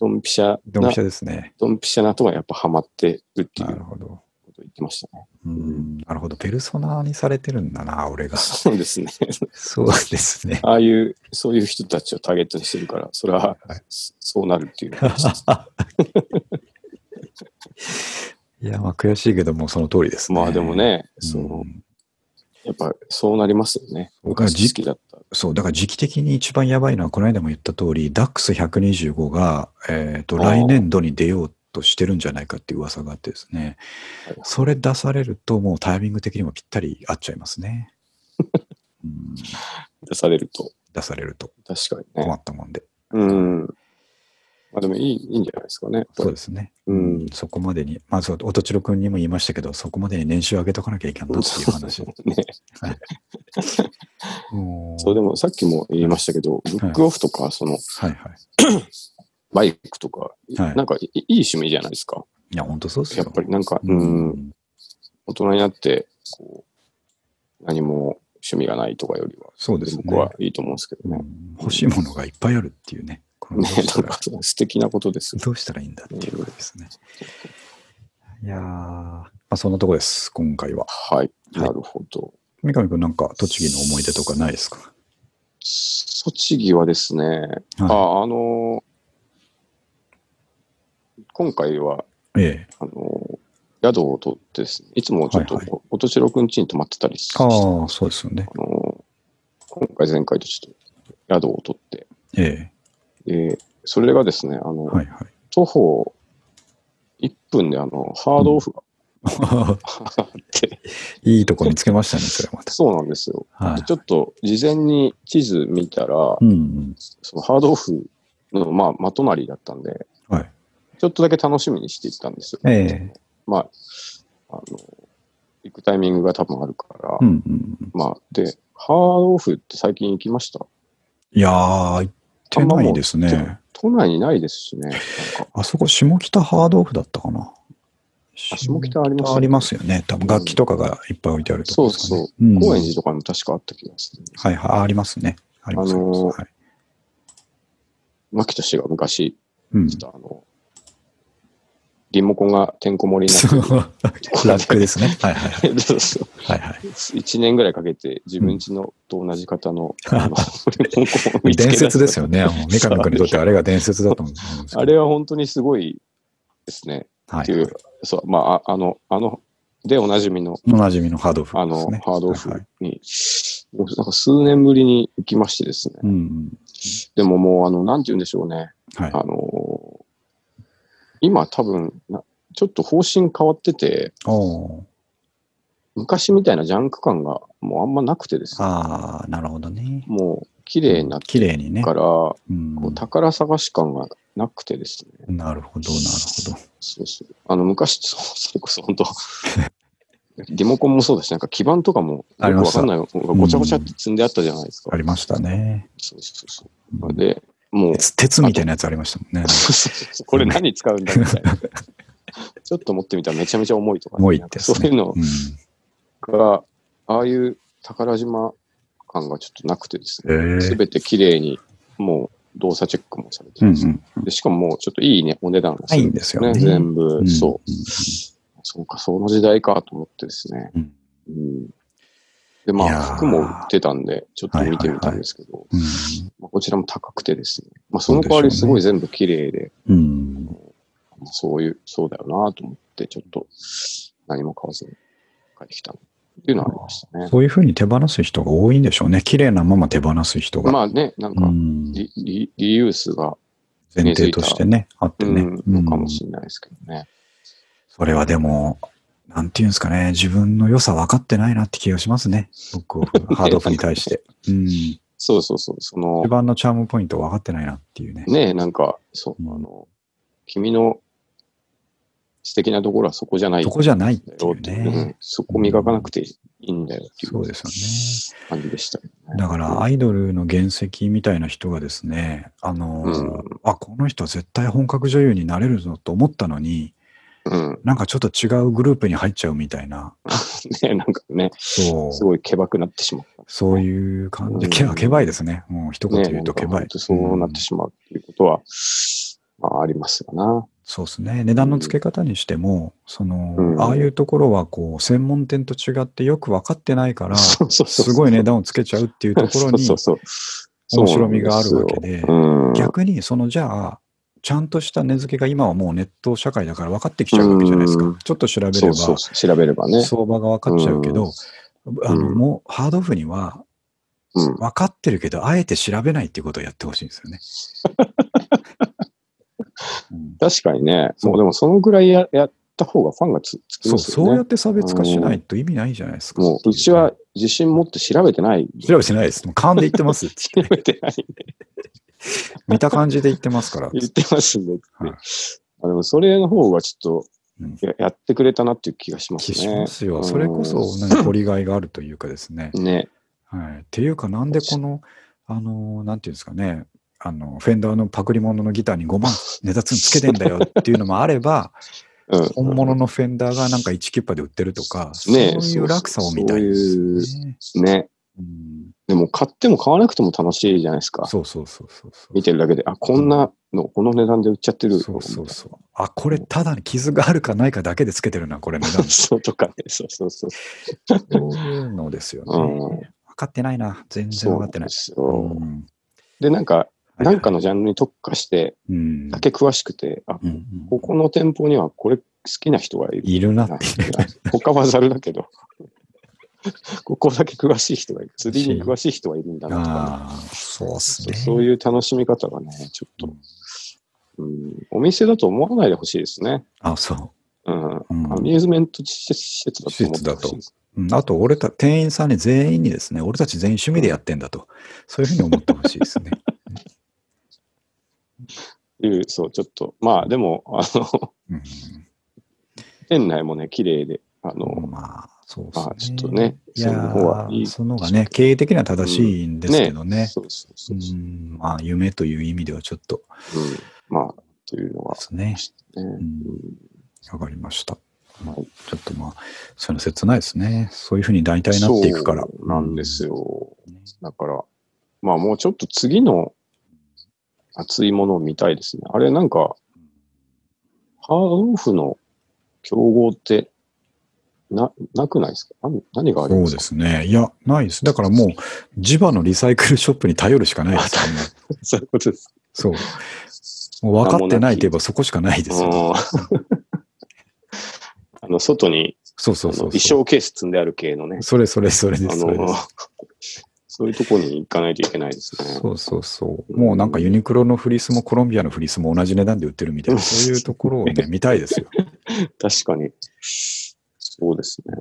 [SPEAKER 1] ドンピシャ
[SPEAKER 2] な。ドン
[SPEAKER 1] な
[SPEAKER 2] ピシ、ャですね。
[SPEAKER 1] ドンピシャなとはやっぱハマってるってい
[SPEAKER 2] な
[SPEAKER 1] う
[SPEAKER 2] るほど。
[SPEAKER 1] こと言ってましたね。
[SPEAKER 2] うん、なるほど。ペルソナにされてるんだな、俺が。
[SPEAKER 1] そうですね。 <laughs>
[SPEAKER 2] そうですね。
[SPEAKER 1] ああいう、そういう人たちをターゲットにしてるから、それは、
[SPEAKER 2] はい
[SPEAKER 1] そうなるっていう <laughs> 話です。
[SPEAKER 2] いや、まあ悔しいけど、もうその通りですね。
[SPEAKER 1] まあでもね、
[SPEAKER 2] うん、
[SPEAKER 1] その、やっぱそうなりますよね。
[SPEAKER 2] 僕は
[SPEAKER 1] 昔好きだった。
[SPEAKER 2] そう、だから時期的に一番やばいのは、この間も言った通り、DAX125 が、えっ、と、
[SPEAKER 1] あー
[SPEAKER 2] 来年度に出ようとしてるんじゃないかっていう噂があってですね
[SPEAKER 1] はい、
[SPEAKER 2] それ出されると、もうタイミング的にもぴったり合っちゃいます
[SPEAKER 1] <laughs>
[SPEAKER 2] ね。うん、
[SPEAKER 1] 出されると。
[SPEAKER 2] 出されると
[SPEAKER 1] 確かに
[SPEAKER 2] 困
[SPEAKER 1] ね。
[SPEAKER 2] ったもんで。
[SPEAKER 1] うん。まあでもいいいいんじゃないですかね。やっぱり
[SPEAKER 2] そうですね。
[SPEAKER 1] うん
[SPEAKER 2] そこまでに、まあそう、音千代君にも言いましたけど、そこまでに年収上げとかなきゃいけんなっていう
[SPEAKER 1] <laughs>
[SPEAKER 2] 話。
[SPEAKER 1] ね。
[SPEAKER 2] も
[SPEAKER 1] そうでもさっきも言いましたけど、ブックオフとか、その
[SPEAKER 2] はいはい。
[SPEAKER 1] バイクとか、
[SPEAKER 2] はい
[SPEAKER 1] なんかいいい趣味じゃないですか。
[SPEAKER 2] いや、本当そうです
[SPEAKER 1] や
[SPEAKER 2] よ。
[SPEAKER 1] っぱりなんか、う、
[SPEAKER 2] うんん。
[SPEAKER 1] 大人になって、こう、何も趣味がないとかよりは、
[SPEAKER 2] そうですね。
[SPEAKER 1] 僕はいいと思うんですけど
[SPEAKER 2] う
[SPEAKER 1] ね。
[SPEAKER 2] ん欲しいものがいっぱいあるっていうね。この
[SPEAKER 1] ね
[SPEAKER 2] どうし
[SPEAKER 1] な
[SPEAKER 2] た
[SPEAKER 1] ん
[SPEAKER 2] ら
[SPEAKER 1] かその素敵なことですよ。
[SPEAKER 2] どうしたらいいんだっていう感じですね。いやー、まあそんなとこです、今回は。
[SPEAKER 1] はい、なるほど。
[SPEAKER 2] 三上君なんか栃木の思い出とかないですか
[SPEAKER 1] 栃木はですね、ああの今回は、
[SPEAKER 2] ええ。
[SPEAKER 1] あの宿を取ってですね、いつもちょっと、
[SPEAKER 2] はいは
[SPEAKER 1] おとしろくんちに泊まってたりして、
[SPEAKER 2] ああ、そうですよね。
[SPEAKER 1] あの、今回前回とちょっと宿を取って、
[SPEAKER 2] え
[SPEAKER 1] で、それがですね、あの、
[SPEAKER 2] え。はいはい。
[SPEAKER 1] 徒歩1分であの、ハードオフがあって、
[SPEAKER 2] <laughs> いいとこ見つけましたね、それまた。
[SPEAKER 1] <laughs> そうなんですよ。
[SPEAKER 2] はい
[SPEAKER 1] でちょっと事前に地図見たら、
[SPEAKER 2] うんうん。
[SPEAKER 1] そのハードオフの、まあ、まとなりだったんで、
[SPEAKER 2] はい。
[SPEAKER 1] ちょっとだけ楽しみにしていったんですよ。
[SPEAKER 2] ええ。
[SPEAKER 1] まあ、あの、行くタイミングが多分あるから、
[SPEAKER 2] うんうんうん。
[SPEAKER 1] まあ、で、ハードオフって最近行きました
[SPEAKER 2] いやー、行ってないです
[SPEAKER 1] あんまもう
[SPEAKER 2] ね。
[SPEAKER 1] 都内にないですしね、なん
[SPEAKER 2] <laughs>
[SPEAKER 1] か。
[SPEAKER 2] あそこ、下北ハードオフだったかな。
[SPEAKER 1] 下北あります
[SPEAKER 2] 下よね。多分楽器とかがいっぱい置いてあるとこ
[SPEAKER 1] そう
[SPEAKER 2] ですかね
[SPEAKER 1] そう。
[SPEAKER 2] うん
[SPEAKER 1] 高円寺とかにも確かあった気がする。
[SPEAKER 2] はいはい、あありますね。あります、
[SPEAKER 1] あのー
[SPEAKER 2] はい
[SPEAKER 1] 牧田氏が昔 <laughs>
[SPEAKER 2] うん
[SPEAKER 1] 来。た、あの、リモコンがてんこ盛りになって
[SPEAKER 2] そ
[SPEAKER 1] る
[SPEAKER 2] う、ラックですね。はいはいはい。
[SPEAKER 1] そうそう
[SPEAKER 2] はいはい
[SPEAKER 1] 1年ぐらいかけて自分家のと同じ方の,、
[SPEAKER 2] <laughs>
[SPEAKER 1] あのリモコンを <laughs> 見つけ
[SPEAKER 2] 伝
[SPEAKER 1] 出した
[SPEAKER 2] 説ですよね。もう三上君にとってあれが伝説だと思うんですけど
[SPEAKER 1] あれは本当にすごいですね。
[SPEAKER 2] は
[SPEAKER 1] っていう、
[SPEAKER 2] い。
[SPEAKER 1] そう、まあ、ああの、あの、でおなじみの、
[SPEAKER 2] おなじみのハードオフ
[SPEAKER 1] あ
[SPEAKER 2] で
[SPEAKER 1] の、
[SPEAKER 2] すね。
[SPEAKER 1] ハードオ
[SPEAKER 2] はいはい
[SPEAKER 1] フに、もうなんか数年ぶりに行きましてですね。
[SPEAKER 2] うんうん。
[SPEAKER 1] でももう、あの、なんて言うんでしょうね。
[SPEAKER 2] はい
[SPEAKER 1] あ。の今多分な、ちょっと方針変わってて、
[SPEAKER 2] おー
[SPEAKER 1] 昔みたいなジャンク感がもうあんまなくてですね、
[SPEAKER 2] ああ、なるほどね。
[SPEAKER 1] もう綺麗になって
[SPEAKER 2] 綺麗にね。
[SPEAKER 1] から、
[SPEAKER 2] うん
[SPEAKER 1] こう宝探し感がなくてですね、
[SPEAKER 2] なるほど、なるほど。
[SPEAKER 1] そうそうあの昔、 <laughs> そうそれこそ本当、リモコンもそうだし、なんか基板とかも
[SPEAKER 2] あり
[SPEAKER 1] よく
[SPEAKER 2] ま
[SPEAKER 1] わ
[SPEAKER 2] した
[SPEAKER 1] かんないのがごちゃごちゃって積んであったじゃないですか。
[SPEAKER 2] ありましたね。
[SPEAKER 1] そうそうそう。で、
[SPEAKER 2] <laughs>
[SPEAKER 1] もう、
[SPEAKER 2] 鉄鉄みたいなやつありましたもんね。
[SPEAKER 1] そうそうそうこれ何使うんだみたいな。ちょっと持ってみたらめちゃめちゃ重いとかね、
[SPEAKER 2] 重いってやつね
[SPEAKER 1] そういうの
[SPEAKER 2] うん、
[SPEAKER 1] が、ああいう宝島感がちょっとなくてですね、
[SPEAKER 2] え
[SPEAKER 1] す
[SPEAKER 2] ー
[SPEAKER 1] べて綺麗に、もう動作チェックもされて
[SPEAKER 2] うんう
[SPEAKER 1] るし、
[SPEAKER 2] ん、
[SPEAKER 1] でしかももうちょっといいね、お値段が
[SPEAKER 2] いいんですよね。
[SPEAKER 1] 全部、
[SPEAKER 2] うん
[SPEAKER 1] そう。そうか、その時代かと思ってですね。
[SPEAKER 2] うん
[SPEAKER 1] うん、で、ま
[SPEAKER 2] いや
[SPEAKER 1] あ、
[SPEAKER 2] ー
[SPEAKER 1] 服も売ってたんで、ちょっと見てみたんですけど、
[SPEAKER 2] う
[SPEAKER 1] まあ、こちらも高くてですね。まあ、その代わりすごい全部綺麗で、
[SPEAKER 2] ん。うん。
[SPEAKER 1] そういう、そうだよなと思って、ちょっと何も買わずに帰ってきたっていうのはありましたね。
[SPEAKER 2] そういうふうに手放す人が多いんでしょうね。綺麗なまま手放す人が。
[SPEAKER 1] まあね、なん
[SPEAKER 2] う
[SPEAKER 1] か
[SPEAKER 2] ん、
[SPEAKER 1] リ、リリユースが、
[SPEAKER 2] 前提としてね、あって
[SPEAKER 1] うん
[SPEAKER 2] ね。う
[SPEAKER 1] の
[SPEAKER 2] ん
[SPEAKER 1] かもしれないですけどね。
[SPEAKER 2] それはでも、なんていうんですかね、自分の良さ分かってないなって気がしますね。僕、ハードオフに対
[SPEAKER 1] <laughs>
[SPEAKER 2] して。うん。一
[SPEAKER 1] そうそうそう、その、
[SPEAKER 2] 番のチャームポイント分かってないなっていうね。
[SPEAKER 1] ね、なんか、そう、
[SPEAKER 2] うん
[SPEAKER 1] あの、君の素敵なところはそこじゃない
[SPEAKER 2] そ
[SPEAKER 1] ん
[SPEAKER 2] こじゃないって
[SPEAKER 1] だ
[SPEAKER 2] い
[SPEAKER 1] よ
[SPEAKER 2] う
[SPEAKER 1] っていう
[SPEAKER 2] ね
[SPEAKER 1] ん。そこ磨かなくていいんだよってい
[SPEAKER 2] そうですよね。
[SPEAKER 1] う感じでしたよね。
[SPEAKER 2] だからアイドルの原石みたいな人がですね、あの、
[SPEAKER 1] うん
[SPEAKER 2] あ、この人は絶対本格女優になれるぞと思ったのに、
[SPEAKER 1] うん。
[SPEAKER 2] なんかちょっと違うグループに入っちゃうみたいな、
[SPEAKER 1] ね、なんかね、
[SPEAKER 2] そう、
[SPEAKER 1] すごいけばくなってしまった。
[SPEAKER 2] そういう感じ
[SPEAKER 1] うん
[SPEAKER 2] で、けばけばいですね。もう一言
[SPEAKER 1] ね、
[SPEAKER 2] 言う
[SPEAKER 1] なん
[SPEAKER 2] と
[SPEAKER 1] か
[SPEAKER 2] けばい
[SPEAKER 1] 本。当そうなってしまうっていうことは、まあ、ありますよな。
[SPEAKER 2] そうですね。値段の付け方にしても、その、
[SPEAKER 1] うん
[SPEAKER 2] ああいうところはこう、専門店と違ってよく分かってないから、
[SPEAKER 1] そうそうそう
[SPEAKER 2] すごい値段をつけちゃうっていうところに
[SPEAKER 1] <laughs> そう、そうそう
[SPEAKER 2] 面白みがあるわけで
[SPEAKER 1] そうなんですよ
[SPEAKER 2] 逆にそのじゃあ、ちゃんとした値付けが今はもうネット社会だから分かってきちゃうわけじゃないです
[SPEAKER 1] う
[SPEAKER 2] か
[SPEAKER 1] ん。
[SPEAKER 2] ちょっと調べ
[SPEAKER 1] うん、
[SPEAKER 2] れ
[SPEAKER 1] そ
[SPEAKER 2] ば
[SPEAKER 1] う、そうそう、調べればね。
[SPEAKER 2] 相場が分かっちゃうけど、あの
[SPEAKER 1] うん
[SPEAKER 2] もうハードオフには
[SPEAKER 1] うん
[SPEAKER 2] 分かってるけど、あえて調べないっていうことをやってほしいんです
[SPEAKER 1] <laughs>
[SPEAKER 2] よね。うん
[SPEAKER 1] 確かにね、
[SPEAKER 2] そう
[SPEAKER 1] もうでもそのぐらいややった方がファンがつつき
[SPEAKER 2] そ
[SPEAKER 1] ま
[SPEAKER 2] う、
[SPEAKER 1] すよね。
[SPEAKER 2] そうやって差別化しないと意味ないじゃないですか。
[SPEAKER 1] もううちは自信持って調べてない。
[SPEAKER 2] 調べてないです。もう勘で言って
[SPEAKER 1] <laughs>
[SPEAKER 2] ますって
[SPEAKER 1] 調べてない。
[SPEAKER 2] 見た感じで言ってますから。
[SPEAKER 1] 言ってますんで。
[SPEAKER 2] はい
[SPEAKER 1] あでもそれの方がちょっ
[SPEAKER 2] うん
[SPEAKER 1] とややってくれたなっていう気がします
[SPEAKER 2] 気
[SPEAKER 1] ね。
[SPEAKER 2] しますよ。それこそ、なんか掘りがいがあるというかですね。
[SPEAKER 1] ね。
[SPEAKER 2] はい。っていうか、なんでこの、あの、なんていうんですかね、あの、フェンダーのパクリ物のギターに5万値段つけてんだよっていうのもあれば、
[SPEAKER 1] うん、
[SPEAKER 2] 本物のフェンダーがなんか1キュッパで売ってるとか、そう
[SPEAKER 1] ねえ
[SPEAKER 2] いう落差を見たいですよね。
[SPEAKER 1] ね。
[SPEAKER 2] うん
[SPEAKER 1] でも買っても買わなくても楽しいじゃないですか。
[SPEAKER 2] そうそうそうそうそう。
[SPEAKER 1] 見てるだけで、あ、こんなの、この値段で売っちゃってる。。
[SPEAKER 2] そうそうそう。あ、これただに傷があるかないかだけでつけてるな、これ値段
[SPEAKER 1] そうとかね。そうそうそう。
[SPEAKER 2] そういうのですよね。
[SPEAKER 1] うん
[SPEAKER 2] 分かってないな。全然
[SPEAKER 1] そ
[SPEAKER 2] 分
[SPEAKER 1] う
[SPEAKER 2] か
[SPEAKER 1] なん
[SPEAKER 2] ってな
[SPEAKER 1] で
[SPEAKER 2] い。
[SPEAKER 1] す
[SPEAKER 2] う
[SPEAKER 1] よ。
[SPEAKER 2] ん
[SPEAKER 1] で、なんか、
[SPEAKER 2] はい
[SPEAKER 1] なんかのジャンルに特化して、
[SPEAKER 2] うん
[SPEAKER 1] だけ詳しくて、あ、
[SPEAKER 2] うんうん
[SPEAKER 1] ここの店舗にはこれ好きな人がいる。
[SPEAKER 2] いるなっていう。
[SPEAKER 1] 他はざるだけど、ここだけ詳しい人がいる。釣りに詳しい人がいるんだなとかね、
[SPEAKER 2] ああ、そうっす
[SPEAKER 1] そ
[SPEAKER 2] ね。
[SPEAKER 1] うそういう楽しみ方がね、ちょっと、うん、お店だと思わないでほしいですね。
[SPEAKER 2] あそ
[SPEAKER 1] うん。
[SPEAKER 2] う。うん
[SPEAKER 1] アミューズメント施設施設だと思ってほしいです。
[SPEAKER 2] うんあと、俺た、店員さんに全員にですね、俺たち全員趣味でやってんだと、そういうふうに思ってほしいですね。
[SPEAKER 1] いう、そう、ちょっと、まあでも、あ
[SPEAKER 2] <laughs>
[SPEAKER 1] の、
[SPEAKER 2] うん
[SPEAKER 1] 店内もね、綺麗で、あの、
[SPEAKER 2] まあ、そうですね。
[SPEAKER 1] まあちょっとね、
[SPEAKER 2] いや
[SPEAKER 1] その方はいい
[SPEAKER 2] ー、その方がね、経営的には正しいんですけどね。
[SPEAKER 1] そうそうそうう。
[SPEAKER 2] ん、まあ、夢という意味ではちょっと
[SPEAKER 1] うんまあ、というのが
[SPEAKER 2] で、すね。
[SPEAKER 1] ね
[SPEAKER 2] うんわかりました。まあ
[SPEAKER 1] はい
[SPEAKER 2] ちょっとまあ、そういうの切ないですね。そういうふうに大体なっていくから。
[SPEAKER 1] そうなんですよ。
[SPEAKER 2] うん。
[SPEAKER 1] だから、まあもうちょっと次の熱いものを見たいですね。あれなんか、ハードオフの競合ってな、なくないですかあん何があり
[SPEAKER 2] そう
[SPEAKER 1] ます
[SPEAKER 2] で
[SPEAKER 1] か
[SPEAKER 2] すね。いや、ないです。だからもう、地場のリサイクルショップに頼るしかないですよね。
[SPEAKER 1] そういうことです。
[SPEAKER 2] そう。もう分かってないといえばそこしかないですよ。
[SPEAKER 1] うん <laughs> あの、外に
[SPEAKER 2] そう
[SPEAKER 1] あ
[SPEAKER 2] そ
[SPEAKER 1] の
[SPEAKER 2] うそう
[SPEAKER 1] 衣
[SPEAKER 2] そう。
[SPEAKER 1] 装ケース積んである系のね、
[SPEAKER 2] それそれそれで
[SPEAKER 1] あ
[SPEAKER 2] す。それで
[SPEAKER 1] の
[SPEAKER 2] す、
[SPEAKER 1] <laughs> そういうとこに行かないといけないですね。
[SPEAKER 2] そうそうそう。もうなんかユニクロのフリースもコロンビアのフリースも同じ値段で売ってるみたいな、そういうところを
[SPEAKER 1] <laughs>
[SPEAKER 2] ね、見たいですよ。
[SPEAKER 1] 確かに。そうですね。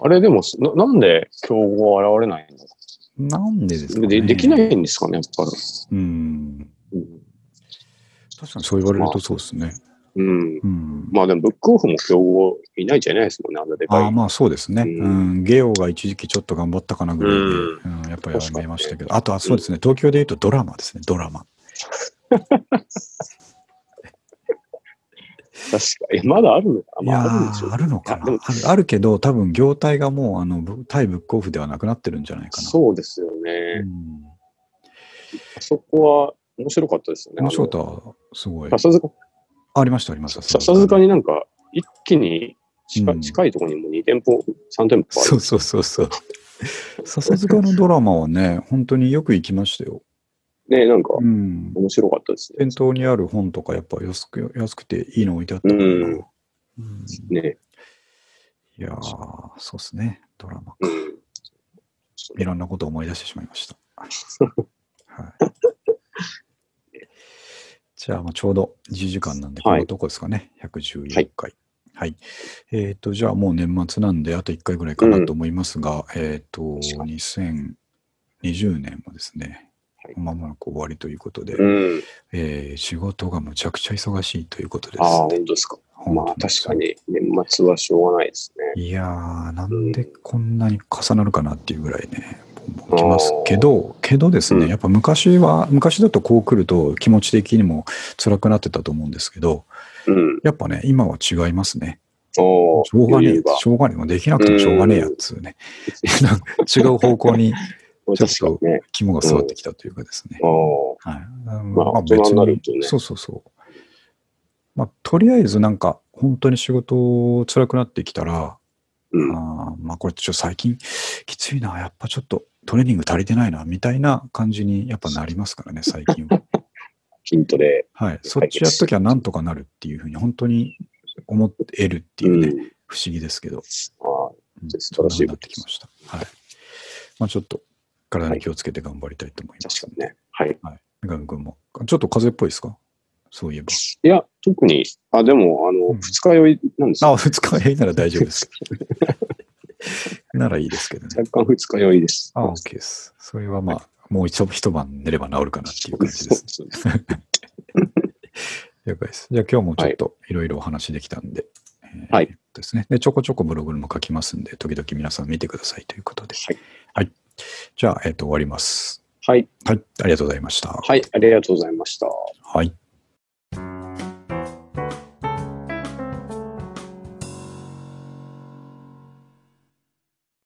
[SPEAKER 1] あれでも、ななんで競合現れないんです
[SPEAKER 2] なんでです
[SPEAKER 1] か
[SPEAKER 2] かね。
[SPEAKER 1] でできないんですかね、やっぱり。
[SPEAKER 2] うん。
[SPEAKER 1] うん
[SPEAKER 2] 確かにそう言われるとそうですね。
[SPEAKER 1] うん。
[SPEAKER 2] うん。
[SPEAKER 1] まあでも、ブックオフも競合いないじゃないですもんね、あんなでかい。
[SPEAKER 2] ああまあそうですね、
[SPEAKER 1] うん
[SPEAKER 2] うん。ゲオが一時期ちょっと頑張ったかなぐらいで、うんやっぱりやめましたけど、あとはそうですね、東京で言うとドラマですね、ドラマ。
[SPEAKER 1] 確かに。えまだあるのか
[SPEAKER 2] い
[SPEAKER 1] ま
[SPEAKER 2] や
[SPEAKER 1] あ、あるんでしょ
[SPEAKER 2] ー
[SPEAKER 1] う
[SPEAKER 2] あ
[SPEAKER 1] け
[SPEAKER 2] るのか
[SPEAKER 1] いやで
[SPEAKER 2] な
[SPEAKER 1] も
[SPEAKER 2] あるあるけど、多分業態がもうあのぶ対ブックオフではなくなってるんじゃない
[SPEAKER 1] ど。
[SPEAKER 2] かな。
[SPEAKER 1] そうですよ
[SPEAKER 2] う
[SPEAKER 1] ね。
[SPEAKER 2] ん、
[SPEAKER 1] あそこは面白かったですよね。
[SPEAKER 2] 面白かった、すごい
[SPEAKER 1] あの。笹塚
[SPEAKER 2] ありました、ありました。
[SPEAKER 1] 笹塚になんか、一気に近
[SPEAKER 2] うん
[SPEAKER 1] 近いところにも2店舗、3店舗ある。
[SPEAKER 2] そうそうそうそう。笹塚のドラマはね、本当によく行きましたよ。
[SPEAKER 1] ね、なんか、
[SPEAKER 2] うん。
[SPEAKER 1] 面白かったですね
[SPEAKER 2] 店。頭にある本とか、やっぱ安く安くていいの置いてあったからな
[SPEAKER 1] うん
[SPEAKER 2] うん
[SPEAKER 1] ね、
[SPEAKER 2] いやー、そうですね。ドラマか。
[SPEAKER 1] うん。
[SPEAKER 2] いろんなことを思い出してしまいました。はい、じゃあ、まあちょうど10時間なんで、こ
[SPEAKER 1] はい
[SPEAKER 2] のとこですかね。114回。はい。えっ、と、じゃあもう年末なんで、あと1回ぐらいかなと思いますが、えっ、と、
[SPEAKER 1] 確か
[SPEAKER 2] 2020年もですね
[SPEAKER 1] はい、
[SPEAKER 2] まもなく終わりということで、
[SPEAKER 1] うん。
[SPEAKER 2] えー仕事がむちゃくちゃ忙しいということです。
[SPEAKER 1] ああ、本当ですか。まあ、
[SPEAKER 2] 本当
[SPEAKER 1] 確か。に、年末はしょうがないですね。
[SPEAKER 2] いやー、なんでこんなに重なるかなっていうぐらいね、思きますけど、けどです
[SPEAKER 1] う
[SPEAKER 2] ね、
[SPEAKER 1] ん
[SPEAKER 2] やっぱ昔は、昔だとこう来ると気持ち的にも辛くなってたと思うんですけど、
[SPEAKER 1] うん。
[SPEAKER 2] やっぱね、今は違いますね。
[SPEAKER 1] お
[SPEAKER 2] しょうがねえ
[SPEAKER 1] 余裕が、
[SPEAKER 2] しょうがねえ、もうできなくてもしょうがねえやっつうね、 <laughs> なんか違う方向に
[SPEAKER 1] 確かにね。
[SPEAKER 2] 肝が据わってきたというかですね。
[SPEAKER 1] お
[SPEAKER 2] はい。
[SPEAKER 1] まあ大人になるとね
[SPEAKER 2] そうそうそう。まあ、とりあえずなんか、本当に仕事辛くなってきたら、
[SPEAKER 1] うん。
[SPEAKER 2] あーまあこれちょっと最近きついな、やっぱちょっとトレーニング足りてないな、みたいな感じにやっぱなります
[SPEAKER 1] <laughs>
[SPEAKER 2] からね、最近は。
[SPEAKER 1] 筋トレ。
[SPEAKER 2] はい。そっちやっときゃなんとかなるっていうふうに本当に思えるっていうね、
[SPEAKER 1] うん。
[SPEAKER 2] 不思議ですけど、
[SPEAKER 1] ああ
[SPEAKER 2] うん
[SPEAKER 1] 素晴らし
[SPEAKER 2] そんなにな
[SPEAKER 1] いこ
[SPEAKER 2] っ
[SPEAKER 1] と
[SPEAKER 2] て
[SPEAKER 1] で
[SPEAKER 2] き
[SPEAKER 1] す
[SPEAKER 2] ました。はい。まあちょっと体に気をつけて頑張りたいと思います。
[SPEAKER 1] 確かにね。はい。
[SPEAKER 2] 三上君も。ちょっと風邪っぽいですかそういえば。
[SPEAKER 1] いや、特に、あ、でも、あの、
[SPEAKER 2] うん
[SPEAKER 1] 二日酔いなんですよ。
[SPEAKER 2] あ、二日酔いなら大丈夫
[SPEAKER 1] <laughs>
[SPEAKER 2] です。ならいいですけどね。
[SPEAKER 1] 若干二日酔いです。
[SPEAKER 2] あ、OK です。それはまあ、もう一一晩寝れば治るかなっていう感じです。
[SPEAKER 1] そうそう
[SPEAKER 2] 了解です。じゃあ今日もちょっといろいろお話できたんで、えー
[SPEAKER 1] はい
[SPEAKER 2] ですね。で、ちょこちょこブログにも書きますんで、時々皆さん見てくださいということで。
[SPEAKER 1] はい。
[SPEAKER 2] はい。じゃあ、えっ、と、終わります。
[SPEAKER 1] はい。
[SPEAKER 2] はい。ありがとうございました。
[SPEAKER 1] はい。ありがとうございました。
[SPEAKER 2] はい